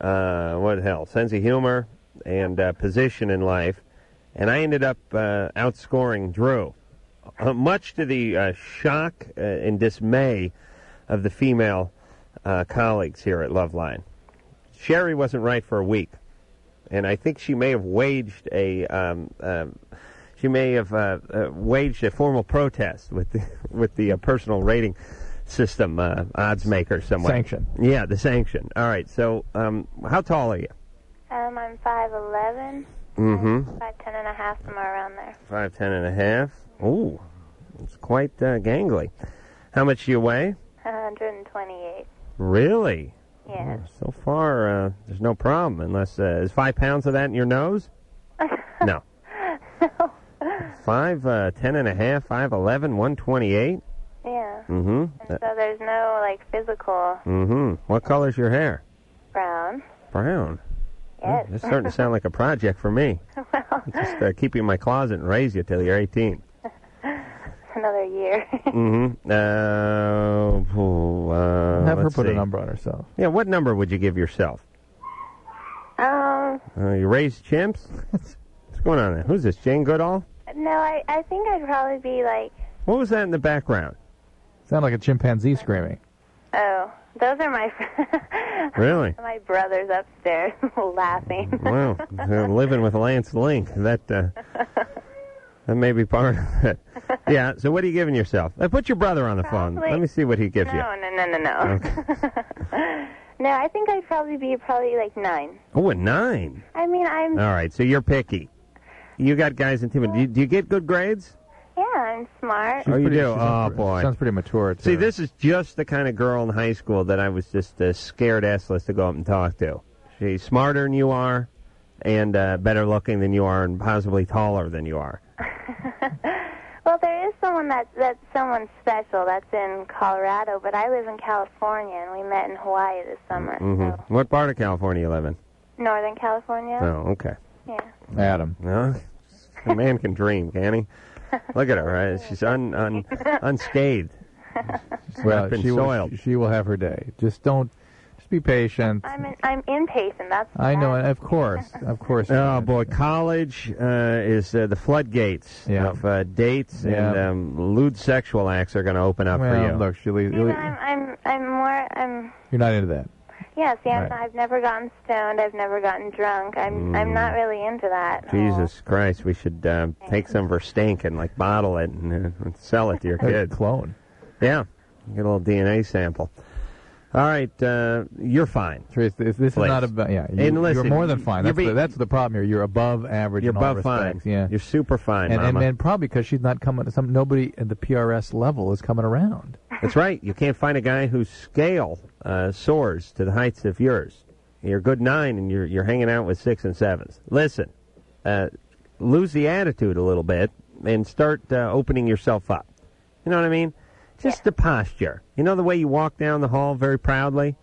[SPEAKER 3] uh, what hell, sense of humor, and uh, position in life. And I ended up uh, outscoring Drew, uh, much to the uh, shock uh, and dismay of the female uh, colleagues here at Loveline. Sherry wasn't right for a week, and I think she may have waged a um, um, she may have uh, uh, waged a formal protest with the <laughs> with the uh, personal rating system uh, odds maker somewhere.
[SPEAKER 4] Sanction.
[SPEAKER 3] Yeah, the sanction. All right. So, um, how tall are you?
[SPEAKER 15] Um, I'm 5'11",
[SPEAKER 3] Mm-hmm.
[SPEAKER 15] 5'10 and a half, somewhere around there.
[SPEAKER 3] Five ten and a half. Ooh, it's quite uh, gangly. How much do you weigh?
[SPEAKER 15] <laughs> 128.
[SPEAKER 3] Really? Oh,
[SPEAKER 15] Yeah.
[SPEAKER 3] So far, uh, there's no problem, unless uh, is five pounds of that in your nose? no. Five, uh, ten and a half, five, eleven, one twenty-eight.
[SPEAKER 15] Yeah.
[SPEAKER 3] Mm-hmm.
[SPEAKER 15] So there's no, like, physical
[SPEAKER 3] mm-hmm. What color's your hair?
[SPEAKER 15] <laughs> brown.
[SPEAKER 3] Brown.
[SPEAKER 15] Yes.
[SPEAKER 3] It's starting to sound like a project for me.
[SPEAKER 15] <laughs> well,
[SPEAKER 3] Just uh, keep you in my closet and raise you till you're 18.
[SPEAKER 15] another year. <laughs>
[SPEAKER 3] Mm-hmm. Uh, oh, uh,
[SPEAKER 4] Have her
[SPEAKER 3] let's
[SPEAKER 4] put a
[SPEAKER 3] see.
[SPEAKER 4] number on herself.
[SPEAKER 3] Yeah, what number would you give yourself?
[SPEAKER 15] um,
[SPEAKER 3] Uh, you raised
[SPEAKER 4] <laughs>
[SPEAKER 3] chimps? What's going on there? Who's this, Jane Goodall?
[SPEAKER 15] no, I, I think I'd probably be, like,
[SPEAKER 3] What was that in the background?
[SPEAKER 4] Sound like a chimpanzee screaming.
[SPEAKER 15] oh, those are my fr- <laughs>
[SPEAKER 3] Really?
[SPEAKER 15] my brothers upstairs <laughs> laughing. <laughs>
[SPEAKER 3] Wow, uh, living with Lance Link. That uh, that may be part of it. Yeah. So what are you giving yourself? Uh, put your brother on the phone. <laughs> Let me see what he
[SPEAKER 15] no,
[SPEAKER 3] gives
[SPEAKER 15] no,
[SPEAKER 3] you.
[SPEAKER 15] no, no, no. <laughs> no, I think I'd probably be probably, like, nine.
[SPEAKER 3] Oh, a nine.
[SPEAKER 15] I mean,
[SPEAKER 3] All
[SPEAKER 15] I'm,
[SPEAKER 3] right. So you're picky. You got guys intimidated. Do you, do you get good grades?
[SPEAKER 15] yeah, I'm smart.
[SPEAKER 3] oh, you
[SPEAKER 4] pretty-
[SPEAKER 3] do.
[SPEAKER 4] she's
[SPEAKER 3] Oh
[SPEAKER 4] pretty-
[SPEAKER 3] boy.
[SPEAKER 4] Sounds pretty mature. Too.
[SPEAKER 3] See, this is just the kind of girl in high school that I was just uh, scared assless to go up and talk to. She's smarter than you are, and uh, better looking than you are, and possibly taller than you are. Uh,
[SPEAKER 15] <laughs> Well, there is someone that that's someone special that's in Colorado, but I live in California and we met in Hawaii this
[SPEAKER 4] Oh
[SPEAKER 15] summer.
[SPEAKER 3] hmm What part of California you live in?
[SPEAKER 15] Northern California.
[SPEAKER 3] Mm-hmm. Oh, okay.
[SPEAKER 15] Yeah.
[SPEAKER 4] Adam.
[SPEAKER 3] No, a man can dream, can he? Look at her. uh, She's un, un, unscathed. She's
[SPEAKER 4] well,
[SPEAKER 3] <laughs> not been
[SPEAKER 4] she
[SPEAKER 3] soiled.
[SPEAKER 4] will. She will have her day. Just don't. Just be patient.
[SPEAKER 15] I'm in, I'm impatient. That's
[SPEAKER 4] I know, and of course, of course.
[SPEAKER 3] Oh boy, college uh, is uh, the floodgates
[SPEAKER 4] Yeah.
[SPEAKER 3] of uh, dates and
[SPEAKER 4] Yeah.
[SPEAKER 3] um, lewd sexual acts are going to open up
[SPEAKER 4] Well,
[SPEAKER 3] for you.
[SPEAKER 4] look, she
[SPEAKER 15] I'm I'm I'm more I'm
[SPEAKER 4] You're not into that.
[SPEAKER 15] yeah. See, I'm,
[SPEAKER 3] Right.
[SPEAKER 15] I've never gotten stoned. I've never gotten drunk. I'm I'm
[SPEAKER 3] Mm.
[SPEAKER 15] not really into that.
[SPEAKER 3] Jesus Christ, we should uh, take some of her stink and like bottle it and, uh, and sell it
[SPEAKER 4] <laughs>
[SPEAKER 3] to your
[SPEAKER 4] Hey,
[SPEAKER 3] kid.
[SPEAKER 4] Clone.
[SPEAKER 3] Yeah, get a little DNA sample. All right, uh, you're fine.
[SPEAKER 4] Trace, this, this is
[SPEAKER 3] Please.
[SPEAKER 4] not about. Yeah, you,
[SPEAKER 3] And listen,
[SPEAKER 4] are more than fine.
[SPEAKER 3] you're
[SPEAKER 4] That's, the,
[SPEAKER 3] being-
[SPEAKER 4] that's the problem here. You're above average.
[SPEAKER 3] You're
[SPEAKER 4] in all
[SPEAKER 3] above fine.
[SPEAKER 4] respects, Yeah,
[SPEAKER 3] you're super fine,
[SPEAKER 4] and, and
[SPEAKER 3] Mama.
[SPEAKER 4] and probably because she's not coming. Some nobody at the PRS level is coming around.
[SPEAKER 3] That's right. You can't find a guy whose scale uh, soars to the heights of yours. You're a good nine, and you're you're hanging out with six and sevens. Listen, uh, lose the attitude a little bit and start uh, opening yourself up. You know what I mean? Just the posture. You know the way you walk down the hall very proudly.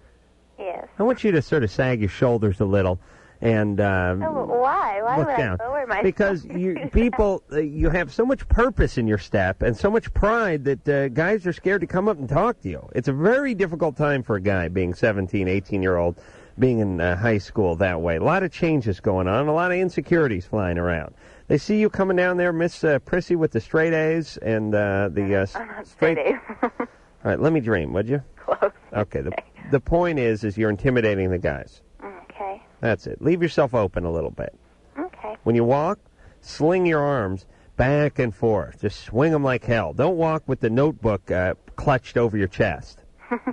[SPEAKER 15] Yes.
[SPEAKER 3] I want you to sort of sag your shoulders a little and uh,
[SPEAKER 15] Oh, why? Why
[SPEAKER 3] look
[SPEAKER 15] would
[SPEAKER 3] down
[SPEAKER 15] I lower myself? <laughs>
[SPEAKER 3] because you people uh, you have so much purpose in your step and so much pride that uh, guys are scared to come up and talk to you it's a very difficult time for a guy being 17 18 year old being in uh, high school that way a lot of changes going on a lot of insecurities flying around they see you coming down there miss uh, prissy with the straight a's and uh, the
[SPEAKER 15] <laughs>
[SPEAKER 3] uh, s- straight <laughs> all right let me dream would you
[SPEAKER 15] close
[SPEAKER 3] okay the, the point is is you're intimidating the guys
[SPEAKER 15] Okay.
[SPEAKER 3] that's it leave yourself open a little bit
[SPEAKER 15] Okay.
[SPEAKER 3] when you walk, sling your arms back and forth. Just swing them like hell. Don't walk with the notebook uh, clutched over
[SPEAKER 15] <laughs>
[SPEAKER 3] your chest.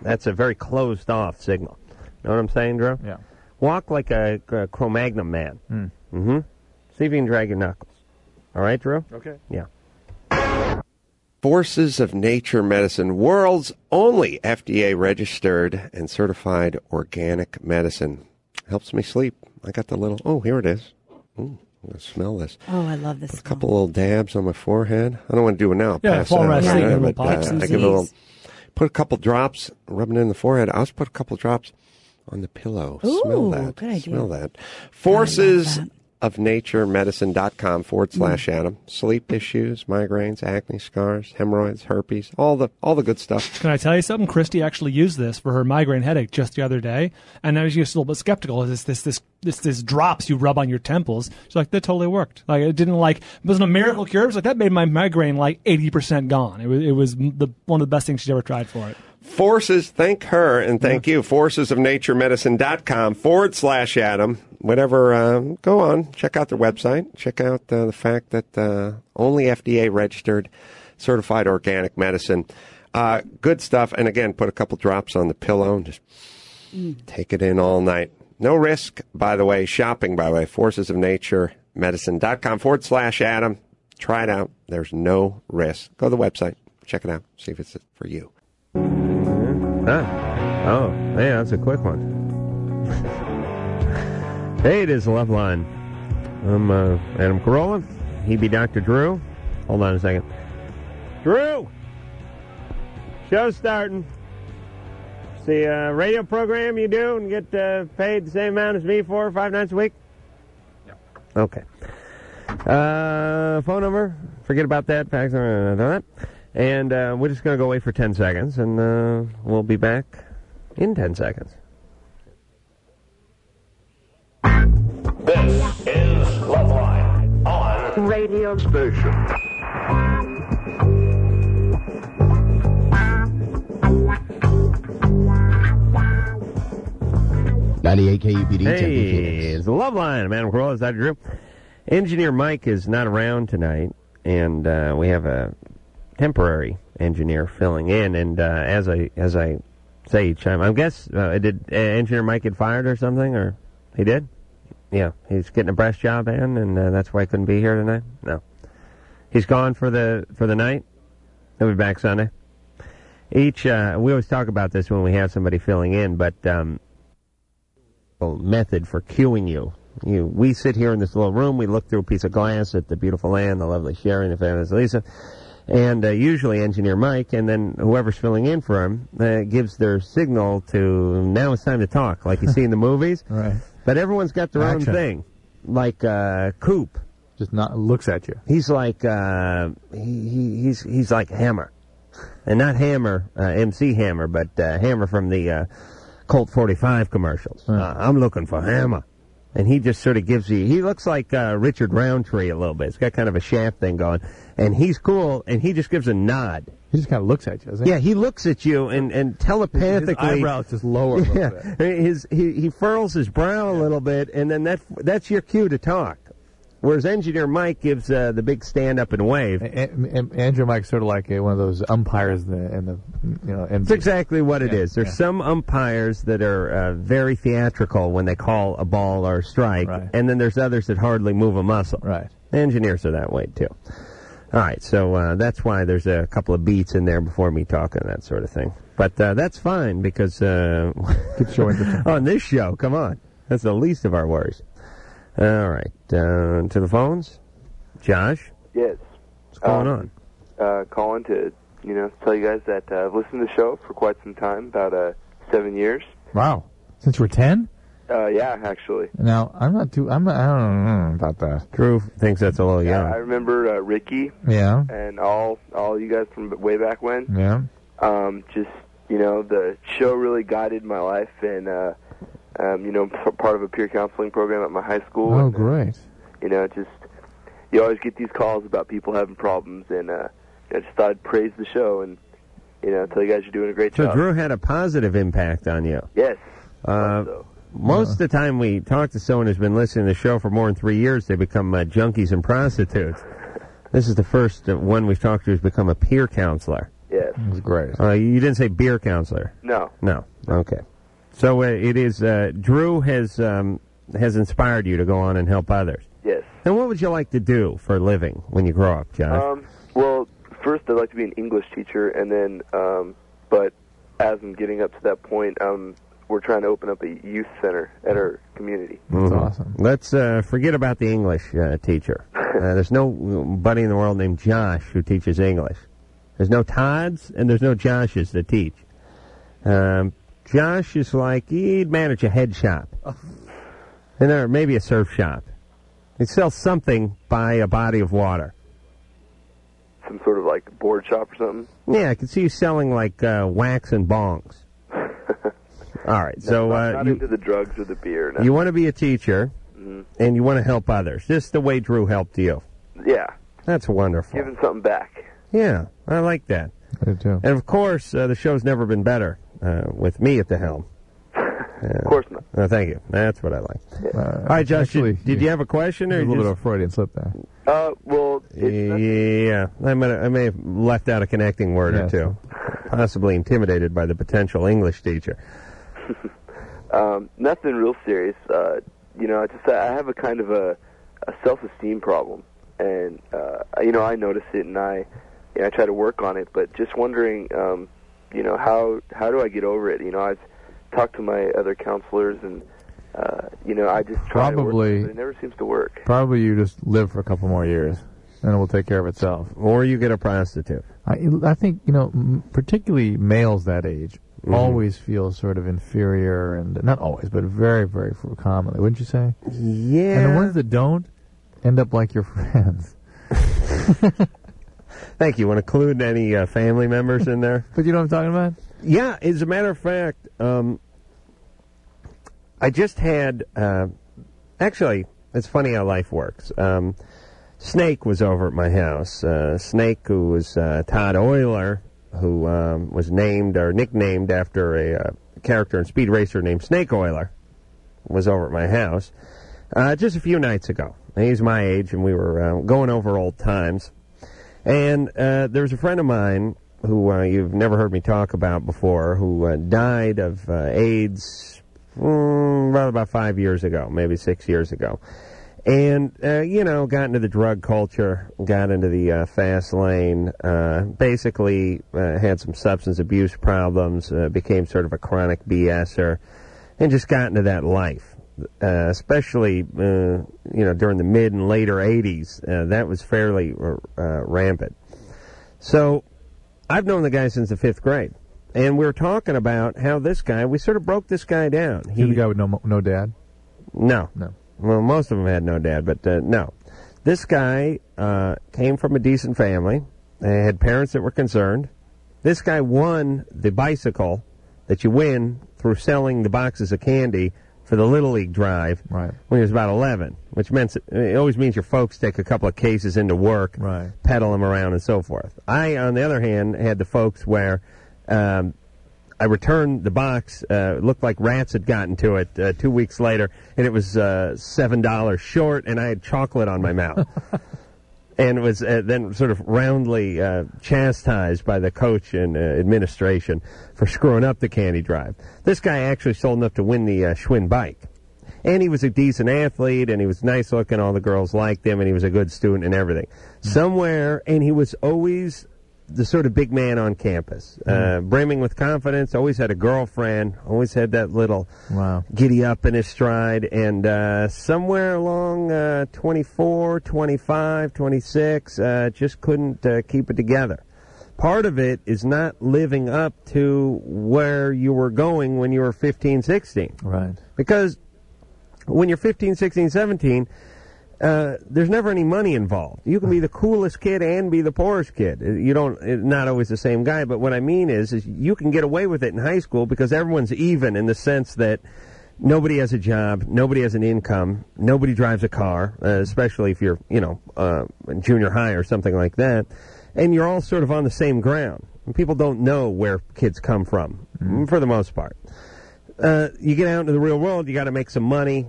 [SPEAKER 3] That's a very closed off signal. Know what I'm saying, Drew?
[SPEAKER 4] Yeah.
[SPEAKER 3] Walk like a, a Cro-Magnon man. Mm-hmm. See if you can drag your knuckles. All right, Drew?
[SPEAKER 14] Okay.
[SPEAKER 3] Yeah.
[SPEAKER 14] Forces of Nature Medicine, world's only FDA registered and certified organic medicine. Helps me sleep. I got the little, oh, here it is. Ooh, I'm going to smell this.
[SPEAKER 17] Oh, I love this.
[SPEAKER 14] A couple little dabs on my forehead. I don't want to do it now. I'll
[SPEAKER 17] Yeah,
[SPEAKER 14] pass
[SPEAKER 17] fall
[SPEAKER 14] out
[SPEAKER 17] right
[SPEAKER 14] on
[SPEAKER 17] asleep,
[SPEAKER 14] that,
[SPEAKER 17] a little
[SPEAKER 14] but, uh,
[SPEAKER 17] pox and
[SPEAKER 14] I give it a little,
[SPEAKER 17] disease.
[SPEAKER 14] put a couple drops, rubbing it in the forehead. I also put a couple drops on the pillow. Smell
[SPEAKER 17] Ooh,
[SPEAKER 14] that.
[SPEAKER 17] good idea.
[SPEAKER 14] Smell that. Forces of nature medicine.com forward slash Adam. Sleep issues, migraines, acne scars, hemorrhoids, herpes, all the all the good stuff.
[SPEAKER 18] Can I tell you something? Christy actually used this for her migraine headache just the other day, and I was just a little bit skeptical. Is this this this this, this drops you rub on your temples? She's like, that totally worked. Like it didn't like it wasn't a miracle cure. It was like that made my migraine like eighty percent gone. It was it was the one of the best things she's ever tried for it.
[SPEAKER 14] Forces, thank her and thank you. Forces of nature medicine.com forward slash Adam. whatever, um, go on, check out their website. Check out uh, the fact that uh, only FDA registered certified organic medicine. Uh, good stuff. And again, put a couple drops on the pillow and just
[SPEAKER 17] Mm.
[SPEAKER 14] take it in all night. No risk, by the way, shopping, by the way, forces of nature medicine.com forward slash Adam. Try it out. There's no risk. Go to the website, check it out, see if it's for you.
[SPEAKER 3] Ah. Oh, yeah, that's a quick one. hey, it is Loveline. I'm uh, Adam Carolla. He be Dr. Drew. Hold on a second. Drew! Show starting. It's the uh, radio program you do and get uh, paid the same amount as me for five nights a week. Okay. Uh, phone number, forget about that, fax number, uh, that. And uh, we're just going to go away for 10 seconds, and uh, we'll be back in 10 seconds.
[SPEAKER 19] This is Loveline on radio station.
[SPEAKER 3] Ninety-eight KUPD.
[SPEAKER 19] Tempe,
[SPEAKER 3] Hey,
[SPEAKER 19] Phoenix.
[SPEAKER 3] it's the love line. Madam Corolla is Dr. Drew. Engineer Mike is not around tonight, and uh, we have a temporary engineer filling in. And uh, as I as I say each time, I guess uh, did uh, engineer Mike get fired or something, or he did? Yeah, he's getting a breast job in, and uh, that's why he couldn't be here tonight. No, he's gone for the for the night. He'll be back Sunday. Each uh, we always talk about this when we have somebody filling in, but um, well, method for cueing you. You, we sit here in this little room. We look through a piece of glass at the beautiful land, the lovely Sharon, the fabulous Lisa, and uh, usually engineer Mike, and then whoever's filling in for him uh, gives their signal to now it's time to talk, like you see in the <laughs> movies. Right. But everyone's got their
[SPEAKER 4] Action.
[SPEAKER 3] own thing, like uh, Coop. Just not looks at you. He's like uh, he, he he's he's like Hammer, and not Hammer uh, MC Hammer, but uh, Hammer from the uh, Colt 45 commercials. Uh, I'm looking for Hammer. And he just sort of gives you, he looks like uh, Richard Roundtree a little bit. He's got kind of a shaft thing going. And he's cool, and he just gives a nod. He just kind of looks at you, doesn't he? Yeah, he looks at you and, and telepathically.
[SPEAKER 4] eyebrows just lower a little
[SPEAKER 3] <laughs> yeah,
[SPEAKER 4] bit.
[SPEAKER 3] his he, he furls his brow a little bit, and then that that's your cue to talk. Whereas engineer Mike gives uh, the big stand up and wave.
[SPEAKER 4] And, and Andrew Mike's sort of like uh, one of those umpires in the, in the you know. And
[SPEAKER 3] That's exactly what it is.
[SPEAKER 4] Yeah,
[SPEAKER 3] There's
[SPEAKER 4] yeah.
[SPEAKER 3] some umpires that are uh, very theatrical when they call a ball or a strike, and then there's others that hardly move a muscle. Right. Engineers are that way too. All right, so uh, that's why there's a couple of beats in there before me talking that sort of thing. But uh, that's fine because uh, <laughs> on this show, come on, that's the least of our worries. All right, uh, to the phones, Josh.
[SPEAKER 12] Yes.
[SPEAKER 3] What's going on?
[SPEAKER 12] Uh, calling to you know tell you guys that uh, I've listened to the show for quite some time, about uh, seven years.
[SPEAKER 4] Wow. Since we're ten.
[SPEAKER 12] Uh, yeah, actually.
[SPEAKER 4] Now I'm not too. I'm. Not, I don't know about that.
[SPEAKER 3] Drew thinks that's a little
[SPEAKER 12] I remember uh, Ricky.
[SPEAKER 4] Yeah.
[SPEAKER 12] And all all you guys from way back when.
[SPEAKER 4] Yeah.
[SPEAKER 12] Um, just you know, the show really guided my life, and uh, um, you know, p- part of a peer counseling program at my high school.
[SPEAKER 4] Oh,
[SPEAKER 12] and, uh,
[SPEAKER 4] great.
[SPEAKER 12] you know, just you always get these calls about people having problems, and uh, I just thought I'd praise the show and you know tell you guys you're doing a great
[SPEAKER 3] So
[SPEAKER 12] job.
[SPEAKER 3] Drew had a positive impact on you.
[SPEAKER 12] Yes.
[SPEAKER 3] Uh, most of the time we talk to someone who's been listening to the show for more than three years, they become uh, junkies and prostitutes. This is the first uh, one we've talked to who's become a peer counselor.
[SPEAKER 12] Yes.
[SPEAKER 3] That's great. Uh, you didn't say beer counselor.
[SPEAKER 12] No.
[SPEAKER 3] No. Okay. So uh, it is. Uh, Drew has um, has inspired you to go on and help others.
[SPEAKER 12] Yes.
[SPEAKER 3] And what would you like to do for a living when you grow up, Josh?
[SPEAKER 12] Um, well, first I'd like to be an English teacher, and then, um, but as I'm getting up to that point, um, we're trying to open up a youth center at our community.
[SPEAKER 3] That's awesome. Mm-hmm. Let's uh, forget about the English uh, teacher. Uh, there's no buddy in the world named Josh who teaches English. There's no Todds and there's no Joshes that teach. Um, Josh is like he'd manage a head shop, and there maybe a surf shop. He'd sell something by a body of water.
[SPEAKER 12] Some sort of like board shop or something.
[SPEAKER 3] Yeah, I could see you selling like uh, wax and
[SPEAKER 12] <laughs>
[SPEAKER 3] bongs. All right, so
[SPEAKER 12] No,
[SPEAKER 3] uh,
[SPEAKER 12] not, not
[SPEAKER 3] you,
[SPEAKER 12] into the drugs or the beer. No. Mm-hmm.
[SPEAKER 3] you want to be a teacher, and you want to help others, just the way Drew helped you.
[SPEAKER 12] Yeah,
[SPEAKER 3] That's wonderful.
[SPEAKER 12] giving something back.
[SPEAKER 3] Yeah, I like that.
[SPEAKER 4] I do too.
[SPEAKER 3] And of course, uh, the show's never been better uh, with me at the helm. Of course not. No, thank you. That's what I like. All right, Josh,
[SPEAKER 4] Uh, actually,
[SPEAKER 3] did, did you have a question? Or
[SPEAKER 4] There's a little
[SPEAKER 3] just-
[SPEAKER 4] bit of a Freudian slip there.
[SPEAKER 12] Uh, well,
[SPEAKER 3] Yeah, I might have, I may have left out a connecting word or
[SPEAKER 4] Yes.
[SPEAKER 3] two, possibly intimidated by the potential English teacher.
[SPEAKER 12] Um, nothing real serious. Uh, you know, I just I have a kind of a, a self-esteem problem, and uh, you know I notice it, and I you know, I try to work on it. But just wondering, um, you know, how how do I get over it? You know, I've talked to my other counselors, and uh, you know, I just try to work on
[SPEAKER 4] Probably-
[SPEAKER 12] it, but it never seems to work.
[SPEAKER 4] Probably you just live for a couple more years, and it will take care of itself.
[SPEAKER 3] Or you get a prostitute.
[SPEAKER 4] I, I think you know, m- particularly males that age
[SPEAKER 3] Mhm.
[SPEAKER 4] always feel sort of inferior, and not always, but very, very f- commonly, wouldn't you say?
[SPEAKER 3] Yeah.
[SPEAKER 4] And the ones that don't end up like your <laughs> friends.
[SPEAKER 3] Thank you. Want to include any uh, family members in there?
[SPEAKER 4] <laughs> but you know what I'm talking about?
[SPEAKER 3] Yeah. As a matter of fact, um, I just had. Uh, actually, it's funny how life works. Um, Snake was over at my house. Uh, Snake, who was uh, Todd Euler, who um, was named or nicknamed after a uh, character in Speed Racer named Snake Euler, was over at my house uh, just a few nights ago. He's my age, and we were uh, going over old times. And uh, there was a friend of mine who uh, you've never heard me talk about before, who uh, died of uh, AIDS mm, about about five years ago, maybe six years ago. And uh, you know, got into the drug culture, got into the uh, fast lane. Uh, basically, uh, had some substance abuse problems, uh, became sort of a chronic BSer, and just got into that life uh, especially uh, you know during the mid and later 80s, uh, that was fairly uh, rampant. So I've known the guy since the fifth grade, and we were talking about how this guy. We sort of broke this guy down. He,
[SPEAKER 4] You're the guy with no mo- no dad.
[SPEAKER 3] no.
[SPEAKER 4] No.
[SPEAKER 3] Well, most of them had no dad, but uh, no. This guy uh, came from a decent family. They had parents that were concerned. This guy won the bicycle that you win through selling the boxes of candy for the Little League drive
[SPEAKER 4] right.
[SPEAKER 3] when he was about 11, which meant it always means your folks take a couple of cases into work,
[SPEAKER 4] right.
[SPEAKER 3] pedal them around, and so forth. I, on the other hand, had the folks where um, I returned the box. Uh, it looked like rats had gotten to it uh, two weeks later, and it was uh, seven dollars short, and I had chocolate on my mouth. <laughs> And was uh, then sort of roundly uh, chastised by the coach and uh, administration for screwing up the candy drive. This guy actually sold enough to win the uh, Schwinn bike. And he was a decent athlete, and he was nice looking. All the girls liked him, and he was a good student and everything. Somewhere, and he was always the sort of big man on campus, uh, brimming with confidence. Always had a girlfriend. Always had that little
[SPEAKER 4] wow.
[SPEAKER 3] giddy up in his stride. And uh, somewhere along uh, 24, 25, 26, uh, just couldn't uh, keep it together. Part of it is not living up to where you were going when you were 15, 16.
[SPEAKER 4] Right.
[SPEAKER 3] Because when you're 15, 16, 17, uh, there's never any money involved. You can be the coolest kid and be the poorest kid. Uh, You don't, it's not always the same guy, but what I mean is, is you can get away with it in high school because everyone's even in the sense that nobody has a job, nobody has an income, nobody drives a car, uh, especially if you're, you know, uh, junior high or something like that. And you're all sort of on the same ground. And people don't know where kids come from, for the most part uh, you get out into the real world, you got to make some money.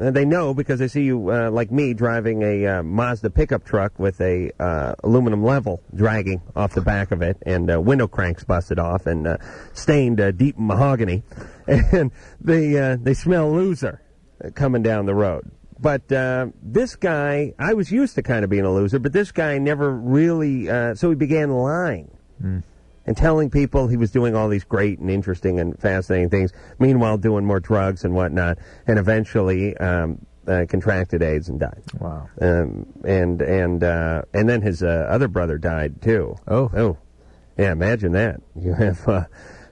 [SPEAKER 3] And they know because they see you, uh, like me, driving a uh, Mazda pickup truck with a uh, aluminum level dragging off the back of it, and uh, window cranks busted off and uh, stained uh, deep mahogany, <laughs> and they uh, they smell loser uh, coming down the road. But uh, this guy, I was used to kind of being a loser, but this guy never really. Uh, so he began lying and telling people he was doing all these great and interesting and fascinating things. Meanwhile, doing more drugs and whatnot, and eventually um, uh, contracted AIDS and died.
[SPEAKER 4] Wow.
[SPEAKER 3] Um, and and uh, and then his uh, other brother died too.
[SPEAKER 4] Oh.
[SPEAKER 3] Oh. Yeah. Imagine that. You have uh,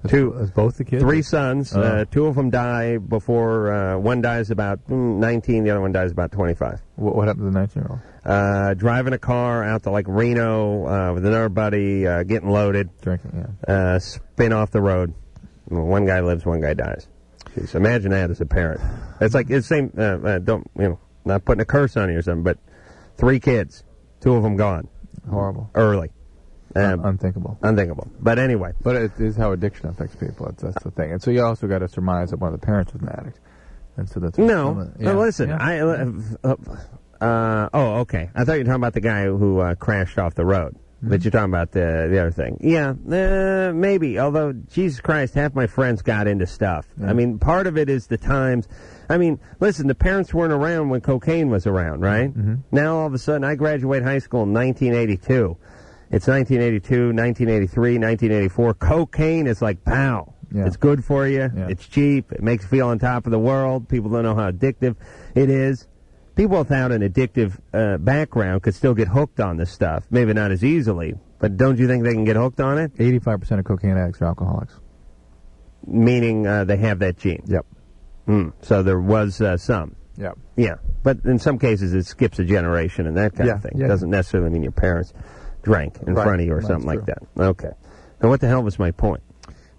[SPEAKER 3] two.
[SPEAKER 4] both the kids.
[SPEAKER 3] Three sons.
[SPEAKER 4] Oh.
[SPEAKER 3] Uh, two of them die before uh, one dies about mm, 19. The other one dies about 25
[SPEAKER 4] What, what happened to the 19 year old?
[SPEAKER 3] uh, driving a car out to like Reno uh, with another buddy, uh, getting loaded,
[SPEAKER 4] drinking,
[SPEAKER 3] yeah, uh, spin off the road. Well, One guy lives, one guy dies. Jeez, imagine that as a parent. It's like it's same. Uh, uh, don't you know? Not putting a curse on you or something, but three kids, two of them gone,
[SPEAKER 4] Horrible.
[SPEAKER 3] early, Um,
[SPEAKER 4] unthinkable.
[SPEAKER 3] Unthinkable. But anyway.
[SPEAKER 4] But it is how addiction affects people. It's, that's the thing. And so you also got to surmise that one of the parents was an addict. And so that's
[SPEAKER 3] No,
[SPEAKER 4] Yeah.
[SPEAKER 3] no, listen.
[SPEAKER 4] Yeah.
[SPEAKER 3] I uh, uh, oh, okay. I thought you were talking about the guy who uh, crashed off the road. But you're talking about the the other thing. Yeah, uh, maybe. Although Jesus Christ, half my friends got into stuff. I mean, part of it is the times. I mean, listen, the parents weren't around when cocaine was around, right? Now all of a sudden, I graduate high school in 1982. It's 1982, 1983, 1984. Cocaine is like pow. It's good for you. It's cheap. It makes you feel on top of the world. People don't know how addictive it is. People without an addictive uh, background could still get hooked on this stuff. Maybe not as easily, but don't you think they can get hooked on it?
[SPEAKER 4] 85% of cocaine addicts are alcoholics.
[SPEAKER 3] Meaning uh, they have that gene.
[SPEAKER 4] Yep.
[SPEAKER 3] Hmm. So there was uh, some.
[SPEAKER 4] Yep.
[SPEAKER 3] Yeah, but in some cases it skips a generation and that kind
[SPEAKER 4] Yeah,
[SPEAKER 3] of thing.
[SPEAKER 4] yeah.
[SPEAKER 3] Doesn't necessarily mean your parents drank in
[SPEAKER 4] Right.
[SPEAKER 3] front of you or
[SPEAKER 4] That's
[SPEAKER 3] something like
[SPEAKER 4] true.
[SPEAKER 3] that. Okay. Now what the hell was my point?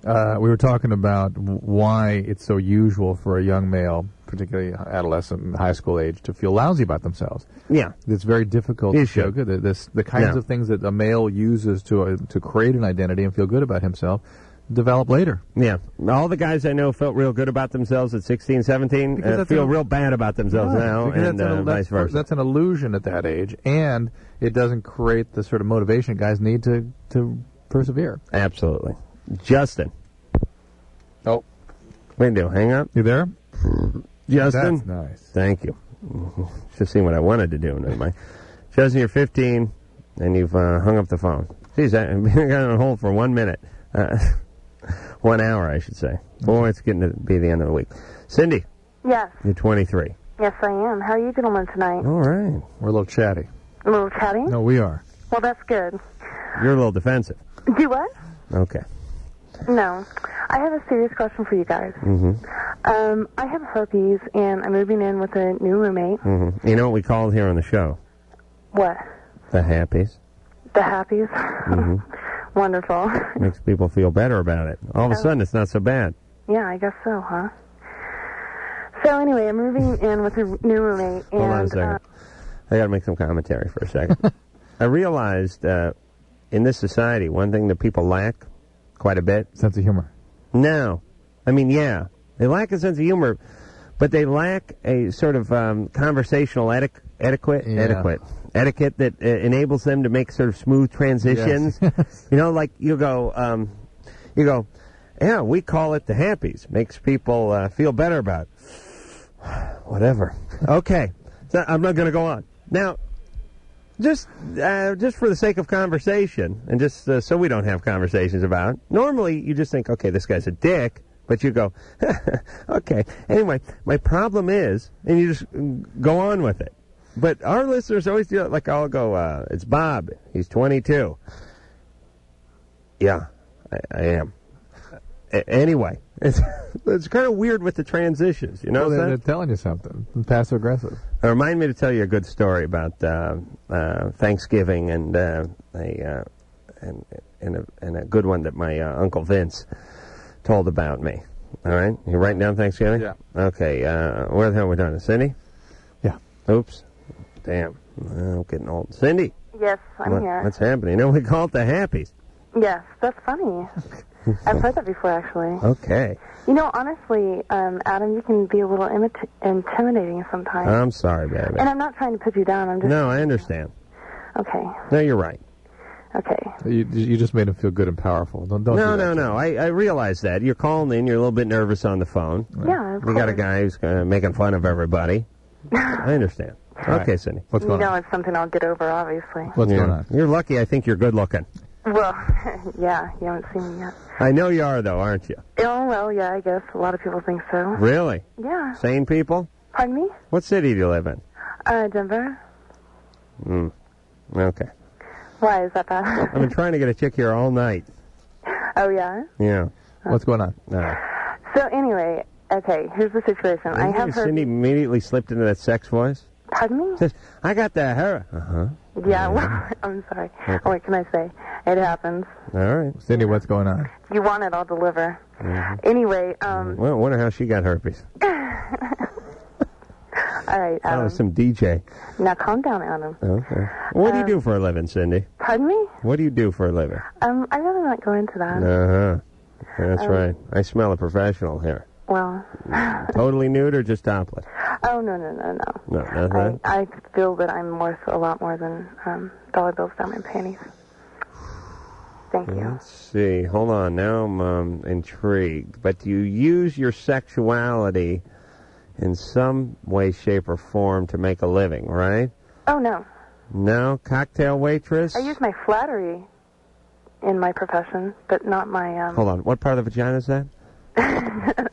[SPEAKER 4] Uh, we were talking about w- why it's so usual for a young male, particularly adolescent, high school age, to feel lousy about themselves.
[SPEAKER 3] Yeah.
[SPEAKER 4] It's very difficult
[SPEAKER 3] You
[SPEAKER 4] to feel
[SPEAKER 3] should.
[SPEAKER 4] good. The- This, the kinds
[SPEAKER 3] Yeah.
[SPEAKER 4] of things that a male uses to uh, to create an identity and feel good about himself develop later.
[SPEAKER 3] Yeah. All the guys I know felt real good about themselves at 16, 17,
[SPEAKER 4] Because
[SPEAKER 3] uh,
[SPEAKER 4] that's
[SPEAKER 3] feel
[SPEAKER 4] an-
[SPEAKER 3] real bad about themselves
[SPEAKER 4] Right,
[SPEAKER 3] now,
[SPEAKER 4] because
[SPEAKER 3] and
[SPEAKER 4] that's, an,
[SPEAKER 3] uh,
[SPEAKER 4] that's-
[SPEAKER 3] vice versa.
[SPEAKER 4] that's an illusion at that age, and it doesn't create the sort of motivation guys need to, to persevere.
[SPEAKER 3] Absolutely. Justin.
[SPEAKER 4] Oh.
[SPEAKER 3] Window, hang up.
[SPEAKER 4] You there?
[SPEAKER 3] Justin?
[SPEAKER 4] That's nice.
[SPEAKER 3] Thank you. <laughs> Just seeing what I wanted to do. Never mind. Justin, you're 15, and you've uh, hung up the phone. Geez, <laughs> I've been on hold for one minute. Uh, <laughs> one hour, I should say. Boy, it's getting to be the end of the week. Cindy,
[SPEAKER 17] Yes,
[SPEAKER 3] you're 23.
[SPEAKER 17] yes, I am. How are you gentlemen tonight?
[SPEAKER 3] All right.
[SPEAKER 4] We're a little chatty.
[SPEAKER 17] A little chatty?
[SPEAKER 4] No, we are.
[SPEAKER 17] Well, that's good.
[SPEAKER 3] You're a little defensive.
[SPEAKER 17] Do what?
[SPEAKER 3] Okay.
[SPEAKER 17] No. I have a serious question for you guys.
[SPEAKER 3] hmm
[SPEAKER 17] Um, I have herpes, and I'm moving in with a new roommate.
[SPEAKER 3] hmm You know what we called here on the show?
[SPEAKER 17] What?
[SPEAKER 3] The happies.
[SPEAKER 17] The happies?
[SPEAKER 3] hmm
[SPEAKER 17] <laughs> Wonderful.
[SPEAKER 3] Makes people feel better about it. All of a
[SPEAKER 17] Oh.
[SPEAKER 3] sudden, it's not so bad.
[SPEAKER 17] yeah, I guess so, huh? So anyway, I'm
[SPEAKER 3] <laughs>
[SPEAKER 17] moving in with a new roommate, and
[SPEAKER 3] Hold on a second.
[SPEAKER 17] Uh,
[SPEAKER 3] I got to make some commentary for a second.
[SPEAKER 17] <laughs>
[SPEAKER 3] I realized uh, in this society, one thing that people lack quite a bit
[SPEAKER 4] sense of humor.
[SPEAKER 3] No, I mean, yeah, they lack a sense of humor, but they lack a sort of um, conversational etic- etiquette, etiquette, etiquette that uh, enables them to make sort of smooth transitions. you know, like you go, um, you go, yeah, we call it the happies. Makes people uh, feel better about it <sighs> whatever. Okay, So I'm not going to go on now. Just, uh, just for the sake of conversation, and just uh, so we don't have conversations about. it, Normally, you just think, okay, this guy's a dick, but you go, <laughs> okay. Anyway, my problem is, and you just mm, go on with it. But our listeners always do it. Like I'll go, uh, it's Bob. He's 22. Yeah, I, I am. A- anyway, <laughs> it's it's kind of weird with the transitions. You know,
[SPEAKER 4] Well,
[SPEAKER 3] what I'm
[SPEAKER 4] they're,
[SPEAKER 3] saying?
[SPEAKER 4] they're telling you something. Passive aggressive.
[SPEAKER 3] Uh, remind me to tell you a good story about uh, uh, Thanksgiving and uh, a uh, and and a, and a good one that my uh, uncle Vince told about me. All right, you writing down Thanksgiving?
[SPEAKER 4] Yeah.
[SPEAKER 3] Okay. Uh, where the hell are we done? Cindy.
[SPEAKER 4] Yeah.
[SPEAKER 3] Oops. Damn. I'm getting old. Cindy.
[SPEAKER 17] yes, I'm
[SPEAKER 3] what-
[SPEAKER 17] here.
[SPEAKER 3] What's happening? You know, we call it the happies.
[SPEAKER 17] Yes, that's
[SPEAKER 3] <laughs>
[SPEAKER 17] funny. I've heard that before, actually.
[SPEAKER 3] Oh. Okay.
[SPEAKER 17] You know, honestly, um, Adam, you can be a little imit- intimidating sometimes.
[SPEAKER 3] I'm sorry, baby.
[SPEAKER 17] and I'm not trying to put you down. I'm just
[SPEAKER 3] No, I understand.
[SPEAKER 17] okay.
[SPEAKER 3] No, you're right.
[SPEAKER 17] Okay.
[SPEAKER 4] You, you just made him feel good and powerful. Don't, don't
[SPEAKER 3] no,
[SPEAKER 4] do that.
[SPEAKER 3] no, no. I, I realize that. You're calling in. You're a little bit nervous on the phone.
[SPEAKER 17] Yeah, of
[SPEAKER 3] We got a guy who's uh, making fun of everybody. I understand. Okay, Cindy. <laughs> What's
[SPEAKER 17] you know, it's something I'll get over, obviously.
[SPEAKER 3] You're lucky. I think you're good looking.
[SPEAKER 17] Well, <laughs> yeah, you haven't seen me yet.
[SPEAKER 3] I know you are, though, aren't you?
[SPEAKER 17] Oh well, yeah, I guess a lot of people think so.
[SPEAKER 3] Really?
[SPEAKER 17] Yeah.
[SPEAKER 3] Sane people?
[SPEAKER 17] Pardon me?
[SPEAKER 3] What city do you live in?
[SPEAKER 17] Uh, Denver.
[SPEAKER 3] Hmm. Okay.
[SPEAKER 17] Why is that bad?
[SPEAKER 3] I've been trying to get a chick here all night.
[SPEAKER 17] <laughs> oh yeah.
[SPEAKER 3] Yeah. Uh,
[SPEAKER 4] What's going on?
[SPEAKER 17] So anyway, okay, here's the situation. I have heard.
[SPEAKER 3] Cindy immediately slipped into that sex voice.
[SPEAKER 17] Pardon me?
[SPEAKER 3] Says, <laughs> I got the hair. Uh huh.
[SPEAKER 4] Uh-huh.
[SPEAKER 17] Yeah. Well, <laughs> I'm sorry.
[SPEAKER 3] Okay.
[SPEAKER 17] What can I say? It happens.
[SPEAKER 3] All right.
[SPEAKER 4] Cindy, what's going on?
[SPEAKER 17] You want it, I'll deliver.
[SPEAKER 3] Mhm.
[SPEAKER 17] Anyway, um,
[SPEAKER 3] Well, I wonder how she got herpes.
[SPEAKER 17] <laughs> all right,
[SPEAKER 3] Oh,
[SPEAKER 17] Adam.
[SPEAKER 3] some DJ.
[SPEAKER 17] Now calm down, Adam.
[SPEAKER 3] Okay. What do you
[SPEAKER 17] Uh,
[SPEAKER 3] do for a living, Cindy?
[SPEAKER 17] Pardon me?
[SPEAKER 3] What do you do for a living?
[SPEAKER 17] Um, I really won't go into that.
[SPEAKER 3] Uh huh. That's
[SPEAKER 17] Um,
[SPEAKER 3] right. I smell a professional here.
[SPEAKER 17] Well, <laughs>
[SPEAKER 3] Totally nude or just droplet?
[SPEAKER 17] oh no no no no.
[SPEAKER 3] No, not that.
[SPEAKER 17] I feel that I'm worth a lot more than um, dollar bills down my panties. Thank you.
[SPEAKER 3] Let's see. Hold on. Now I'm um, intrigued. But you use your sexuality in some way, shape, or form to make a living, right?
[SPEAKER 17] Oh no,
[SPEAKER 3] No? Cocktail waitress?
[SPEAKER 17] I use my flattery in my profession, but not my um.
[SPEAKER 3] Hold on. What part of the vagina
[SPEAKER 17] <laughs>
[SPEAKER 3] is that?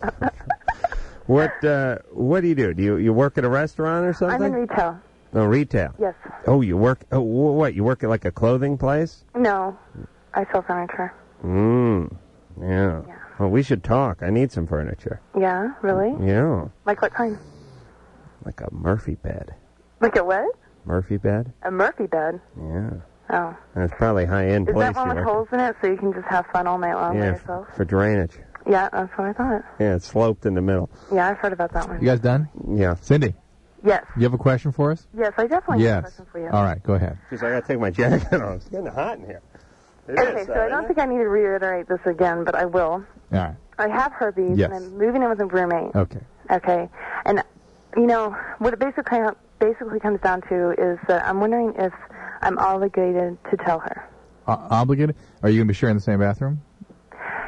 [SPEAKER 3] what uh, What do you do? Do you you work at a restaurant or something?
[SPEAKER 17] I'm in retail.
[SPEAKER 3] No retail.
[SPEAKER 17] Yes.
[SPEAKER 3] Oh, you work. Oh, wh- what? You work at like a clothing place?
[SPEAKER 17] No, I sell furniture.
[SPEAKER 3] Mm. Yeah. Well, we should talk. I need some furniture.
[SPEAKER 17] Yeah,
[SPEAKER 3] Mm-hmm.
[SPEAKER 17] really?
[SPEAKER 3] Yeah.
[SPEAKER 17] Like what kind?
[SPEAKER 3] Like a Murphy bed.
[SPEAKER 17] Like a what?
[SPEAKER 3] Murphy bed.
[SPEAKER 17] A Murphy bed.
[SPEAKER 3] Yeah.
[SPEAKER 17] Oh.
[SPEAKER 3] That's probably high end
[SPEAKER 17] Is
[SPEAKER 3] place.
[SPEAKER 17] that one
[SPEAKER 3] you
[SPEAKER 17] with
[SPEAKER 3] work.
[SPEAKER 17] holes in it so you can just have fun all night long by
[SPEAKER 3] yeah. f-
[SPEAKER 17] yourself?
[SPEAKER 3] For drainage.
[SPEAKER 17] Yeah, that's what I thought.
[SPEAKER 3] Yeah. It's sloped in the middle.
[SPEAKER 17] Yeah, I've heard about that one.
[SPEAKER 4] You guys done?
[SPEAKER 3] Yeah.
[SPEAKER 4] Cindy,
[SPEAKER 17] Yes.
[SPEAKER 4] you have a question for us?
[SPEAKER 17] Yes, I definitely have a
[SPEAKER 4] yes.
[SPEAKER 17] question for you.
[SPEAKER 4] All right, go ahead.
[SPEAKER 3] Because I gotta take my jacket <laughs> off. It's getting hot in here. It
[SPEAKER 17] Okay,
[SPEAKER 3] is,
[SPEAKER 17] so
[SPEAKER 3] though,
[SPEAKER 17] I don't
[SPEAKER 3] isn't
[SPEAKER 17] think I need to reiterate this again, but I will.
[SPEAKER 4] All right.
[SPEAKER 17] I have herpes,
[SPEAKER 4] Yes.
[SPEAKER 17] and I'm moving in with a roommate.
[SPEAKER 4] Okay.
[SPEAKER 17] Okay. And, you know, what it basically, basically comes down to is that I'm wondering if I'm obligated to tell her.
[SPEAKER 4] O- obligated? Are you going to be sharing the same bathroom?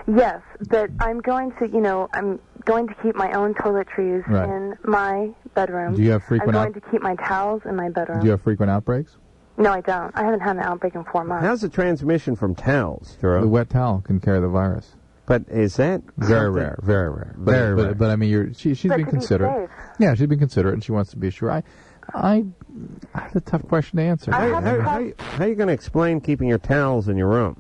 [SPEAKER 17] Yes, but I'm going to, you know, I'm going to keep my own toiletries
[SPEAKER 4] Right.
[SPEAKER 17] in my bedroom.
[SPEAKER 4] Do you have frequent
[SPEAKER 17] I'm
[SPEAKER 4] out-
[SPEAKER 17] going to keep my towels in my bedroom.
[SPEAKER 4] Do you have frequent outbreaks?
[SPEAKER 17] No, I don't. I haven't had an outbreak in four months.
[SPEAKER 3] How's the transmission from towels, Drew?
[SPEAKER 4] The wet towel can carry the virus.
[SPEAKER 3] But is that
[SPEAKER 4] very
[SPEAKER 3] something-
[SPEAKER 4] rare? Very rare. But,
[SPEAKER 3] Very
[SPEAKER 4] but,
[SPEAKER 3] rare.
[SPEAKER 4] But I mean, you're, she, she's
[SPEAKER 17] But
[SPEAKER 4] been
[SPEAKER 17] to be
[SPEAKER 4] considerate. Yeah, she's been considerate, and she wants to be sure. I, I, that's a tough question to answer.
[SPEAKER 17] I
[SPEAKER 3] How,
[SPEAKER 17] haven't
[SPEAKER 3] how,
[SPEAKER 17] had-
[SPEAKER 3] how, how are you going to explain keeping your towels in your room?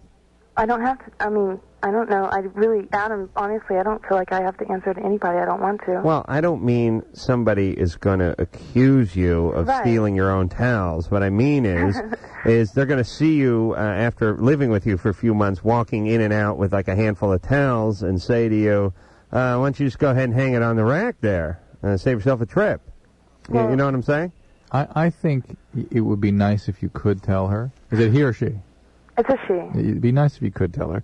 [SPEAKER 17] I don't have to. I mean, I don't know. I really, Adam. Honestly, I don't feel like I have to answer to anybody. I don't want to.
[SPEAKER 3] Well, I don't mean somebody is going to accuse you of
[SPEAKER 17] Right.
[SPEAKER 3] stealing your own towels. What I
[SPEAKER 17] <laughs>
[SPEAKER 3] mean is, is they're going to see you uh, after living with you for a few months, walking in and out with like a handful of towels, and say to you, uh, "Why don't you just go ahead and hang it on the rack there and save yourself a trip?" You- you, know what I'm saying?
[SPEAKER 4] I, I think it would be nice if you could tell her. Is it he or she?
[SPEAKER 17] It's a she.
[SPEAKER 4] It'd be nice if you could tell her.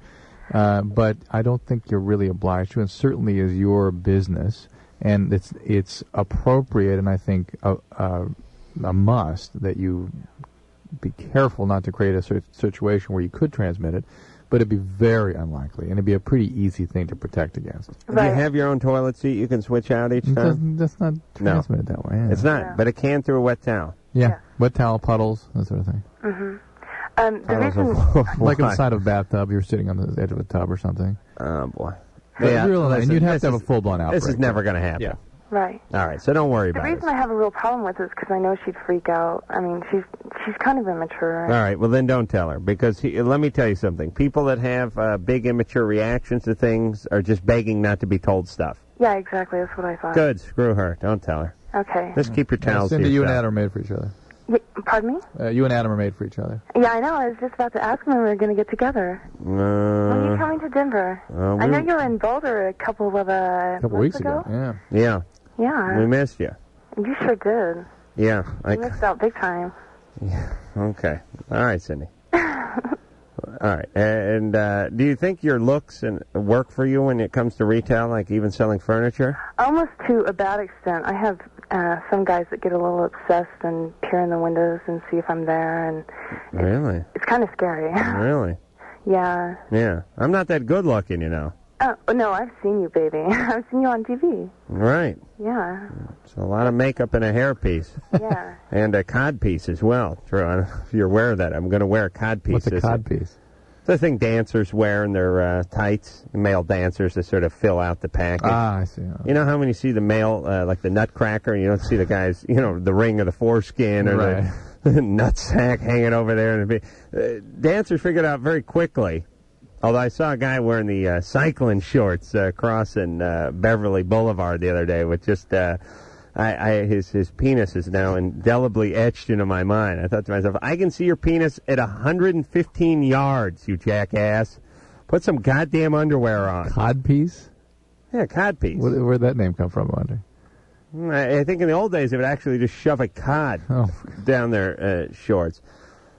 [SPEAKER 4] Uh, but I don't think you're really obliged to, and certainly is your business, and it's it's appropriate, and I think a, a, a must that you be careful not to create a cer- situation where you could transmit it, but it'd be very unlikely, and it'd be a pretty easy thing to protect against.
[SPEAKER 3] If you have your own toilet seat, you can switch out each time.
[SPEAKER 4] doesn't- That's not transmit it that way. yeah.
[SPEAKER 3] It's not, but it can through a wet towel.
[SPEAKER 4] Yeah. wet towel puddles, that sort of thing.
[SPEAKER 17] hmm Um, the
[SPEAKER 3] Towels
[SPEAKER 17] reason.
[SPEAKER 3] <laughs> are-
[SPEAKER 4] Oh, like
[SPEAKER 3] Why?
[SPEAKER 4] inside of a bathtub, you're sitting on the edge of a tub or something.
[SPEAKER 3] Oh boy.
[SPEAKER 4] Yeah, real,
[SPEAKER 3] listen,
[SPEAKER 4] and you'd have
[SPEAKER 3] this
[SPEAKER 4] to have
[SPEAKER 3] is-
[SPEAKER 4] a full blown outbreak.
[SPEAKER 3] This is never going to happen.
[SPEAKER 4] Yeah.
[SPEAKER 17] Right.
[SPEAKER 3] All right, so don't worry
[SPEAKER 17] The
[SPEAKER 3] about it.
[SPEAKER 17] reason I have a real problem with this because I know she'd freak out. I mean, she's she's kind of immature.
[SPEAKER 3] All right, well then don't tell her because he, let me tell you something. People that have uh, big immature reactions to things are just begging not to be told stuff.
[SPEAKER 17] Yeah, exactly. That's what I thought.
[SPEAKER 3] Good, screw her. Don't tell her.
[SPEAKER 17] Okay.
[SPEAKER 3] Just keep your
[SPEAKER 4] Yeah,
[SPEAKER 3] towels.
[SPEAKER 4] Cindy,
[SPEAKER 3] to
[SPEAKER 4] you and
[SPEAKER 3] yourself.
[SPEAKER 4] Adam are made for each other.
[SPEAKER 17] Y- pardon me?
[SPEAKER 4] Uh, you and Adam are made for each other.
[SPEAKER 17] Yeah, I know. I was just about to ask when we were going to get together. when are you coming to Denver?
[SPEAKER 3] Uh, uh,
[SPEAKER 17] I know
[SPEAKER 3] Uh-huh. we-
[SPEAKER 17] you were in Boulder a couple of uh,
[SPEAKER 3] Couple
[SPEAKER 17] months
[SPEAKER 3] weeks
[SPEAKER 17] ago.
[SPEAKER 3] ago, Yeah,
[SPEAKER 17] Yeah.
[SPEAKER 3] we missed you.
[SPEAKER 17] You sure did.
[SPEAKER 3] Yeah, I,
[SPEAKER 17] You missed out big time.
[SPEAKER 3] okay. All right, Cindy. All right, and uh, do you think your looks and work for you when it comes to retail, like even selling furniture?
[SPEAKER 17] Almost to a bad extent. I have uh, some guys that get a little obsessed and peer in the windows and see if I'm there, and
[SPEAKER 3] Really,
[SPEAKER 17] it's kind of scary. <laughs>
[SPEAKER 3] really.
[SPEAKER 17] yeah.
[SPEAKER 3] Yeah, I'm not that good looking, you know.
[SPEAKER 17] Oh no, I've seen you, baby. <laughs> I've seen you on TV.
[SPEAKER 3] Right.
[SPEAKER 17] Yeah.
[SPEAKER 3] It's a lot of makeup and a hairpiece.
[SPEAKER 17] Yeah.
[SPEAKER 3] and a cod piece as well. Drew, I don't know if you're aware of that. I'm going to wear a cod piece.
[SPEAKER 4] What's a
[SPEAKER 3] This-
[SPEAKER 4] cod piece?
[SPEAKER 3] It's the thing dancers wear in their uh, tights, male dancers, to sort of fill out the package.
[SPEAKER 4] Ah, I see.
[SPEAKER 3] You know how when you see the male, uh, like the nutcracker, and you don't see the guys, you know, the ring or the foreskin or <laughs> the nutsack hanging over there. And it'd be, uh, dancers figured out very quickly. Although I saw a guy wearing the uh, cycling shorts uh, crossing uh, Beverly Boulevard the other day with just. Uh, I, I his his penis is now indelibly etched into my mind. I thought to myself, I can see your penis at 115 yards, you jackass. Put some goddamn underwear on.
[SPEAKER 4] Cod piece?
[SPEAKER 3] Yeah, cod piece.
[SPEAKER 4] Where, where'd that name come from, I wonder?
[SPEAKER 3] Mm, I I think in the old days they would actually just shove a cod down their uh, shorts.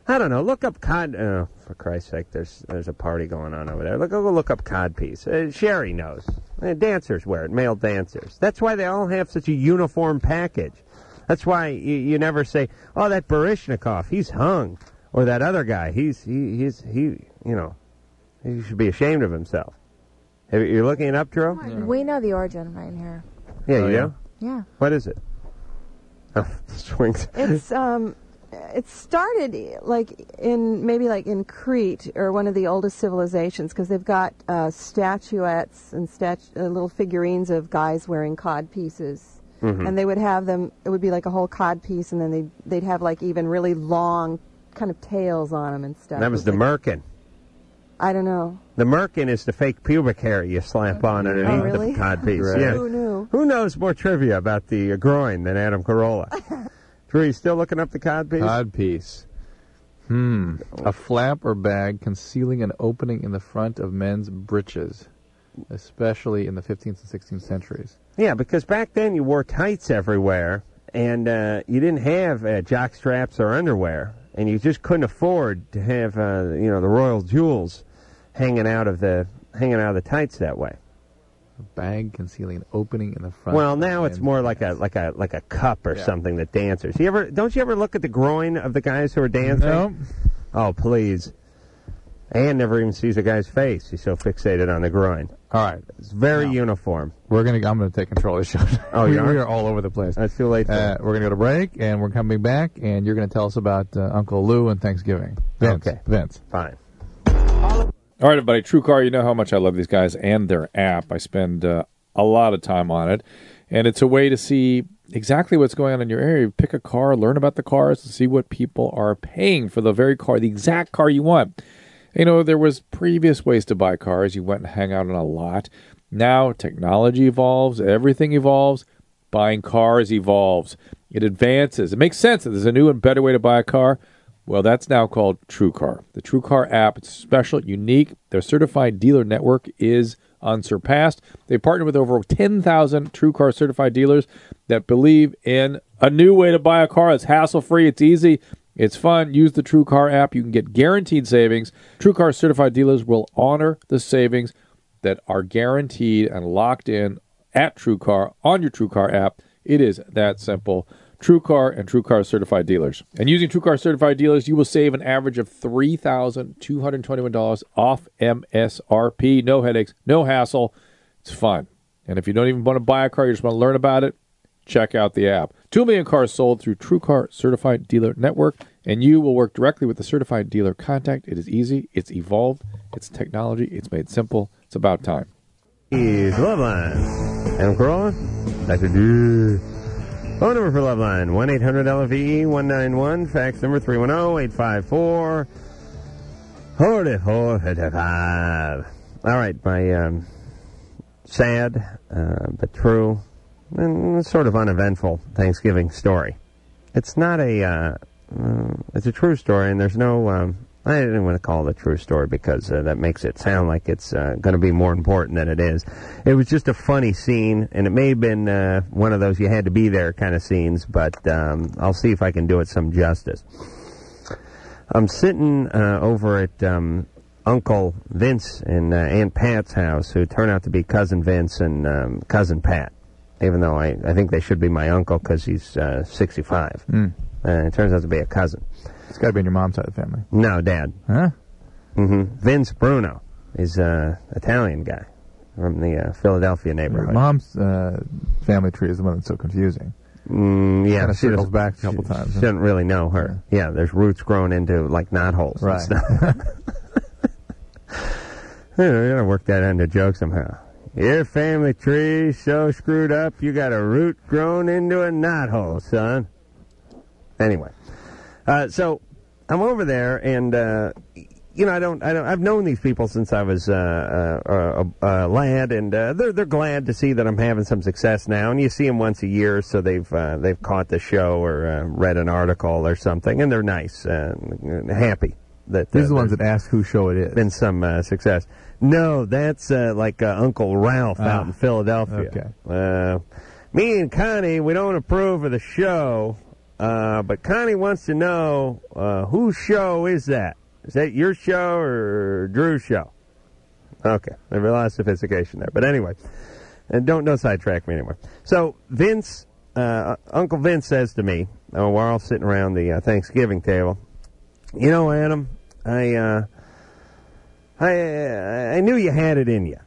[SPEAKER 3] I don't know. Look up cod. Oh, for Christ's sake, there's there's a party going on over there. Look, go look up codpiece. Uh, Sherry knows. Uh, dancers wear it. Male dancers. That's why they all have such a uniform package. That's why you, you never say, "Oh, that Barishnikov, he's hung," or that other guy, he's he, he's he. You know, he should be ashamed of himself. Have you- You're looking it up, Drew.
[SPEAKER 10] <laughs> We know the origin right here.
[SPEAKER 3] Yeah, you
[SPEAKER 10] yeah.
[SPEAKER 3] do.
[SPEAKER 10] Yeah.
[SPEAKER 3] What is it? Oh, <laughs> swings.
[SPEAKER 20] It's um, it started like in maybe like in Crete or one of the oldest civilizations because they've got uh, statuettes and statu- uh, little figurines of guys wearing cod pieces.
[SPEAKER 3] Mm-hmm.
[SPEAKER 21] Mhm.
[SPEAKER 20] And they would have them. It would be like a whole cod piece, and then they'd they'd have like even really long, kind of tails on them and stuff.
[SPEAKER 3] that was
[SPEAKER 20] It
[SPEAKER 3] the
[SPEAKER 20] like-
[SPEAKER 3] merkin.
[SPEAKER 20] I don't know.
[SPEAKER 3] The merkin is the fake pubic hair you slap on underneath
[SPEAKER 20] Oh, really?
[SPEAKER 3] the codpiece.
[SPEAKER 20] Right.
[SPEAKER 3] Yeah.
[SPEAKER 20] Who knew?
[SPEAKER 3] Who knows more trivia about the uh, groin than Adam
[SPEAKER 20] <laughs>
[SPEAKER 3] Carolla? Drew, you still looking up the codpiece?
[SPEAKER 22] Codpiece. Hmm.
[SPEAKER 3] Oh.
[SPEAKER 22] A flap or bag concealing an opening in the front of men's breeches, especially in the 15th and 16th centuries.
[SPEAKER 3] Yeah, because back then you wore tights everywhere, and uh, you didn't have uh, jock straps or underwear, and you just couldn't afford to have uh, you know the royal jewels hanging out of the hanging out of the tights that way.
[SPEAKER 22] A bag concealing an opening in the front.
[SPEAKER 3] Well, now it's more like a like a like a cup or
[SPEAKER 22] Yeah.
[SPEAKER 3] something that dancers. You ever don't you ever look at the groin of the guys who are dancing?
[SPEAKER 22] No.
[SPEAKER 3] Oh please. Anne never even sees a guy's face. She's so fixated on the groin.
[SPEAKER 22] All right,
[SPEAKER 3] it's very uniform.
[SPEAKER 22] We're gonna. I'm gonna take control of the show.
[SPEAKER 3] Oh,
[SPEAKER 22] we,
[SPEAKER 3] you are?
[SPEAKER 22] we are all over the place.
[SPEAKER 3] It's too late.
[SPEAKER 22] Uh, we're gonna go to break, and we're coming back, and you're gonna tell us about uh, Uncle Lou and Thanksgiving. Vince, okay, Vince.
[SPEAKER 3] Fine.
[SPEAKER 4] All right, everybody. True Car, you know how much I love these guys and their app. I spend uh, a lot of time on it, and it's a way to see exactly what's going on in your area. Pick a car, learn about the cars, and see what people are paying for the very car, the exact car you want. You know, there was previous ways to buy cars. You went and hang out on a lot. Now technology evolves, everything evolves buying cars evolves, it advances. It makes sense that there's a new and better way to buy a car. Well, that's now called TrueCar. The TrueCar app, it's special, unique. Their certified dealer network is unsurpassed. They partner with over 10,000 TrueCar certified dealers that believe in a new way to buy a car. It's hassle-free, it's easy, it's fun. Use the TrueCar app. You can get guaranteed savings. TrueCar certified dealers will honor the savings that are guaranteed and locked in at TrueCar on your TrueCar app. It is that simple. TrueCar and TrueCar certified dealers. And using TrueCar certified dealers, you will save an average of $3,221 off MSRP. No headaches, no hassle. It's fun. And if you don't even want to buy a car, you just want to learn about it, check out the app. 2 million cars sold through TrueCar certified dealer network, and you will work directly with the certified dealer contact. It is easy, it's evolved, it's technology, it's made simple. It's about time.
[SPEAKER 3] Is Loveline. Adam Carolla? Dr. Drew. Phone number for Loveline 1 800 LVE 191. Fax number 310 854 4455. All right, my um, sad uh, but true and sort of uneventful Thanksgiving story. It's not a, uh, uh, it's a true story, and there's no, um, I didn't want to call it a true story because uh, that makes it sound like it's uh, going to be more important than it is. It was just a funny scene, and it may have been uh, one of those you had to be there kind of scenes, but um, I'll see if I can do it some justice. I'm sitting uh, over at um, Uncle Vince and uh, Aunt Pat's house, who turn out to be cousin Vince and um, cousin Pat, even though I, I think they should be my uncle because he's uh, 65.
[SPEAKER 22] Mm.
[SPEAKER 3] Uh, it turns out to be a cousin.
[SPEAKER 22] It's got to be on your mom's side of the family.
[SPEAKER 3] No, Dad.
[SPEAKER 22] Huh?
[SPEAKER 3] hmm Vince Bruno is uh, Italian guy from the uh, Philadelphia
[SPEAKER 22] Your
[SPEAKER 3] neighborhood.
[SPEAKER 22] mom's uh, family tree is the one that's so confusing.
[SPEAKER 3] Mm, yeah,
[SPEAKER 22] Kind of
[SPEAKER 3] she
[SPEAKER 22] circles
[SPEAKER 3] doesn't-
[SPEAKER 22] back a couple times.
[SPEAKER 3] She doesn't really know her. Yeah, there's roots grown into like knot holes. and
[SPEAKER 22] Right.
[SPEAKER 3] stuff. <laughs> You know, you gotta work that into a joke somehow. Your family tree's so screwed up, you got a root grown into a knot hole, son. Anyway, uh, so I'm over there, and uh, you know, I don't, I don't, I've known these people since I was uh, uh, a, a lad, and uh, they're they're glad to see that I'm having some success now. And you see them once a year, so they've uh, they've caught the show or uh, read an article or something, and they're nice, uh, happy that
[SPEAKER 22] These are the
[SPEAKER 3] uh,
[SPEAKER 22] ones that ask who show it is.
[SPEAKER 3] been some uh, success. No, that's uh, like uh, Uncle Ralph
[SPEAKER 22] Ah,
[SPEAKER 3] out in Philadelphia. Okay. Uh, me and Connie, we don't approve of the show. Uh, but Connie wants to know uh, whose show is that? Is that your show or Drew's show? Okay, I realized sophistication there. But anyway, and don't don't sidetrack me anymore. So Vince, uh, Uncle Vince says to me, uh, we're all sitting around the uh, Thanksgiving table. You know, Adam, I uh, I I knew you had it in you.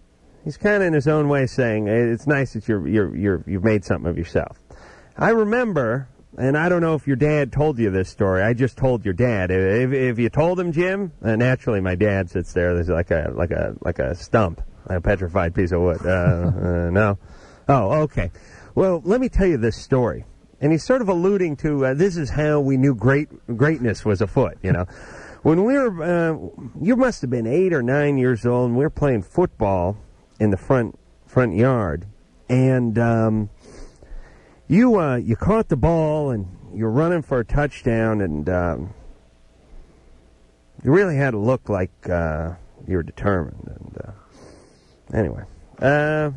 [SPEAKER 3] He's kind of in his own way saying "Eh, it's nice that you're you're you're you've made something of yourself. I remember, and I don't know if your dad told you this story. I just told your dad. If, if you told him, Jim, and naturally my dad sits there. There's like a like a like a stump, a petrified piece of wood. Uh, uh, no, oh okay. Well, let me tell you this story. And he's sort of alluding to uh, this is how we knew great greatness was afoot. You know, when we were uh, you must have been eight or nine years old, and we were playing football in the front front yard, and. Um, you uh, you caught the ball and you're running for a touchdown and um, you really had to look like uh, you were determined and uh, anyway uh,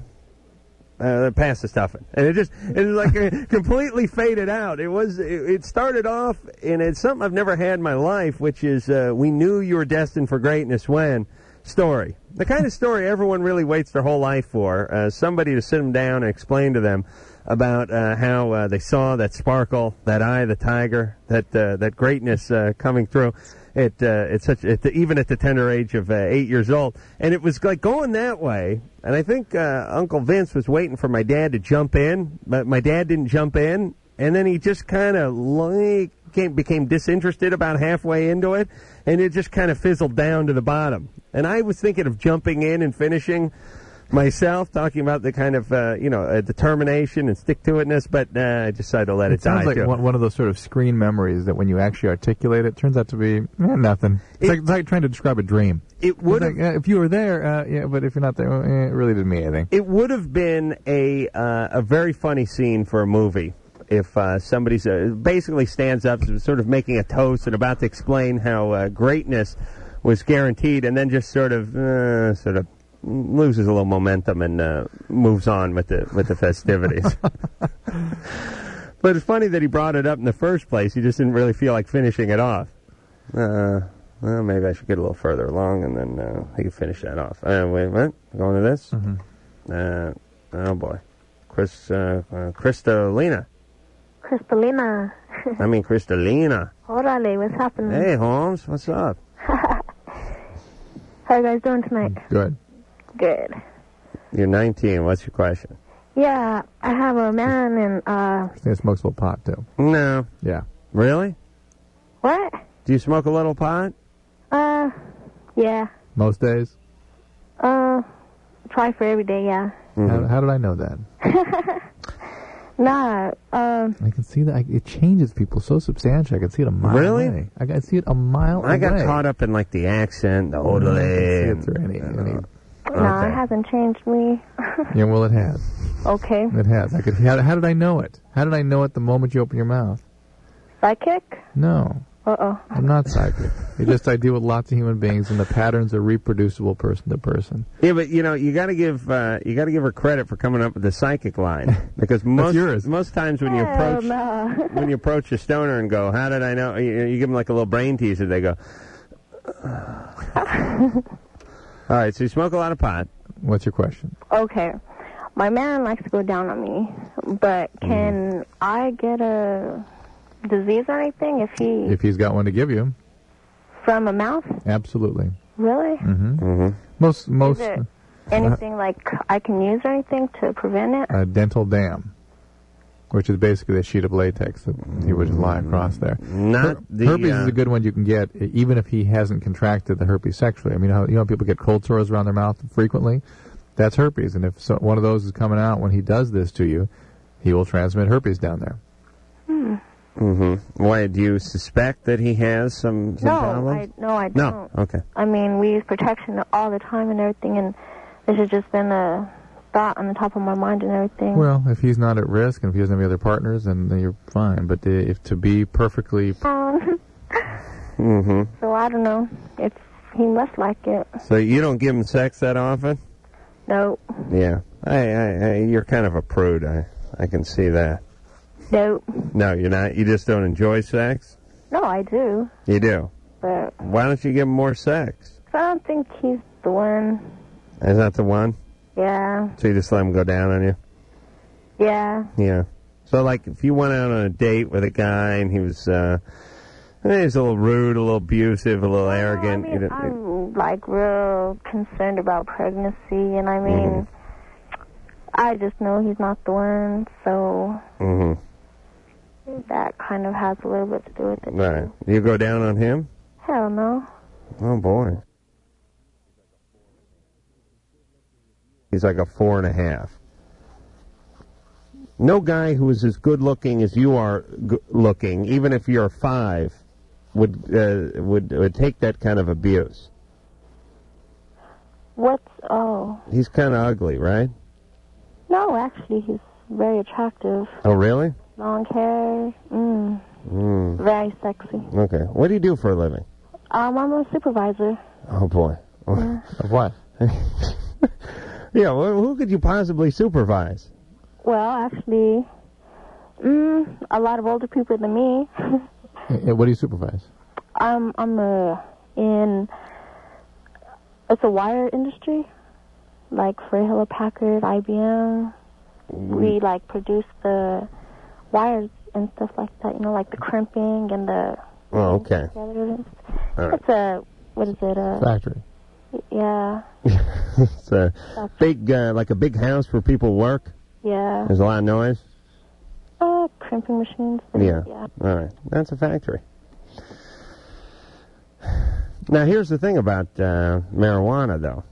[SPEAKER 3] uh, pass the stuffing and it just it was like uh, completely faded out it was it, it started off and it's something I've never had in my life which is uh, we knew you were destined for greatness when story the kind of story everyone really waits their whole life for uh, somebody to sit them down and explain to them about uh, how uh, they saw that sparkle, that eye, of the tiger, that uh, that greatness uh, coming through. It uh, it's such at the, even at the tender age of uh, eight years old, and it was like going that way. And I think uh, Uncle Vince was waiting for my dad to jump in, but my dad didn't jump in, and then he just kind of like came, became disinterested about halfway into it, and it just kind of fizzled down to the bottom. And I was thinking of jumping in and finishing myself, talking about the kind of uh, you know uh, determination and stick to itness, but uh, I decided to let it,
[SPEAKER 4] It sounds
[SPEAKER 3] die.
[SPEAKER 4] like
[SPEAKER 3] too.
[SPEAKER 4] one, one of those sort of screen memories that when you actually articulate it, turns out to be eh, nothing. It's, like, it's like trying to describe a dream.
[SPEAKER 3] It would
[SPEAKER 4] like, eh, if you were there, uh, yeah, but if you're not there, well, eh, it really didn't mean anything.
[SPEAKER 3] It would have been a uh, a very funny scene for a movie if uh, somebody uh, basically stands up, sort of making a toast and about to explain how uh, greatness was guaranteed, and then just sort of uh, sort of loses a little momentum and uh, moves on with the with
[SPEAKER 4] <laughs>
[SPEAKER 3] the festivities. but it's funny that he brought it up in the first place. He just didn't really feel like finishing it off. Uh, well, maybe I should get a little further along, and then uh, he can finish that off. Uh, wait, what? Going to this?
[SPEAKER 4] Mm-hmm.
[SPEAKER 3] Uh, oh boy, Chris, uh, uh, Cristalina.
[SPEAKER 23] Crystalina.
[SPEAKER 3] I mean Cristalina.
[SPEAKER 23] <laughs> Orale, what's happening?
[SPEAKER 3] Hey, Holmes, what's up?
[SPEAKER 23] How you guys doing tonight?
[SPEAKER 4] Good.
[SPEAKER 23] Good.
[SPEAKER 3] You're 19. What's your question?
[SPEAKER 23] Yeah, I have a man and, uh,
[SPEAKER 4] I think it smokes a little pot too.
[SPEAKER 3] No.
[SPEAKER 4] Yeah.
[SPEAKER 3] Really?
[SPEAKER 23] what?
[SPEAKER 3] Do you smoke a little pot?
[SPEAKER 23] Uh, yeah.
[SPEAKER 4] Most days.
[SPEAKER 23] Uh, try for every day, yeah.
[SPEAKER 4] How, how did I know that?
[SPEAKER 23] Nah, um,
[SPEAKER 4] I can see that I, it changes people so substantially. I can see it a mile
[SPEAKER 3] Really?
[SPEAKER 4] away. I can see it a mile
[SPEAKER 3] I got
[SPEAKER 4] away.
[SPEAKER 3] caught up in like the accent, the
[SPEAKER 4] Mm,
[SPEAKER 3] odle.
[SPEAKER 4] it's
[SPEAKER 3] any,
[SPEAKER 23] nah, it hasn't changed me. <laughs>
[SPEAKER 4] Yeah, well, it has.
[SPEAKER 23] okay.
[SPEAKER 4] It has. I could. How, how did I know it? How did I know it the moment you open your mouth?
[SPEAKER 23] Psychic?
[SPEAKER 4] No,
[SPEAKER 23] Uh-oh.
[SPEAKER 4] I'm not psychic. it just I deal with lots of human beings, and the patterns are reproducible person to person.
[SPEAKER 3] Yeah, but you know, you got to give uh, you got to give her credit for coming up with the psychic line
[SPEAKER 4] <laughs>
[SPEAKER 3] because most most times when you
[SPEAKER 23] Oh,
[SPEAKER 3] approach
[SPEAKER 23] no.
[SPEAKER 3] <laughs> when you approach a stoner and go, "How did I know?" You, you give them like a little brain teaser. They go, "All right, so you smoke a lot of pot."
[SPEAKER 4] What's your question?
[SPEAKER 23] <laughs> Okay. My man likes to go down on me, but
[SPEAKER 3] Mm.
[SPEAKER 23] can I get a disease or anything if he,
[SPEAKER 4] If he's got one to give you,
[SPEAKER 23] from a mouth?
[SPEAKER 4] absolutely.
[SPEAKER 23] Really?
[SPEAKER 4] hmm
[SPEAKER 3] Mm-hmm.
[SPEAKER 4] Most most
[SPEAKER 23] Is it
[SPEAKER 4] uh,
[SPEAKER 23] anything like I can use or anything to prevent it?
[SPEAKER 4] a dental dam, which is basically a sheet of latex that he would just lie across there.
[SPEAKER 3] Mm. Not the,
[SPEAKER 4] herpes
[SPEAKER 3] uh,
[SPEAKER 4] is a good one you can get e- even if he hasn't contracted the herpes sexually. I mean, how, you know, how people get cold sores around their mouth frequently. That's herpes, and if so, one of those is coming out when he does this to you, he will transmit herpes down there.
[SPEAKER 23] Hmm.
[SPEAKER 3] Mm-hmm. Why do you suspect that he has some, some
[SPEAKER 23] No,
[SPEAKER 3] problems?
[SPEAKER 23] I no, I
[SPEAKER 3] No.
[SPEAKER 23] don't.
[SPEAKER 3] Okay.
[SPEAKER 23] I mean, we use protection all the time and everything, and this has just been a thought on the top of my mind and everything.
[SPEAKER 4] Well, if he's not at risk and if he doesn't have any other partners, then, then you're fine. But uh, if to be perfectly,
[SPEAKER 23] Um, <laughs>
[SPEAKER 3] Mm-hmm.
[SPEAKER 23] so I don't know if he must like it.
[SPEAKER 3] So you don't give him sex that often?
[SPEAKER 23] No,
[SPEAKER 3] Yeah. I, I, I you're kind of a prude. I, I can see that.
[SPEAKER 23] Nope.
[SPEAKER 3] No, you're not. You just don't enjoy sex.
[SPEAKER 23] No, I do,
[SPEAKER 3] You do.
[SPEAKER 23] but
[SPEAKER 3] Why don't you give him more sex?
[SPEAKER 23] I don't think he's the one.
[SPEAKER 3] Is that the one?
[SPEAKER 23] Yeah,
[SPEAKER 3] So you just let him go down on you?
[SPEAKER 23] yeah.
[SPEAKER 3] Yeah. So like, if you went out on a date with a guy and he was, uh, he was a little rude, a little abusive, a little arrogant. you don't-
[SPEAKER 23] I'm like real concerned about pregnancy, and I mean,
[SPEAKER 3] Mhm.
[SPEAKER 23] I just know he's not the one, so
[SPEAKER 3] Mhm.
[SPEAKER 23] that kind of has a little bit to do with it.
[SPEAKER 3] Right. You go down on him?
[SPEAKER 23] Hell no.
[SPEAKER 3] Oh boy. He's like a four and a half. No guy who is as good looking as you are g- looking, even if you're a five, would uh, would would take that kind of abuse.
[SPEAKER 23] What's oh
[SPEAKER 3] He's kind of ugly, right?
[SPEAKER 23] no? Actually, he's very attractive.
[SPEAKER 3] Oh really?
[SPEAKER 23] Long hair. Mm,
[SPEAKER 3] Mm.
[SPEAKER 23] very sexy.
[SPEAKER 3] Okay. What do you do for a living?
[SPEAKER 23] Um, I'm a supervisor.
[SPEAKER 3] Oh boy.
[SPEAKER 23] Yeah.
[SPEAKER 3] What? <laughs> yeah. Well, who could you possibly supervise?
[SPEAKER 23] Well, actually, mm, a lot of older people than me. <laughs>
[SPEAKER 4] Yeah, Eh, what do you supervise?
[SPEAKER 23] I'm I'm uh, in it's a wire industry, like for Hewlett Packard, IBM.
[SPEAKER 3] Mm-hmm.
[SPEAKER 23] We like produce the wires and stuff like that. You know, like the crimping and the
[SPEAKER 3] Oh, okay. All right.
[SPEAKER 23] It's a what is it? A
[SPEAKER 3] Factory.
[SPEAKER 23] yeah,
[SPEAKER 3] <laughs> it's a big, uh, like a big house where people work.
[SPEAKER 23] yeah.
[SPEAKER 3] There's a lot of noise.
[SPEAKER 23] Uh, crimping machines.
[SPEAKER 3] Yeah.
[SPEAKER 23] yeah.
[SPEAKER 3] All right. That's a factory. Now, here's the thing about uh, marijuana, though.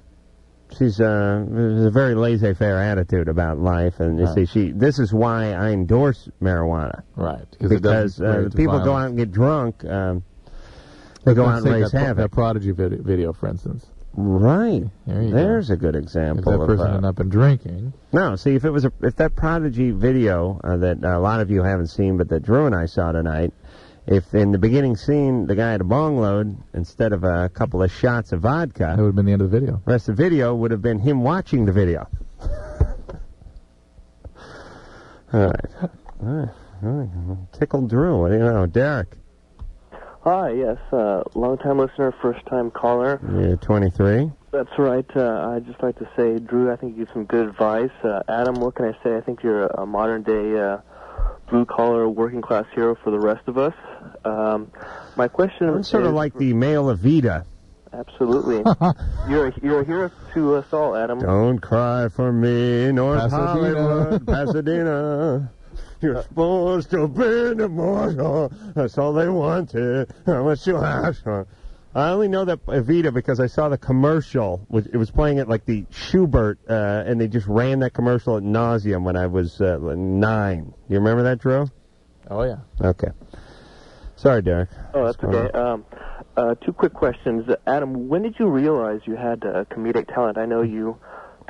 [SPEAKER 3] She's uh, there's a very laissez-faire attitude about life, and you
[SPEAKER 4] Right.
[SPEAKER 3] see, she. This is why I endorse marijuana.
[SPEAKER 4] Right.
[SPEAKER 3] Because,
[SPEAKER 4] it doesn't
[SPEAKER 3] uh,
[SPEAKER 4] lead
[SPEAKER 3] the
[SPEAKER 4] to
[SPEAKER 3] people go
[SPEAKER 4] violence.
[SPEAKER 3] out and get drunk. Um, they go out and
[SPEAKER 4] that,
[SPEAKER 3] raise
[SPEAKER 4] pro-
[SPEAKER 3] havoc.
[SPEAKER 4] that Prodigy video, video, for instance.
[SPEAKER 3] Right.
[SPEAKER 4] There you go.
[SPEAKER 3] There's a good example.
[SPEAKER 4] If that
[SPEAKER 3] of,
[SPEAKER 4] person
[SPEAKER 3] uh,
[SPEAKER 4] had not been drinking.
[SPEAKER 3] No, see if it was a, if that Prodigy video uh, that a lot of you haven't seen, but that Drew and I saw tonight. If in the beginning scene the guy had a bong load instead of a couple of shots of vodka, that would
[SPEAKER 4] have been the end of the video.
[SPEAKER 3] Rest of the video would have been him watching the video. <laughs> All right, all right, all right. Tickled Drew. What do you know, Derek?
[SPEAKER 19] Hi, yes, uh, long time listener, first time caller.
[SPEAKER 3] You're 23.
[SPEAKER 19] That's right. Uh, I'd just like to say, Drew, I think you gave some good advice. Uh, Adam, what can I say? I think you're a modern day uh, blue collar working class hero for the rest of us. Um, my question
[SPEAKER 3] I'm sort
[SPEAKER 19] is
[SPEAKER 3] of like the male
[SPEAKER 4] <laughs>
[SPEAKER 3] of Vita. <laughs>
[SPEAKER 19] absolutely. you're a, you're a hero to us all, Adam.
[SPEAKER 3] Don't cry for me, North
[SPEAKER 19] Pasadena.
[SPEAKER 3] Hollywood, Pasadena. You're supposed to be immortal. That's all they wanted. I want you out. I only know that Evita because I saw the commercial. which- It was playing at like the Schubert, uh, and they just ran that commercial at nauseum when I was uh, nine. You remember that, Drew?
[SPEAKER 4] Oh, yeah.
[SPEAKER 3] Okay. Sorry, Derek.
[SPEAKER 19] Oh, that's okay. Um, uh, two quick questions. Adam, when did you realize you had uh, comedic talent? I know you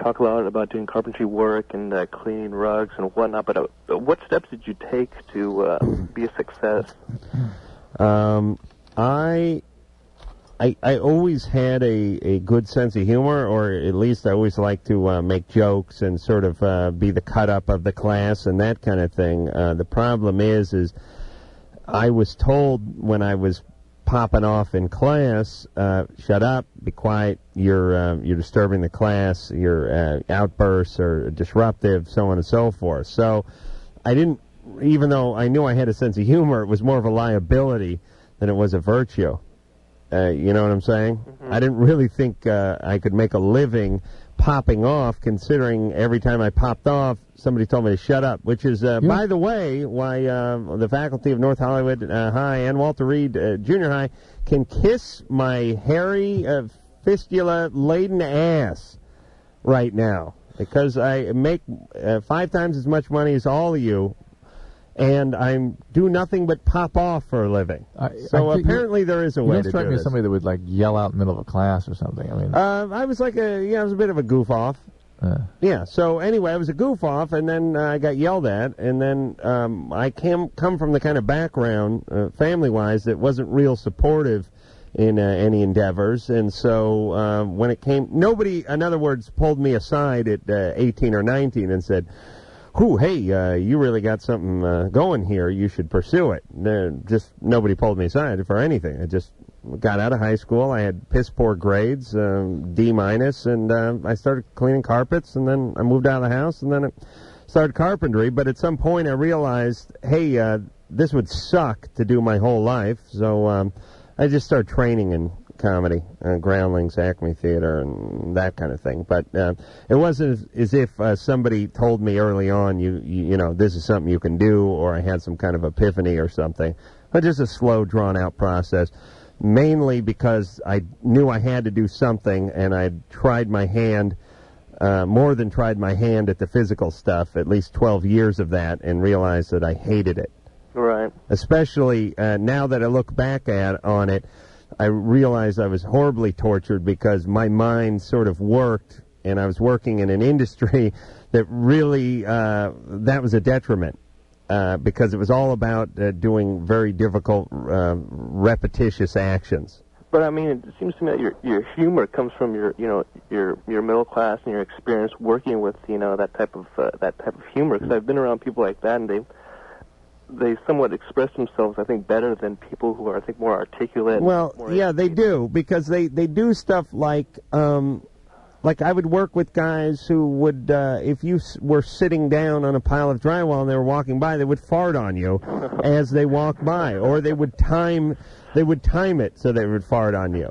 [SPEAKER 19] talk a lot about doing carpentry work and uh, cleaning rugs and whatnot, but uh, what steps did you take to uh, be a success?
[SPEAKER 3] Um, I, I, I always had a, a good sense of humor, or at least I always liked to uh, make jokes and sort of uh, be the cut up of the class and that kind of thing. Uh, the problem is, is I was told when I was popping off in class, uh, shut up, be quiet, you're uh, you're disturbing the class, your uh, outbursts are disruptive, so on and so forth. So I didn't, even though I knew I had a sense of humor, it was more of a liability than it was a virtue. Uh, you know what I'm saying?
[SPEAKER 4] Mm-hmm.
[SPEAKER 3] I didn't really think uh, I could make a living popping off, considering every time I popped off, somebody told me to shut up, which is, uh, by the way, why uh, the faculty of North Hollywood uh, High and Walter Reed uh, Junior High can kiss my hairy, uh, fistula laden ass right now because I make uh, five times as much money as all of you, and I do nothing but pop off for a living. so
[SPEAKER 4] I think you-
[SPEAKER 3] apparently there is a
[SPEAKER 4] you
[SPEAKER 3] way
[SPEAKER 4] don't
[SPEAKER 3] to
[SPEAKER 4] strike
[SPEAKER 3] do
[SPEAKER 4] me
[SPEAKER 3] this.
[SPEAKER 4] as somebody that would like yell out in the middle of a class or something. I mean,
[SPEAKER 3] Uh, I was like a, yeah, I was a bit of a goof off. Yeah. So anyway, I was a goof off, and then uh, I got yelled at, and then um, I came come from the kind of background, uh, family wise, that wasn't real supportive in uh, any endeavors, and so uh, when it came, nobody, in other words, pulled me aside at uh, 18 or 19 and said. whoo, hey, uh, you really got something uh, going here. You should pursue it. No, just nobody pulled me aside for anything. I just got out of high school. I had piss poor grades, um, D minus, and uh, I started cleaning carpets. And then I moved out of the house, and then I started carpentry. But at some point, I realized, hey, uh, this would suck to do my whole life. So um, I just started training in comedy, uh, Groundlings, Acme Theater, and that kind of thing. But uh, it wasn't as, as if uh, somebody told me early on, you, you you know, this is something you can do, or I had some kind of epiphany or something. But just a slow, drawn out process, mainly because I knew I had to do something, and I tried my hand. Uh, more than tried my hand at the physical stuff, at least 12 years of that, and realized that I hated it
[SPEAKER 1] Right.
[SPEAKER 3] especially uh, now that I look back at on it, I realize I was horribly tortured because my mind sort of worked, and I was working in an industry <laughs> that really uh, that was a detriment uh, because it was all about uh, doing very difficult, uh, repetitious actions.
[SPEAKER 1] But I mean, it seems to me that your your humor comes from your you know your your middle class and your experience working with you know that type of uh, that type of humor. Because I've been around people like that, and they they somewhat express themselves, I think, better than people who are I think more articulate.
[SPEAKER 3] Well, yeah, they do because they they do stuff like um, like I would work with guys who would uh, if you s- were sitting down on a pile of drywall and they were walking by, they would fart on you as they walked by, or they would time they would time it so they would fart on you.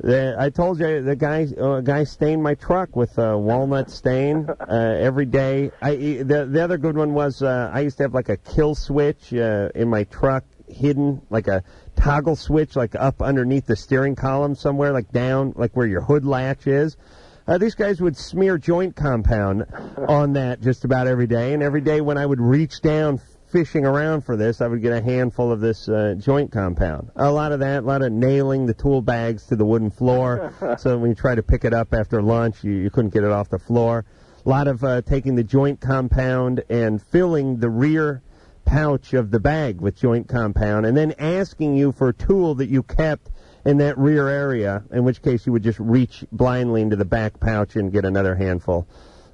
[SPEAKER 3] The- I told you the guy uh, a guy stained my truck with uh, walnut stain uh, every day. I e, the the other good one was uh, I used to have like a kill switch uh, in my truck hidden like a toggle switch like up underneath the steering column somewhere like down like where your hood latch is uh, these guys would smear joint compound on that just about every day and every day when i would reach down fishing around for this i would get a handful of this uh, joint compound a lot of that a lot of nailing the tool bags to the wooden floor so when you try to pick it up after lunch you, you couldn't get it off the floor a lot of uh, taking the joint compound and filling the rear pouch of the bag with joint compound and then asking you for a tool that you kept in that rear area, in which case you would just reach blindly into the back pouch and get another handful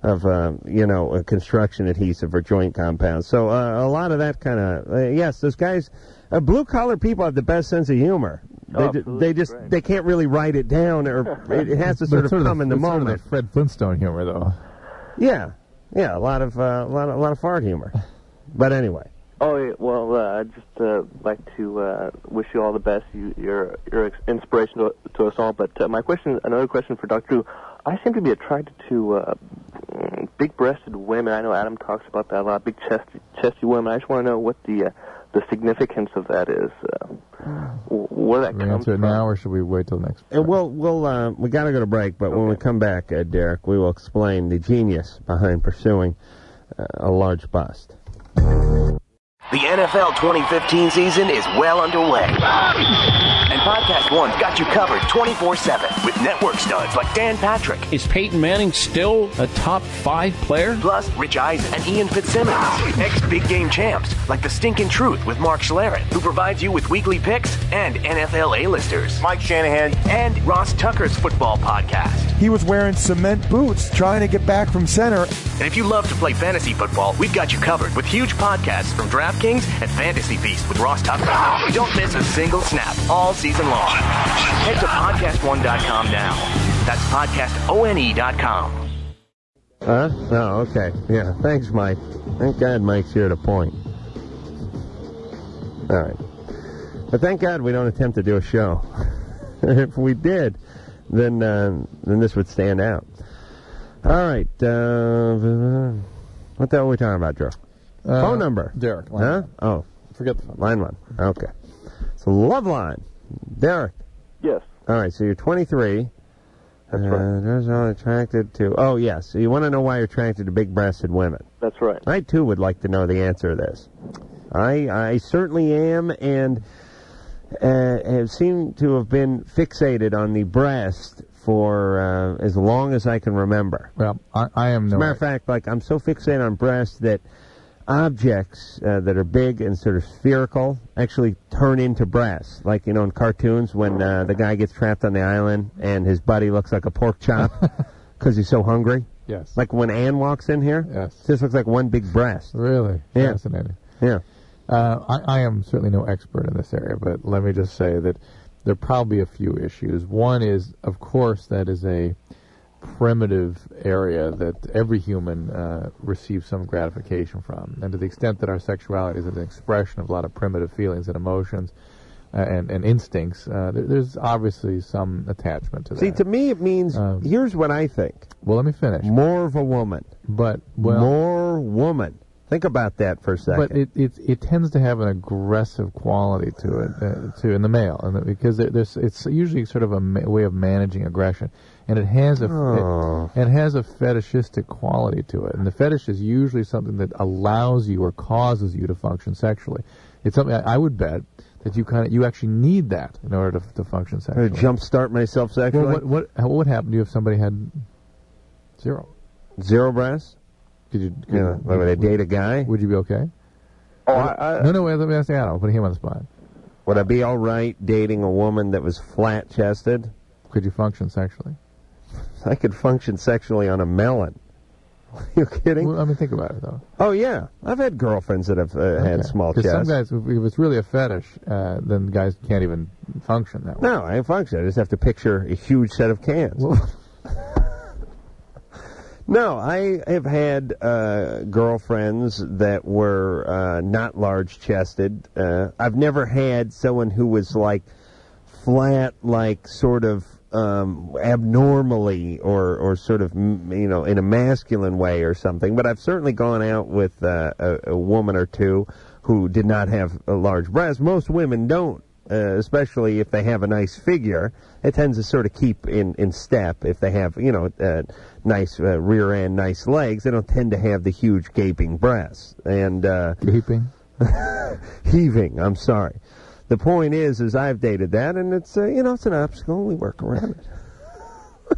[SPEAKER 3] of, uh, you know, uh, construction adhesive or joint compound. So uh, a lot of that kind of, uh, yes, those guys, uh, blue collar people have the best sense of humor. They,
[SPEAKER 4] Oh,
[SPEAKER 3] ju- they just they can't really write it
[SPEAKER 4] <laughs>
[SPEAKER 3] down, or it, it has to
[SPEAKER 4] But
[SPEAKER 3] sort of
[SPEAKER 4] it's sort of
[SPEAKER 3] come
[SPEAKER 4] the-
[SPEAKER 3] in the
[SPEAKER 4] it's sort of
[SPEAKER 3] moment.
[SPEAKER 4] the Fred Flintstone humor, though.
[SPEAKER 3] Yeah, yeah, a lot of uh, a lot of, a lot of fart humor. But anyway,
[SPEAKER 1] Oh yeah, well, uh, I'd just uh, like to uh, wish you all the best. You, you're you're ex- inspiration to, to us all. But uh, my question, another question for Dr. Drew, I seem to be attracted to uh, mm, big-breasted women. I know Adam talks about that a lot. Big chest, chesty women. I just want to know what the uh, the significance of that is. Uh, wh- where that
[SPEAKER 4] Should we answer it now, or should we wait till next?
[SPEAKER 3] and we'll we'll uh, we got to go to break, but when we come back, uh, Derek, we will explain the genius behind pursuing uh, a large bust.
[SPEAKER 2] The NFL 2015 season is well underway. And Podcast One's got you covered 24 7 with network studs like Dan Patrick.
[SPEAKER 24] Is Peyton Manning still a top five player?
[SPEAKER 2] Plus, Rich Eisen and Ian Fitzsimmons, ex big game champs like The Stinkin' Truth with Mark Schlereth, who provides you with weekly picks and NFL A listers. Mike Shanahan and Ross Tucker's football podcast.
[SPEAKER 25] He was wearing cement boots trying to get back from center.
[SPEAKER 2] And if you love to play fantasy football, we've got you covered with huge podcasts from DraftKings and Fantasy Feast with Ross Tucker. Don't miss a single snap all season long. Head to podcastone.com now. That's podcastone.com.
[SPEAKER 3] Huh? Oh, okay. Yeah. Thanks, Mike. Thank God Mike's here to point. All right. But thank God we don't attempt to do a show. <laughs> if we did, then uh, then this would stand out. All right. Uh, what the hell are we talking about, Drew?
[SPEAKER 4] Uh,
[SPEAKER 3] Phone number.
[SPEAKER 4] Derek, line
[SPEAKER 3] Huh?
[SPEAKER 4] one.
[SPEAKER 3] Oh.
[SPEAKER 4] Forget the phone.
[SPEAKER 3] Line one. Okay. So love line. Derek.
[SPEAKER 1] Yes.
[SPEAKER 3] All right. So you're 23. That's right. That's all attracted to. Oh yes. So you want to know why you're attracted to big-breasted women.
[SPEAKER 1] That's right.
[SPEAKER 3] I too would like to know the answer to this. I I certainly am, and uh, have seemed to have been fixated on the breast for uh, as long as I can remember.
[SPEAKER 4] Well, I, I am.
[SPEAKER 3] As a
[SPEAKER 4] no
[SPEAKER 3] matter of fact, like I'm so fixated on breasts that objects uh, that are big and sort of spherical actually turn into breasts. Like you know in cartoons when
[SPEAKER 4] <laughs>
[SPEAKER 3] uh, the guy gets trapped on the island and his buddy looks like a pork chop because he's so hungry.
[SPEAKER 4] Yes.
[SPEAKER 3] Like when Ann walks in here, yes. just looks like one big breast.
[SPEAKER 4] Really?
[SPEAKER 3] Yeah.
[SPEAKER 4] Fascinating.
[SPEAKER 3] Yeah.
[SPEAKER 4] Uh, I, I am certainly no expert in this area, but let me just say that there are probably a few issues. One is, of course, that is a primitive area that every human uh, receives some gratification from. And to the extent that our sexuality is an expression of a lot of primitive feelings and emotions uh, and, and instincts, uh, there, there's obviously some attachment to that.
[SPEAKER 3] See, to me, it means here's what I think.
[SPEAKER 4] Um, Well, let me finish.
[SPEAKER 3] More of a woman,
[SPEAKER 4] but well-
[SPEAKER 3] more woman. Think about that for a second.
[SPEAKER 4] But it, it it tends to have an aggressive quality to it, uh, too, in the male, and that- because there- there's it's usually sort of a ma- way of managing aggression, and it has a
[SPEAKER 3] Oh.
[SPEAKER 4] it, it has a fetishistic quality to it, and the fetish is usually something that allows you or causes you to function sexually. It's something I, I would bet that you kind of you actually need that in order to, to function sexually.
[SPEAKER 3] jumpstart myself sexually?
[SPEAKER 4] Well, what what how- what would happen to you if somebody had zero?
[SPEAKER 3] Zero breasts?
[SPEAKER 4] Could you?
[SPEAKER 3] You know, why would I date a guy?
[SPEAKER 4] Would you be okay?
[SPEAKER 3] Oh, I,
[SPEAKER 4] no, no, wait, let me ask Adam. I'll put him on the spot.
[SPEAKER 3] Would I be all right dating a woman that was flat chested?
[SPEAKER 4] Could you function sexually?
[SPEAKER 3] <laughs> I could function sexually on a melon. <laughs> Are you kidding?
[SPEAKER 4] Well, I mean, think about it though.
[SPEAKER 3] Oh yeah, I've had girlfriends that have uh, had small
[SPEAKER 4] Because
[SPEAKER 3] chests.
[SPEAKER 4] some guys, if if it's really a fetish, uh, then guys can't even function that way.
[SPEAKER 3] No, I function. I just have to picture a huge set of cans. no, I have had uh, girlfriends that were uh, not large chested. Uh, I've never had someone who was like flat, like sort of um, abnormally or, or sort of, m- you know, in a masculine way or something. But I've certainly gone out with uh, a, a woman or two who did not have a large breast. Most women don't. Uh, especially if they have a nice figure, it tends to sort of keep in, in step. If they have, you know, uh, nice uh, rear end, nice legs, they don't tend to have the huge gaping breasts. And uh,
[SPEAKER 4] gaping,
[SPEAKER 3] <laughs> heaving. I'm sorry. The point is, is I've dated that, and it's uh, you know it's an obstacle. We work around it.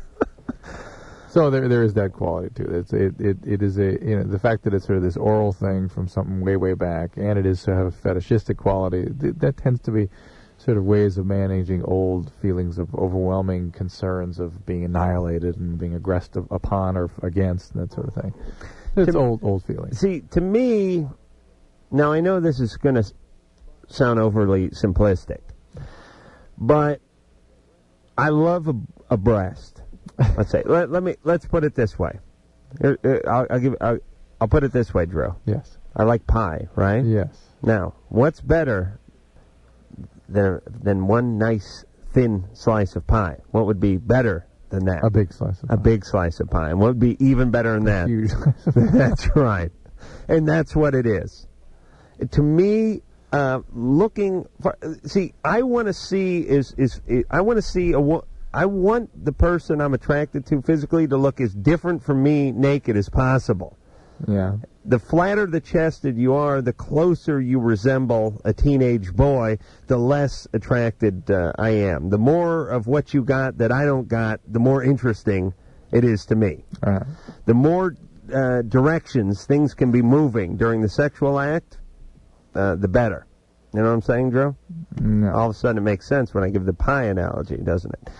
[SPEAKER 4] So there, there is that quality to it. It's, it, it, it is a you know the fact that it's sort of this oral thing from something way, way back, and it is to have a fetishistic quality. Th- that tends to be sort of ways of managing old feelings of overwhelming concerns of being annihilated and being aggressed of- upon or against and that sort of thing. It's
[SPEAKER 3] To-
[SPEAKER 4] old, old feelings.
[SPEAKER 3] See, to me, now I know this is going to sound overly simplistic, but I love a,
[SPEAKER 4] <laughs>
[SPEAKER 3] a breast. Let's say. Let, let me. Let's put it this way. Here- here, I'll, I'll give. I'll, I'll put it this way, Drew.
[SPEAKER 4] Yes.
[SPEAKER 3] I like pie, right?
[SPEAKER 4] Yes.
[SPEAKER 3] Now, what's better than than one nice thin slice of pie? What would be better than that? A
[SPEAKER 4] big slice of
[SPEAKER 3] pie. A big slice of pie. And what would be even better than that?
[SPEAKER 4] huge <laughs>
[SPEAKER 3] <laughs> that's right. And that's what it is. To me, uh, looking for see, I want to see is is I want to see a wo- I want the person I'm attracted to physically to look as different from me naked as possible
[SPEAKER 4] Yeah.
[SPEAKER 3] the flatter the chested you are, the closer you resemble a teenage boy, the less attracted uh, I am. The more of what you got that I don't got, the more interesting it is to me. The more uh, directions things can be moving during the sexual act, uh, the better. You know what I'm saying, Drew?
[SPEAKER 4] No.
[SPEAKER 3] All of a sudden, it makes sense when I give the pie analogy, doesn't it?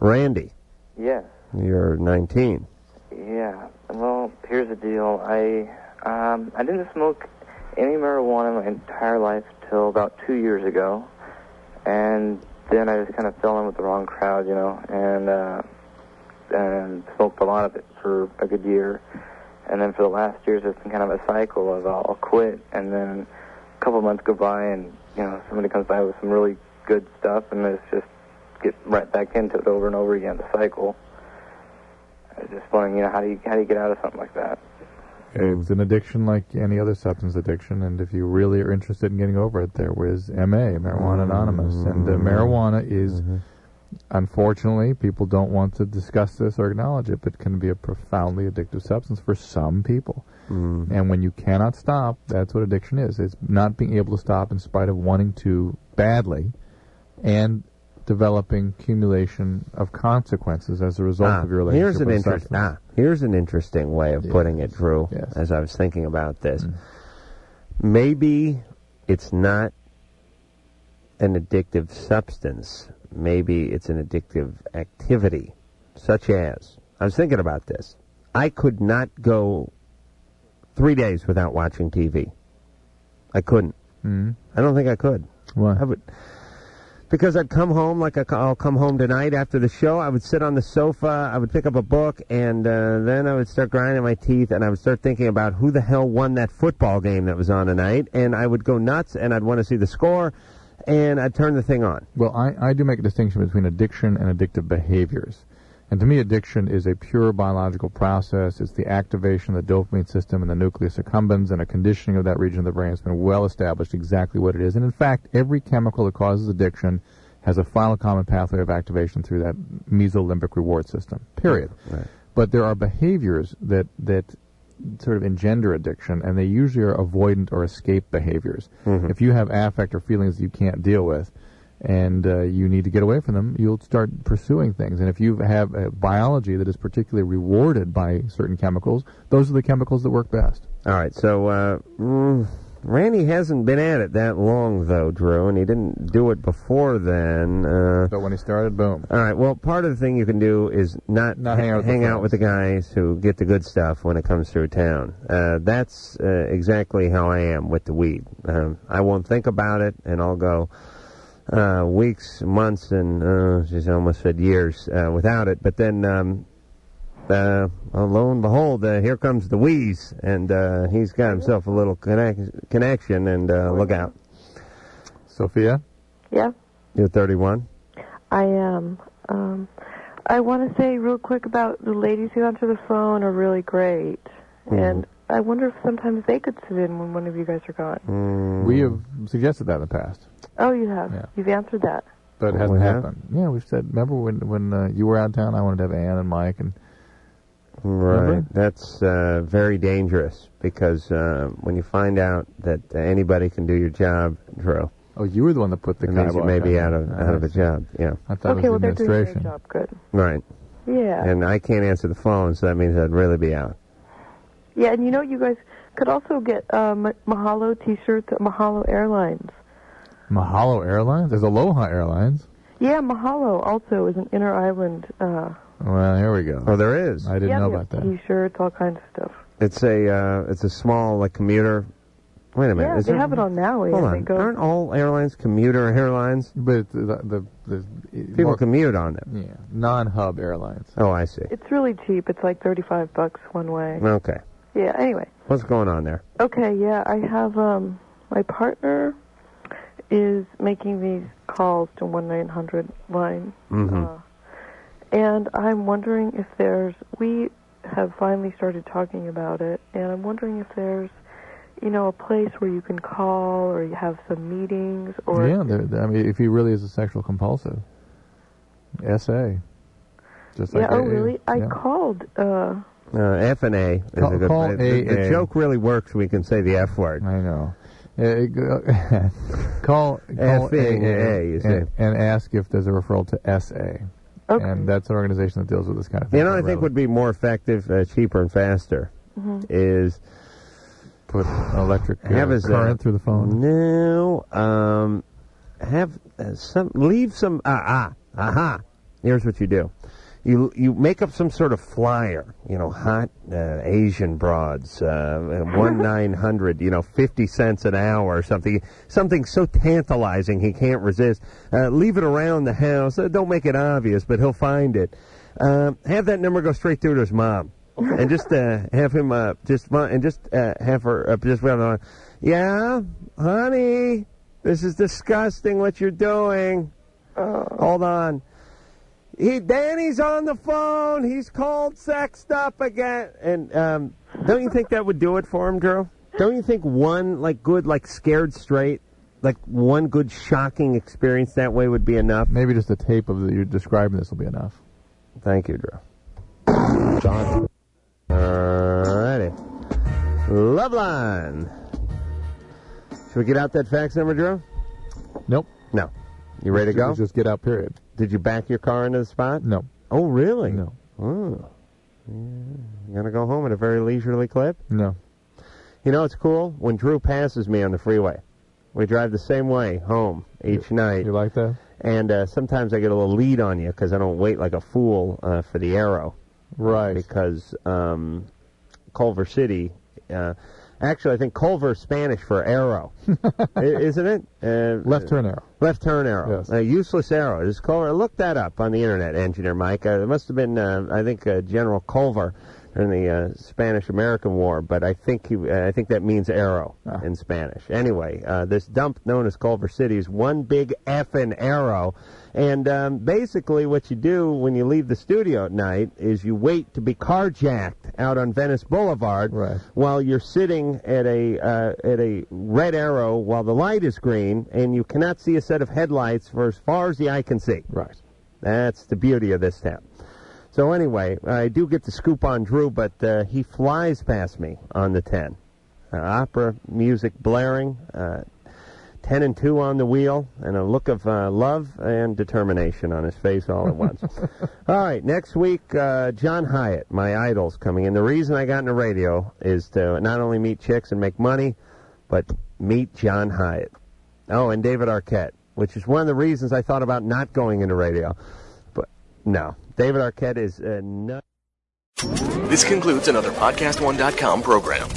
[SPEAKER 3] Randy,
[SPEAKER 6] Yes.
[SPEAKER 3] you're 19.
[SPEAKER 6] Yeah. Well, here's the deal. I um I didn't smoke any marijuana my entire life till about two years ago, and then I just kind of fell in with the wrong crowd, you know, and uh, and smoked a lot of it for a good year, and then for the last years it's been kind of a cycle of I'll, I'll quit, and then a couple months go by, and you know somebody comes by with some really good stuff, and it's just get right back into it over and over again, the cycle. I was just wondering, you know, how do you how do you get out of something like that?
[SPEAKER 4] It's an addiction like any other substance addiction, and if you really are interested in getting over it, there was MA, Marijuana Anonymous, and uh,
[SPEAKER 3] Mm-hmm.
[SPEAKER 4] marijuana is, unfortunately, people don't want to discuss this or acknowledge it, but can be a profoundly addictive substance for some people.
[SPEAKER 3] Mm-hmm.
[SPEAKER 4] And when you cannot stop, that's what addiction is. It's not being able to stop in spite of wanting to badly, and developing accumulation of consequences as a result
[SPEAKER 3] Ah,
[SPEAKER 4] of your relationship.
[SPEAKER 3] Here's an
[SPEAKER 4] with
[SPEAKER 3] interest.
[SPEAKER 4] substance.
[SPEAKER 3] Ah, here's an interesting way of putting it, Drew. As I was thinking about this, maybe it's not an addictive substance. Maybe it's an addictive activity, such as I was thinking about this. I could not go three days without watching TV. I couldn't.
[SPEAKER 4] Mhm.
[SPEAKER 3] I don't think I could.
[SPEAKER 4] Why?
[SPEAKER 3] I would, because I'd come home like I, will come home tonight after the show. I would sit on the sofa. I would pick up a book, and uh, then I would start grinding my teeth, and I would start thinking about who the hell won that football game that was on tonight, and I would go nuts, and I'd want to see the score, and I'd turn the thing on.
[SPEAKER 4] Well, I, I do make a distinction between addiction and addictive behaviors. And to me, addiction is a pure biological process. It's the activation of the dopamine system in the nucleus accumbens and a conditioning of that region of the brain. It's been well established exactly what it is. And in fact, every chemical that causes addiction has a final common pathway of activation through that mesolimbic reward system. Period. But there are behaviors that that sort of engender addiction, and they usually are avoidant or escape behaviors.
[SPEAKER 26] Mhm.
[SPEAKER 4] If you have affect or feelings that you can't deal with, and uh, you need to get away from them, you'll start pursuing things. And if you have a biology that is particularly rewarded by certain chemicals, those are the chemicals that work best.
[SPEAKER 3] All right, so uh, mm, Randy hasn't been at it that long, though, Drew, and he didn't do it before then. Uh,
[SPEAKER 4] but when he started, boom.
[SPEAKER 3] All right, well, part of the thing you can do is not,
[SPEAKER 4] Not hang out with the friends.
[SPEAKER 3] the guys who get the good stuff when it comes through town. Uh, that's uh, exactly how I am with the weed. Um, I won't think about it, and I'll go uh, weeks, months, and uh, geez, I almost said years uh, without it. But then um, uh, well, lo and behold, uh, here comes the wheeze, and uh, he's got himself a little connect- connection, and uh, look out.
[SPEAKER 4] Sophia?
[SPEAKER 21] Yeah.
[SPEAKER 3] You're 31?
[SPEAKER 21] I um um I want to say real quick about the ladies who answer the phone are really great, and I wonder if sometimes they could sit in when one of you guys are gone.
[SPEAKER 4] We have suggested that in the past,
[SPEAKER 21] Oh, you have.
[SPEAKER 4] Yeah.
[SPEAKER 21] You've answered that.
[SPEAKER 4] but it
[SPEAKER 21] We
[SPEAKER 4] hasn't
[SPEAKER 21] have?
[SPEAKER 4] happened. Yeah, we've said, remember when, when uh, you were out of town, I wanted to have Ann and Mike, and
[SPEAKER 3] Right.
[SPEAKER 4] Remember?
[SPEAKER 3] That's uh, very dangerous because uh, when you find out that anybody can do your job, Drew.
[SPEAKER 4] Oh, you were the one that put the
[SPEAKER 3] it means you
[SPEAKER 4] kibosh
[SPEAKER 3] may be out
[SPEAKER 4] on it.
[SPEAKER 3] of
[SPEAKER 4] Oh,
[SPEAKER 3] out of
[SPEAKER 4] I
[SPEAKER 3] a
[SPEAKER 4] see.
[SPEAKER 3] job. Yeah.
[SPEAKER 4] I thought it Okay, was well, they're doing their administration.
[SPEAKER 21] job good.
[SPEAKER 3] Right.
[SPEAKER 21] Yeah.
[SPEAKER 3] And I can't answer the phone, so that means I'd really be out.
[SPEAKER 21] Yeah, and you know you guys could also get um, Mahalo T-shirts at Mahalo Airlines.
[SPEAKER 4] Mahalo Airlines? There's Aloha Airlines.
[SPEAKER 21] Yeah, Mahalo also is an inner island. Uh,
[SPEAKER 4] Well, here we go.
[SPEAKER 3] Oh, there is.
[SPEAKER 4] I didn't
[SPEAKER 21] yeah,
[SPEAKER 4] know
[SPEAKER 21] they
[SPEAKER 4] about
[SPEAKER 21] have
[SPEAKER 4] that.
[SPEAKER 21] T-shirts, all kinds of stuff.
[SPEAKER 3] It's a uh, it's a small like commuter. Wait a minute.
[SPEAKER 21] yeah,
[SPEAKER 3] is
[SPEAKER 21] they
[SPEAKER 3] there-
[SPEAKER 21] have it on Maui.
[SPEAKER 3] Hold
[SPEAKER 21] and
[SPEAKER 3] on.
[SPEAKER 21] They go,
[SPEAKER 3] Aren't all airlines commuter airlines?
[SPEAKER 4] But the the,
[SPEAKER 3] people commute on them.
[SPEAKER 4] Yeah, non-hub airlines.
[SPEAKER 3] Oh, I see.
[SPEAKER 21] It's really cheap. It's like thirty-five bucks one way.
[SPEAKER 3] Okay.
[SPEAKER 21] Yeah. Anyway.
[SPEAKER 3] What's going on there?
[SPEAKER 21] Okay. Yeah. I have um my partner is making these calls to one nine hundred line, uh,
[SPEAKER 3] Mm-hmm.
[SPEAKER 21] and I'm wondering if there's we have finally started talking about it, and I'm wondering if there's you know a place where you can call or you have some meetings or
[SPEAKER 4] yeah, they're, they're- I mean, if he really is a sexual compulsive, SA. Just
[SPEAKER 21] yeah.
[SPEAKER 4] like
[SPEAKER 21] Oh,
[SPEAKER 4] AA.
[SPEAKER 21] really? I
[SPEAKER 4] Yeah.
[SPEAKER 21] called. uh
[SPEAKER 3] Uh, F and A is
[SPEAKER 4] Call-
[SPEAKER 3] a good.
[SPEAKER 4] call
[SPEAKER 3] the- the, the
[SPEAKER 4] AA.
[SPEAKER 3] joke really works. when We can say the F word.
[SPEAKER 4] I know. Uh, go- <laughs> call
[SPEAKER 3] <laughs>
[SPEAKER 4] call
[SPEAKER 3] F-ing
[SPEAKER 4] AA
[SPEAKER 3] A, you see.
[SPEAKER 4] and, and ask if there's a referral to SA.
[SPEAKER 21] Okay.
[SPEAKER 4] And that's an organization that deals with this kind of thing.
[SPEAKER 3] You know, I think would be more effective, uh, cheaper, and faster
[SPEAKER 21] Mhm.
[SPEAKER 3] is <sighs>
[SPEAKER 4] put electric uh,
[SPEAKER 3] have his, uh,
[SPEAKER 4] current through the phone.
[SPEAKER 3] No, um, have uh, some leave some ah ah aha. Here's what you do. You, you make up some sort of flyer, you know, hot uh, Asian broads, uh, <laughs> one nine hundred, you know, fifty cents an hour or something, something so tantalizing he can't resist. Uh, leave it around the house. Uh, don't make it obvious, but he'll find it. Um, have that number go straight through to his mom, and just uh, have him uh, just mo- and just uh, have her uh, just well, yeah, honey, this is disgusting what you're doing. Hold on. He Danny's on the phone. He's called sexed up again. And um, don't you think that would do it for him, Drew? Don't you think one like good like scared straight, like one good shocking experience that way would be enough?
[SPEAKER 4] Maybe just the tape of the, you're describing this will be enough.
[SPEAKER 3] Thank you, Drew. John. Alrighty. Love line. Should we get out that fax number, Drew?
[SPEAKER 4] Nope.
[SPEAKER 3] No. You ready to
[SPEAKER 4] Let's
[SPEAKER 3] go?
[SPEAKER 4] just get out, period.
[SPEAKER 3] Did you back your car into the spot?
[SPEAKER 4] No.
[SPEAKER 3] Oh, really?
[SPEAKER 4] No.
[SPEAKER 3] Oh. Yeah. You gonna go home at a very leisurely clip?
[SPEAKER 4] No.
[SPEAKER 3] You know it's cool? When Drew passes me on the freeway, we drive the same way home each night. You
[SPEAKER 4] like that?
[SPEAKER 3] And uh, sometimes I get a little lead on you because I don't wait like a fool uh, for the arrow.
[SPEAKER 4] Right.
[SPEAKER 3] Because um, Culver City, uh, actually, I think Culver is Spanish for
[SPEAKER 4] <laughs>
[SPEAKER 3] arrow, I- isn't it? Uh,
[SPEAKER 4] Left turn arrow.
[SPEAKER 3] Left turn arrow. A useless arrow. It is Culver. Look that up on the internet, engineer Mike. Uh, it must have been, uh, I think, uh, General Culver during the uh, Spanish-American War, but I think he, uh, I think that means arrow
[SPEAKER 4] Ah.
[SPEAKER 3] in Spanish. Anyway, uh, this dump known as Culver City is one big effing arrow, and um, basically what you do when you leave the studio at night is you wait to be carjacked out on Venice Boulevard while you're sitting at a uh, at a red arrow while the light is green, and you cannot see a set of headlights for as far as the eye can see. Right. That's the beauty of this town. So anyway, I do get the scoop on Drew, but uh, he flies past me on the 10. Uh, opera music blaring, uh, 10 and 2 on the wheel, and a look of uh, love and determination on his face all at once. all right, next week, uh, John Hyatt, my idol's coming in. The reason I got into radio is to not only meet chicks and make money, but meet John Hyatt. Oh, and David Arquette, which is one of the reasons I thought about not going into radio. But no, David Arquette is uh, nut.
[SPEAKER 2] This concludes another PodcastOne.com program.